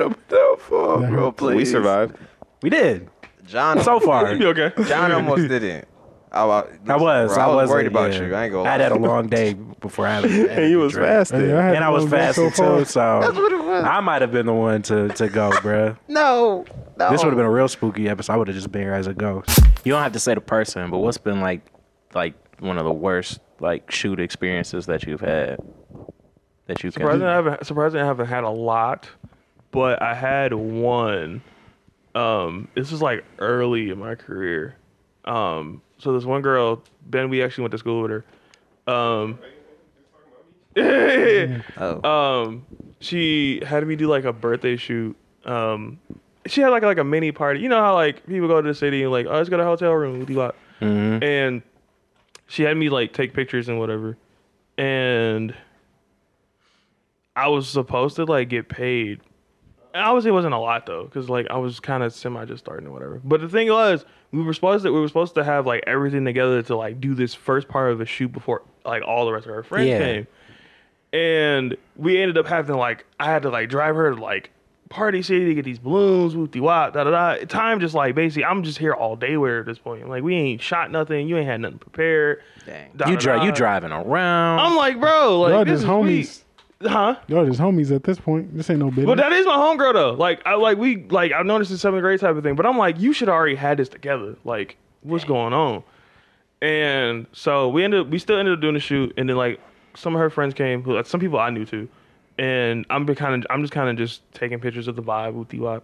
Speaker 2: We survived.
Speaker 5: we did
Speaker 1: John
Speaker 5: so far.
Speaker 4: You okay?
Speaker 1: John almost didn't. I, I,
Speaker 5: I was.
Speaker 1: bro,
Speaker 5: I,
Speaker 1: I was
Speaker 5: wasn't,
Speaker 1: worried about
Speaker 5: yeah.
Speaker 1: you. I ain't gonna.
Speaker 5: I had
Speaker 1: lie.
Speaker 5: had a long day before I had a
Speaker 2: And you was
Speaker 5: drink.
Speaker 2: fasting.
Speaker 3: Hey,
Speaker 4: Uh,
Speaker 3: I had
Speaker 5: And I
Speaker 3: to
Speaker 5: was
Speaker 3: go back so
Speaker 5: fasting
Speaker 3: far.
Speaker 5: too, so I might have been the one to, to go, bruh.
Speaker 1: No, no.
Speaker 5: This would have been a real spooky episode. I would have just been here as a ghost. You don't have to say the person, but what's been like, like one of the worst like shoot experiences that you've had? That you
Speaker 4: Surprising, I
Speaker 5: can.
Speaker 4: haven't. Surprising, I haven't had a lot, but I had one. Um, this is like early in my career. Um, so this one girl, Ben, we actually went to school with her. Um,
Speaker 1: Oh.
Speaker 4: um she had me do like a birthday shoot um she had like like a mini party you know how like people go to the city and like oh let's go to a hotel room with you lot and she had me like take pictures and whatever and I was supposed to like get paid. And Obviously, it wasn't a lot though, because like I was kind of semi just starting or whatever. But the thing was, we were supposed to we were supposed to have like everything together to like do this first part of the shoot before like all the rest of our friends
Speaker 5: Yeah.
Speaker 4: came, and we ended up having like I had to like drive her to like Party City to get these balloons, whoopty wop, da da da. Time just like basically, I'm just here all day with her at this point. Like we ain't shot nothing, you ain't had nothing prepared.
Speaker 1: Dang.
Speaker 4: da,
Speaker 5: You
Speaker 4: da,
Speaker 5: dri-
Speaker 4: da.
Speaker 5: you driving around.
Speaker 4: I'm like, bro, like
Speaker 3: Y'all
Speaker 4: this
Speaker 3: just
Speaker 4: is
Speaker 3: homies.
Speaker 4: homies, huh?
Speaker 3: Y'all just homies at this point. This ain't no business.
Speaker 4: But that is my homegirl though. Like I like we like I've noticed in seventh grade type of thing. But I'm like, you should already had this together. Like, what's going on? And so we ended up we still ended up doing the shoot and then like some of her friends came who like some people I knew too. And I'm been kinda I'm just kinda just taking pictures of the vibe with wop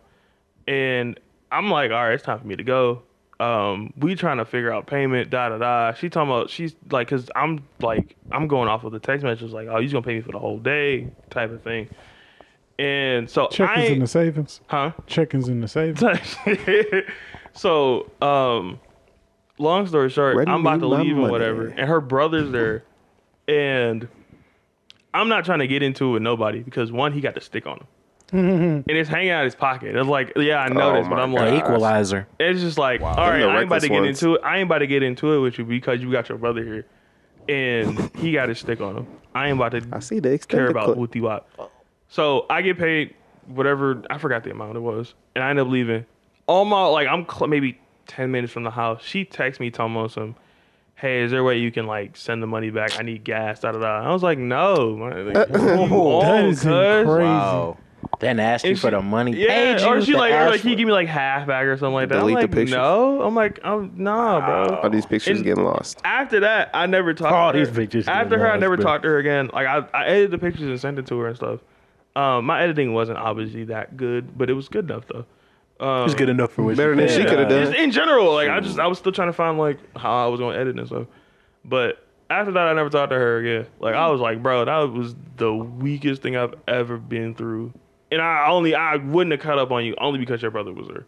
Speaker 4: And I'm like, all right, it's time for me to go. Um, we trying to figure out payment, da da da. She talking about she's like, cause I'm like, I'm going off of the text messages, like, oh, you gonna pay me for the whole day, type of thing. And so
Speaker 3: Check
Speaker 4: I,
Speaker 3: is in the savings.
Speaker 4: huh?
Speaker 3: Check is in the savings.
Speaker 4: so, um, long story short,
Speaker 2: Ready
Speaker 4: I'm about to
Speaker 2: my
Speaker 4: leave and
Speaker 2: money.
Speaker 4: whatever, and her brother's there, and I'm not trying to get into it with nobody because one, he got the stick on him, and it's hanging out of his pocket. It's like, yeah, I
Speaker 2: Oh
Speaker 4: noticed, but
Speaker 2: my
Speaker 4: I'm
Speaker 5: the
Speaker 4: like,
Speaker 5: equalizer.
Speaker 4: it's just like, all
Speaker 2: Them
Speaker 4: right,
Speaker 2: the
Speaker 4: I ain't about
Speaker 2: reckless
Speaker 4: to get
Speaker 2: ones.
Speaker 4: into it. I ain't about to get into it with you because you got your brother here, and he got his stick on him. I ain't about to
Speaker 2: I see the
Speaker 4: care
Speaker 2: extended
Speaker 4: about
Speaker 2: clip.
Speaker 4: Wuthi Wap. So I get paid whatever I forgot the amount it was, and I end up leaving. All my like I'm cl- maybe ten minutes from the house. She texts me talking about some, hey, is there a way you can like send the money back? I need gas. Da da da. I was like, no, man. Like, you
Speaker 3: That
Speaker 4: on,
Speaker 3: is
Speaker 4: cuz?"
Speaker 3: crazy.
Speaker 5: Oh.
Speaker 1: Wow.
Speaker 5: Then asked you
Speaker 4: And
Speaker 5: for
Speaker 4: she-
Speaker 5: the money.
Speaker 4: Yeah,
Speaker 5: Paid you
Speaker 4: or she
Speaker 5: to
Speaker 4: like, or
Speaker 5: ask
Speaker 4: like
Speaker 5: for
Speaker 4: he
Speaker 5: it.
Speaker 4: give me like half back or something like that.
Speaker 2: Delete the
Speaker 4: I'm like,
Speaker 2: pictures.
Speaker 4: no, I'm like, I'm nah, bro.
Speaker 2: Are these pictures
Speaker 4: And-
Speaker 2: getting lost?
Speaker 4: after that, I never talked.
Speaker 5: All
Speaker 4: to her.
Speaker 5: these pictures
Speaker 4: After
Speaker 5: getting
Speaker 4: her, I
Speaker 5: lost,
Speaker 4: never
Speaker 5: bro.
Speaker 4: talked to her again. Like I, I edited the pictures and sent it to her and stuff. Um, my editing wasn't obviously that good, but it was good enough though. Um,
Speaker 5: It's good enough for what
Speaker 2: Better than she could have
Speaker 4: just
Speaker 2: done.
Speaker 4: in general, like I just I was still trying to find like how I was gonna edit and stuff. But after that, I never talked to her again. Like
Speaker 2: Mm-hmm.
Speaker 4: I was like, bro, that was the weakest thing I've ever been through. And I only I wouldn't have caught up on you only because your brother was there.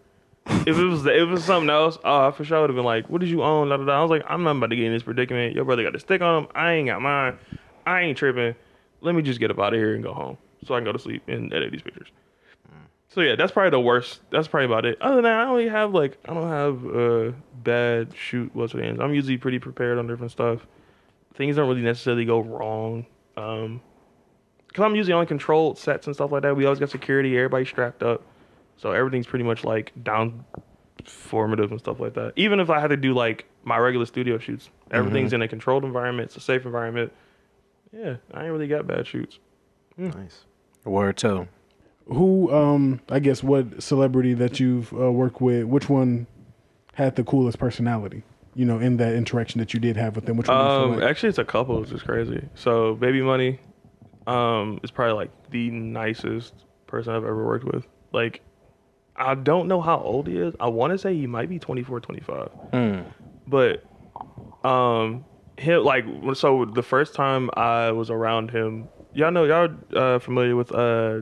Speaker 4: If it was if it was something else, uh, I for sure would have been like, "What did you own?" Da, da, da. I was like, "I'm not about to get in this predicament. Your brother got the stick on him. I ain't got mine. I ain't tripping. Let me just get up out of here and go home so I can go to sleep and edit these pictures." So yeah, that's probably the worst. That's probably about it. Other than that, I only have like I don't have uh, bad shoot what's the names. I'm usually pretty prepared on different stuff. Things don't really necessarily go wrong. Um, cause I'm usually on controlled sets and stuff like that. We always got security. Everybody's strapped up, so everything's pretty much like down formative and stuff like that. Even if I had to do like my regular studio shoots, everything's in a controlled environment. It's a safe environment. Yeah, I ain't really got bad shoots.
Speaker 1: Nice.
Speaker 5: Word too.
Speaker 3: Who, um, I guess, what celebrity that you've uh, worked with? Which one had the coolest personality? You know, in that interaction that you did have with them, which one? you
Speaker 4: Um,
Speaker 3: feel like,
Speaker 4: actually, it's a couple. It's just crazy. So, Baby Money, um, is probably like the nicest person I've ever worked with. Like, I don't know how old he is. I want to say he might be 24, 25.
Speaker 3: Hmm.
Speaker 4: But, um, him like so the first time I was around him, y'all know y'all uh, familiar with uh,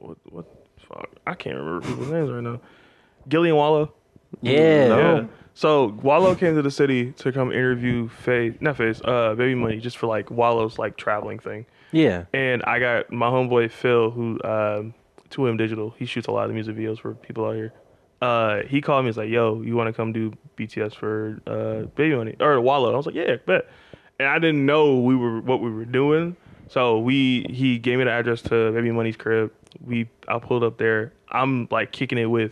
Speaker 4: what what fuck? I can't remember people's names right now. Gillian Wallow.
Speaker 5: Yeah.
Speaker 4: Yeah. So Wallow came to the city to come interview Faye, not Faze, uh, Baby Money, just for like Wallow's like traveling thing.
Speaker 5: Yeah.
Speaker 4: And I got my homeboy Phil, who um, 2M Digital, he shoots a lot of music videos for people out here. Uh, he called me, he's like, "Yo, you want to come do BTS for uh, Baby Money or Wallow?" I was like, "Yeah, bet." And I didn't know we were what we were doing, so we he gave me the address to Baby Money's crib. We I pulled up there. I'm like kicking it with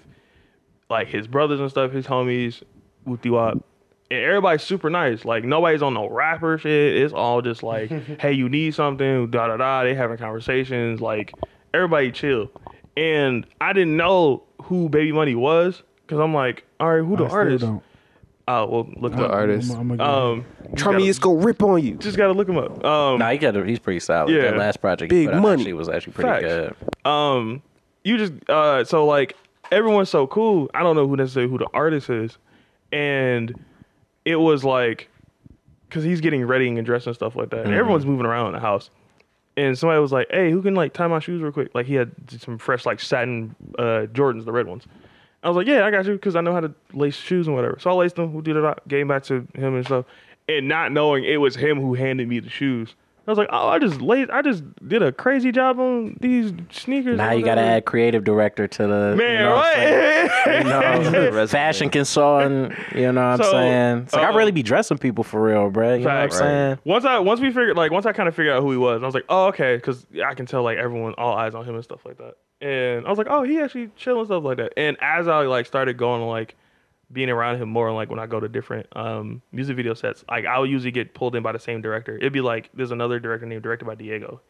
Speaker 4: like his brothers and stuff, his homies, Wutiwap. And everybody's super nice. Like nobody's on no rapper shit. It's all just like, hey, you need something, da da da. They having conversations. Like everybody chill. And I didn't know who Baby Money was because I'm like, all right, who the
Speaker 3: I still
Speaker 4: artist?
Speaker 3: don't.
Speaker 4: Oh, well, look
Speaker 2: The
Speaker 4: up.
Speaker 2: artist.
Speaker 3: I'm, I'm
Speaker 5: Oh,
Speaker 3: gonna
Speaker 4: Um, just
Speaker 2: Tommy
Speaker 4: gotta-
Speaker 2: is gonna rip on you.
Speaker 4: just gotta look him up. Um,
Speaker 5: Nah, he got a, he's pretty solid.
Speaker 4: Yeah.
Speaker 5: That last project
Speaker 2: Big
Speaker 5: he put out
Speaker 2: money.
Speaker 5: actually was actually pretty
Speaker 4: Facts.
Speaker 5: good.
Speaker 4: um you just uh so like everyone's so cool i don't know who necessarily who the artist is and it was like because he's getting ready and dressed and stuff like that and
Speaker 5: Mm-hmm.
Speaker 4: everyone's moving around in the house and somebody was like hey who can like tie my shoes real quick like he had some fresh like satin uh jordans the red ones i was like yeah i got you because i know how to lace shoes and whatever so i laced them we did it gave them back to him and stuff and not knowing it was him who handed me the shoes I was like, oh, I just laid, I just did a crazy job on these sneakers.
Speaker 5: Now
Speaker 4: or
Speaker 5: you gotta
Speaker 4: whatever."
Speaker 5: add creative director to the
Speaker 4: Man,
Speaker 5: you know what I'm saying?
Speaker 4: right?
Speaker 5: You know,
Speaker 1: Resume.
Speaker 5: fashion consultant. You know what I'm
Speaker 4: So,
Speaker 5: saying? It's like I
Speaker 4: uh,
Speaker 5: really be dressing people for real, bro. You know what I'm
Speaker 4: Facts.
Speaker 5: saying?
Speaker 4: Once I once we figured like once I kind of figured out who he was, I was like, oh okay, because I can tell like everyone, all eyes on him and stuff like that. And I was like, oh, he actually chill and stuff like that. And as I like started going like being around him more, like when I go to different um music video sets, like I'll usually get pulled in by the same director. It'd be like there's another director named directed by Diego.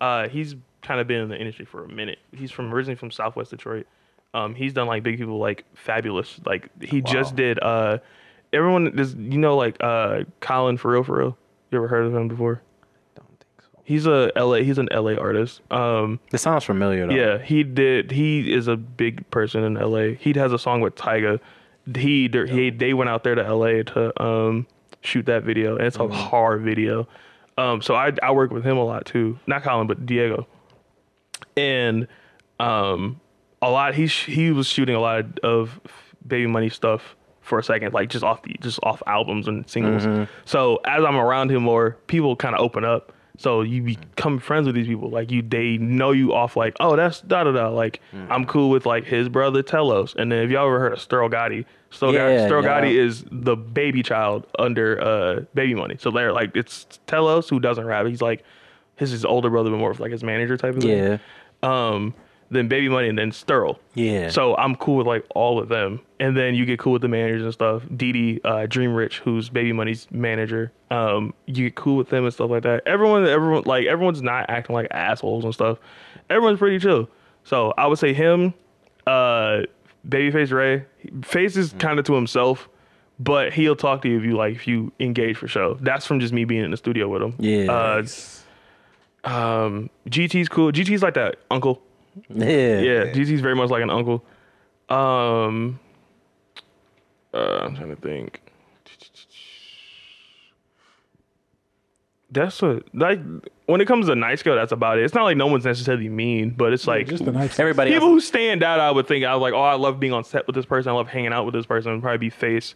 Speaker 4: Uh, he's kind of been in the industry for a minute. He's from originally from Southwest Detroit. Um, he's done like big people like fabulous. Like he just did. Uh, everyone does you know like uh Colin for real for real. You ever heard of him before? Don't think so. He's a LA. He's an LA artist. Um,
Speaker 5: It sounds familiar though.
Speaker 4: yeah, he did. He is a big person in LA. He has a song with Tyga. He, dir- he they went out there to LA to um shoot that video, and it's a hard video. Um, so I I work with him a lot too. Not Colin, but Diego. And um, a lot he sh- he was shooting a lot of Baby Money stuff for a second, like just off the just off albums and singles.
Speaker 5: Mm-hmm.
Speaker 4: So as I'm around him more, people kind of open up. So you become friends with these people. Like you, they know you off. Like oh, that's da da da. Like
Speaker 5: Mm.
Speaker 4: I'm cool with like his brother Telos. And then if y'all ever heard of Sterl Gotti, Sterl,
Speaker 5: Yeah,
Speaker 4: Gotti, Sterl
Speaker 5: yeah.
Speaker 4: Gotti is the baby child under uh, Baby Money. So they're like it's Telos who doesn't rap. He's like his, his older brother, but more of like his manager type of
Speaker 5: Yeah.
Speaker 4: thing. Um, then Baby Money and then Sterl.
Speaker 5: Yeah.
Speaker 4: So I'm cool with like all of them, and then you get cool with the managers and stuff. Dee Dee, uh, Dream Rich, who's Baby Money's manager, um, you get cool with them and stuff like that. Everyone, everyone, like everyone's not acting like assholes and stuff. Everyone's pretty chill. So I would say him, uh, Babyface Ray, Face
Speaker 5: Mm-hmm.
Speaker 4: is kind of to himself, but he'll talk to you if you like if you engage for show. That's from just me being in the studio with him.
Speaker 5: Yeah.
Speaker 4: Uh, um, GT's cool. GT's like that uncle.
Speaker 5: yeah.
Speaker 4: Yeah, GT's very much like an uncle. Um, uh, I'm trying to think. That's a like when it comes to nice girl, that's about it. It's not like no one's necessarily mean, but it's like
Speaker 3: just a nice
Speaker 5: Everybody
Speaker 4: people
Speaker 5: else,
Speaker 4: who stand out, I would think I was like, oh, I love being on set with this person. I love hanging out with this person. It'd probably be Face,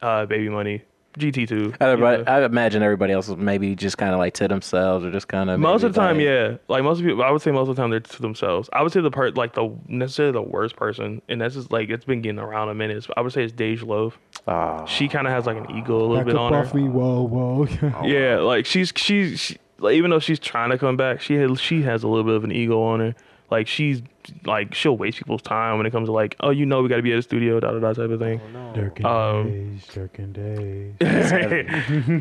Speaker 4: uh, Baby Money, GT two.
Speaker 5: everybody I imagine everybody else was maybe just kinda like to themselves or just kinda
Speaker 4: Most
Speaker 5: maybe
Speaker 4: of the time,
Speaker 5: like-
Speaker 4: yeah. Like most people, I would say most of the time they're to themselves. I would say the part, like the necessarily the worst person, and that's just like it's been getting around a minute. is- I would say it's Dej Love.
Speaker 5: Ah.
Speaker 4: She kind of has like an ego a little
Speaker 3: Back
Speaker 4: bit
Speaker 3: up
Speaker 4: on
Speaker 3: off
Speaker 4: her.
Speaker 3: me. Whoa,
Speaker 5: Oh,
Speaker 3: whoa.
Speaker 4: Yeah, like she's she's she, like, even though she's trying to come back, she has, she has a little bit of an ego on her. Like she's like she'll waste people's time when it comes to like, oh, you know, we got to be at the studio, da da da type of thing.
Speaker 3: Durkin
Speaker 4: Um,
Speaker 3: days, Durkin days.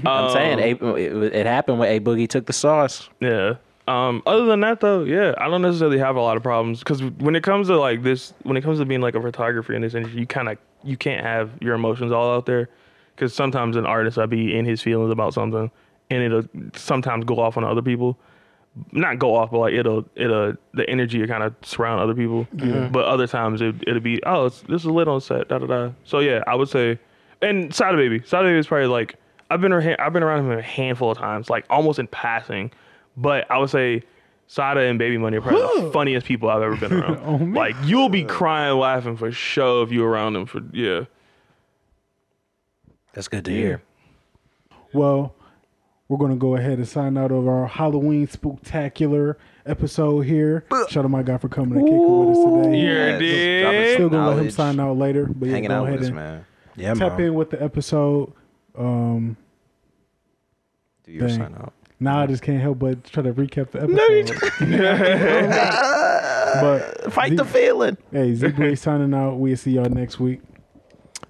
Speaker 5: I'm saying
Speaker 4: Uh,
Speaker 5: a, it, it happened when A Boogie took the sauce.
Speaker 4: Yeah. Um, other than that, though, yeah, I don't necessarily have a lot of problems because when it comes to like this, when it comes to being like a photographer in this industry, you kind of you can't have your emotions all out there because sometimes an artist I'll be in his feelings about something and it'll sometimes go off on other people. Not go off, but like it'll it'll the energy will kind of surround other people. But other times it it'll be oh it's, this is lit on set da da da. So yeah, I would say and Sada Baby, Sada Baby is probably like I've been around, I've been around him a handful of times, like almost in passing. But I would say Sada and Baby Money are probably the funniest people I've ever been around. like you'll be crying laughing for sure if you're around them for yeah.
Speaker 5: That's good to hear.
Speaker 3: Well, we're going to go ahead and sign out of our Halloween spooktacular episode here. Shout out my guy for coming and kicking with us today.
Speaker 4: You're
Speaker 1: Yeah, just dropping
Speaker 4: dead.
Speaker 3: Still going to let him
Speaker 1: knowledge,
Speaker 3: sign out later. But yeah,
Speaker 1: Hanging
Speaker 3: go
Speaker 1: out
Speaker 3: ahead
Speaker 1: with us,
Speaker 3: and
Speaker 1: man.
Speaker 5: Yeah,
Speaker 3: tap in with the episode. Um,
Speaker 1: Do your
Speaker 3: Dang.
Speaker 1: sign out.
Speaker 3: now I just can't help but try to recap the episode. but
Speaker 5: Fight the feeling.
Speaker 3: Hey, Z Boy signing out. We'll see y'all next week.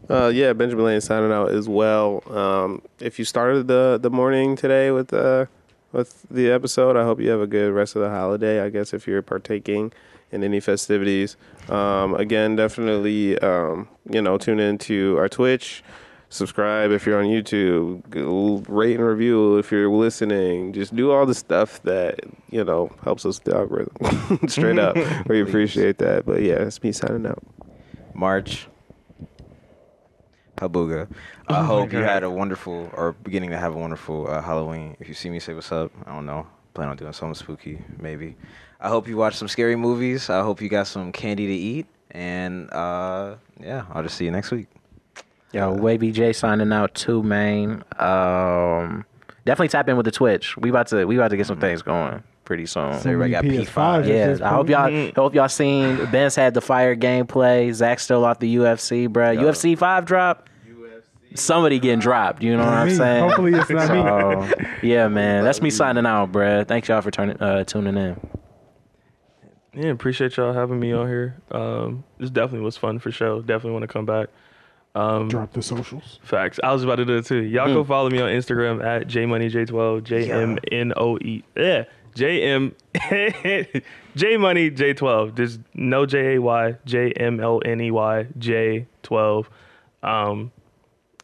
Speaker 2: Uh, yeah, Benjamin Lane signing out as well. Um, if you started the the morning today with uh, with the episode, I hope you have a good rest of the holiday. I guess if you're partaking in any festivities, um, again, definitely um, you know tune in to our Twitch. Subscribe if you're on YouTube. Go Rate and review if you're listening. Just do all the stuff that you know helps us with the algorithm. Straight up, we appreciate that. But yeah, it's me signing out.
Speaker 1: March. Habuga. I hope you had a wonderful or beginning to have a wonderful uh, Halloween. If you see me, say what's up. I don't know. Plan on doing something spooky, maybe. I hope you watched some scary movies. I hope you got some candy to eat. And uh, yeah, I'll just see you next week.
Speaker 5: Yo, Wavy J signing out too, man. Um, definitely tap in with the Twitch. We about to we about to get some things going pretty soon.
Speaker 3: So many
Speaker 1: Everybody got
Speaker 3: PS5s
Speaker 1: P5.
Speaker 3: at
Speaker 5: Yeah,
Speaker 3: this
Speaker 5: I hope
Speaker 3: point.
Speaker 5: y'all I hope y'all seen Ben's had the fire gameplay. Zach still off the UFC, bruh. UFC five drop. Somebody getting dropped. You know what I'm
Speaker 3: Me.
Speaker 5: saying?
Speaker 3: Hopefully it's not me.
Speaker 5: So, yeah, man. That's me signing out, bruh. Thank y'all for turning uh, tuning in.
Speaker 4: Yeah, appreciate y'all having me on here. Um, this definitely was fun for sure. Definitely want to come back. Um,
Speaker 3: Drop the socials.
Speaker 4: Facts. I was about to do it too. Y'all
Speaker 2: Hmm.
Speaker 4: go follow me on Instagram at jmoneyj12 j m n o e yeah j m j money j twelve. Just no j a y j m l n e y j twelve. Um,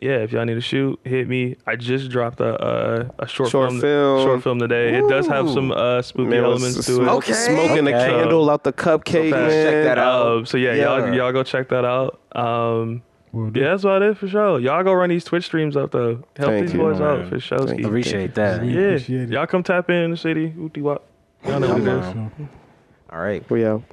Speaker 4: yeah, if y'all need to shoot, hit me. I just dropped a a, a short,
Speaker 2: Short
Speaker 4: film,
Speaker 2: film.
Speaker 4: short film today. It does have some uh, spooky
Speaker 2: Man, I was
Speaker 4: elements to it.
Speaker 2: smoke-
Speaker 1: Okay.
Speaker 2: Smoking a
Speaker 5: Okay.
Speaker 2: candle out the cupcake,
Speaker 4: Facts.
Speaker 2: man.
Speaker 1: Check that out.
Speaker 4: Um, so yeah, y'all
Speaker 1: Yeah.
Speaker 4: y'all go check that out. Um,
Speaker 3: Will do.
Speaker 4: yeah, that's about it for sure. Y'all go run these Twitch streams up though. Help
Speaker 2: Thank
Speaker 4: these
Speaker 2: you,
Speaker 4: boys out
Speaker 5: man.
Speaker 4: for sure.
Speaker 2: Thank you.
Speaker 5: Appreciate that.
Speaker 3: We
Speaker 4: Yeah,
Speaker 3: appreciate it.
Speaker 4: y'all come tap in the city. Ooty wop. Y'all know what it is.
Speaker 3: So-
Speaker 1: All right.
Speaker 2: We out.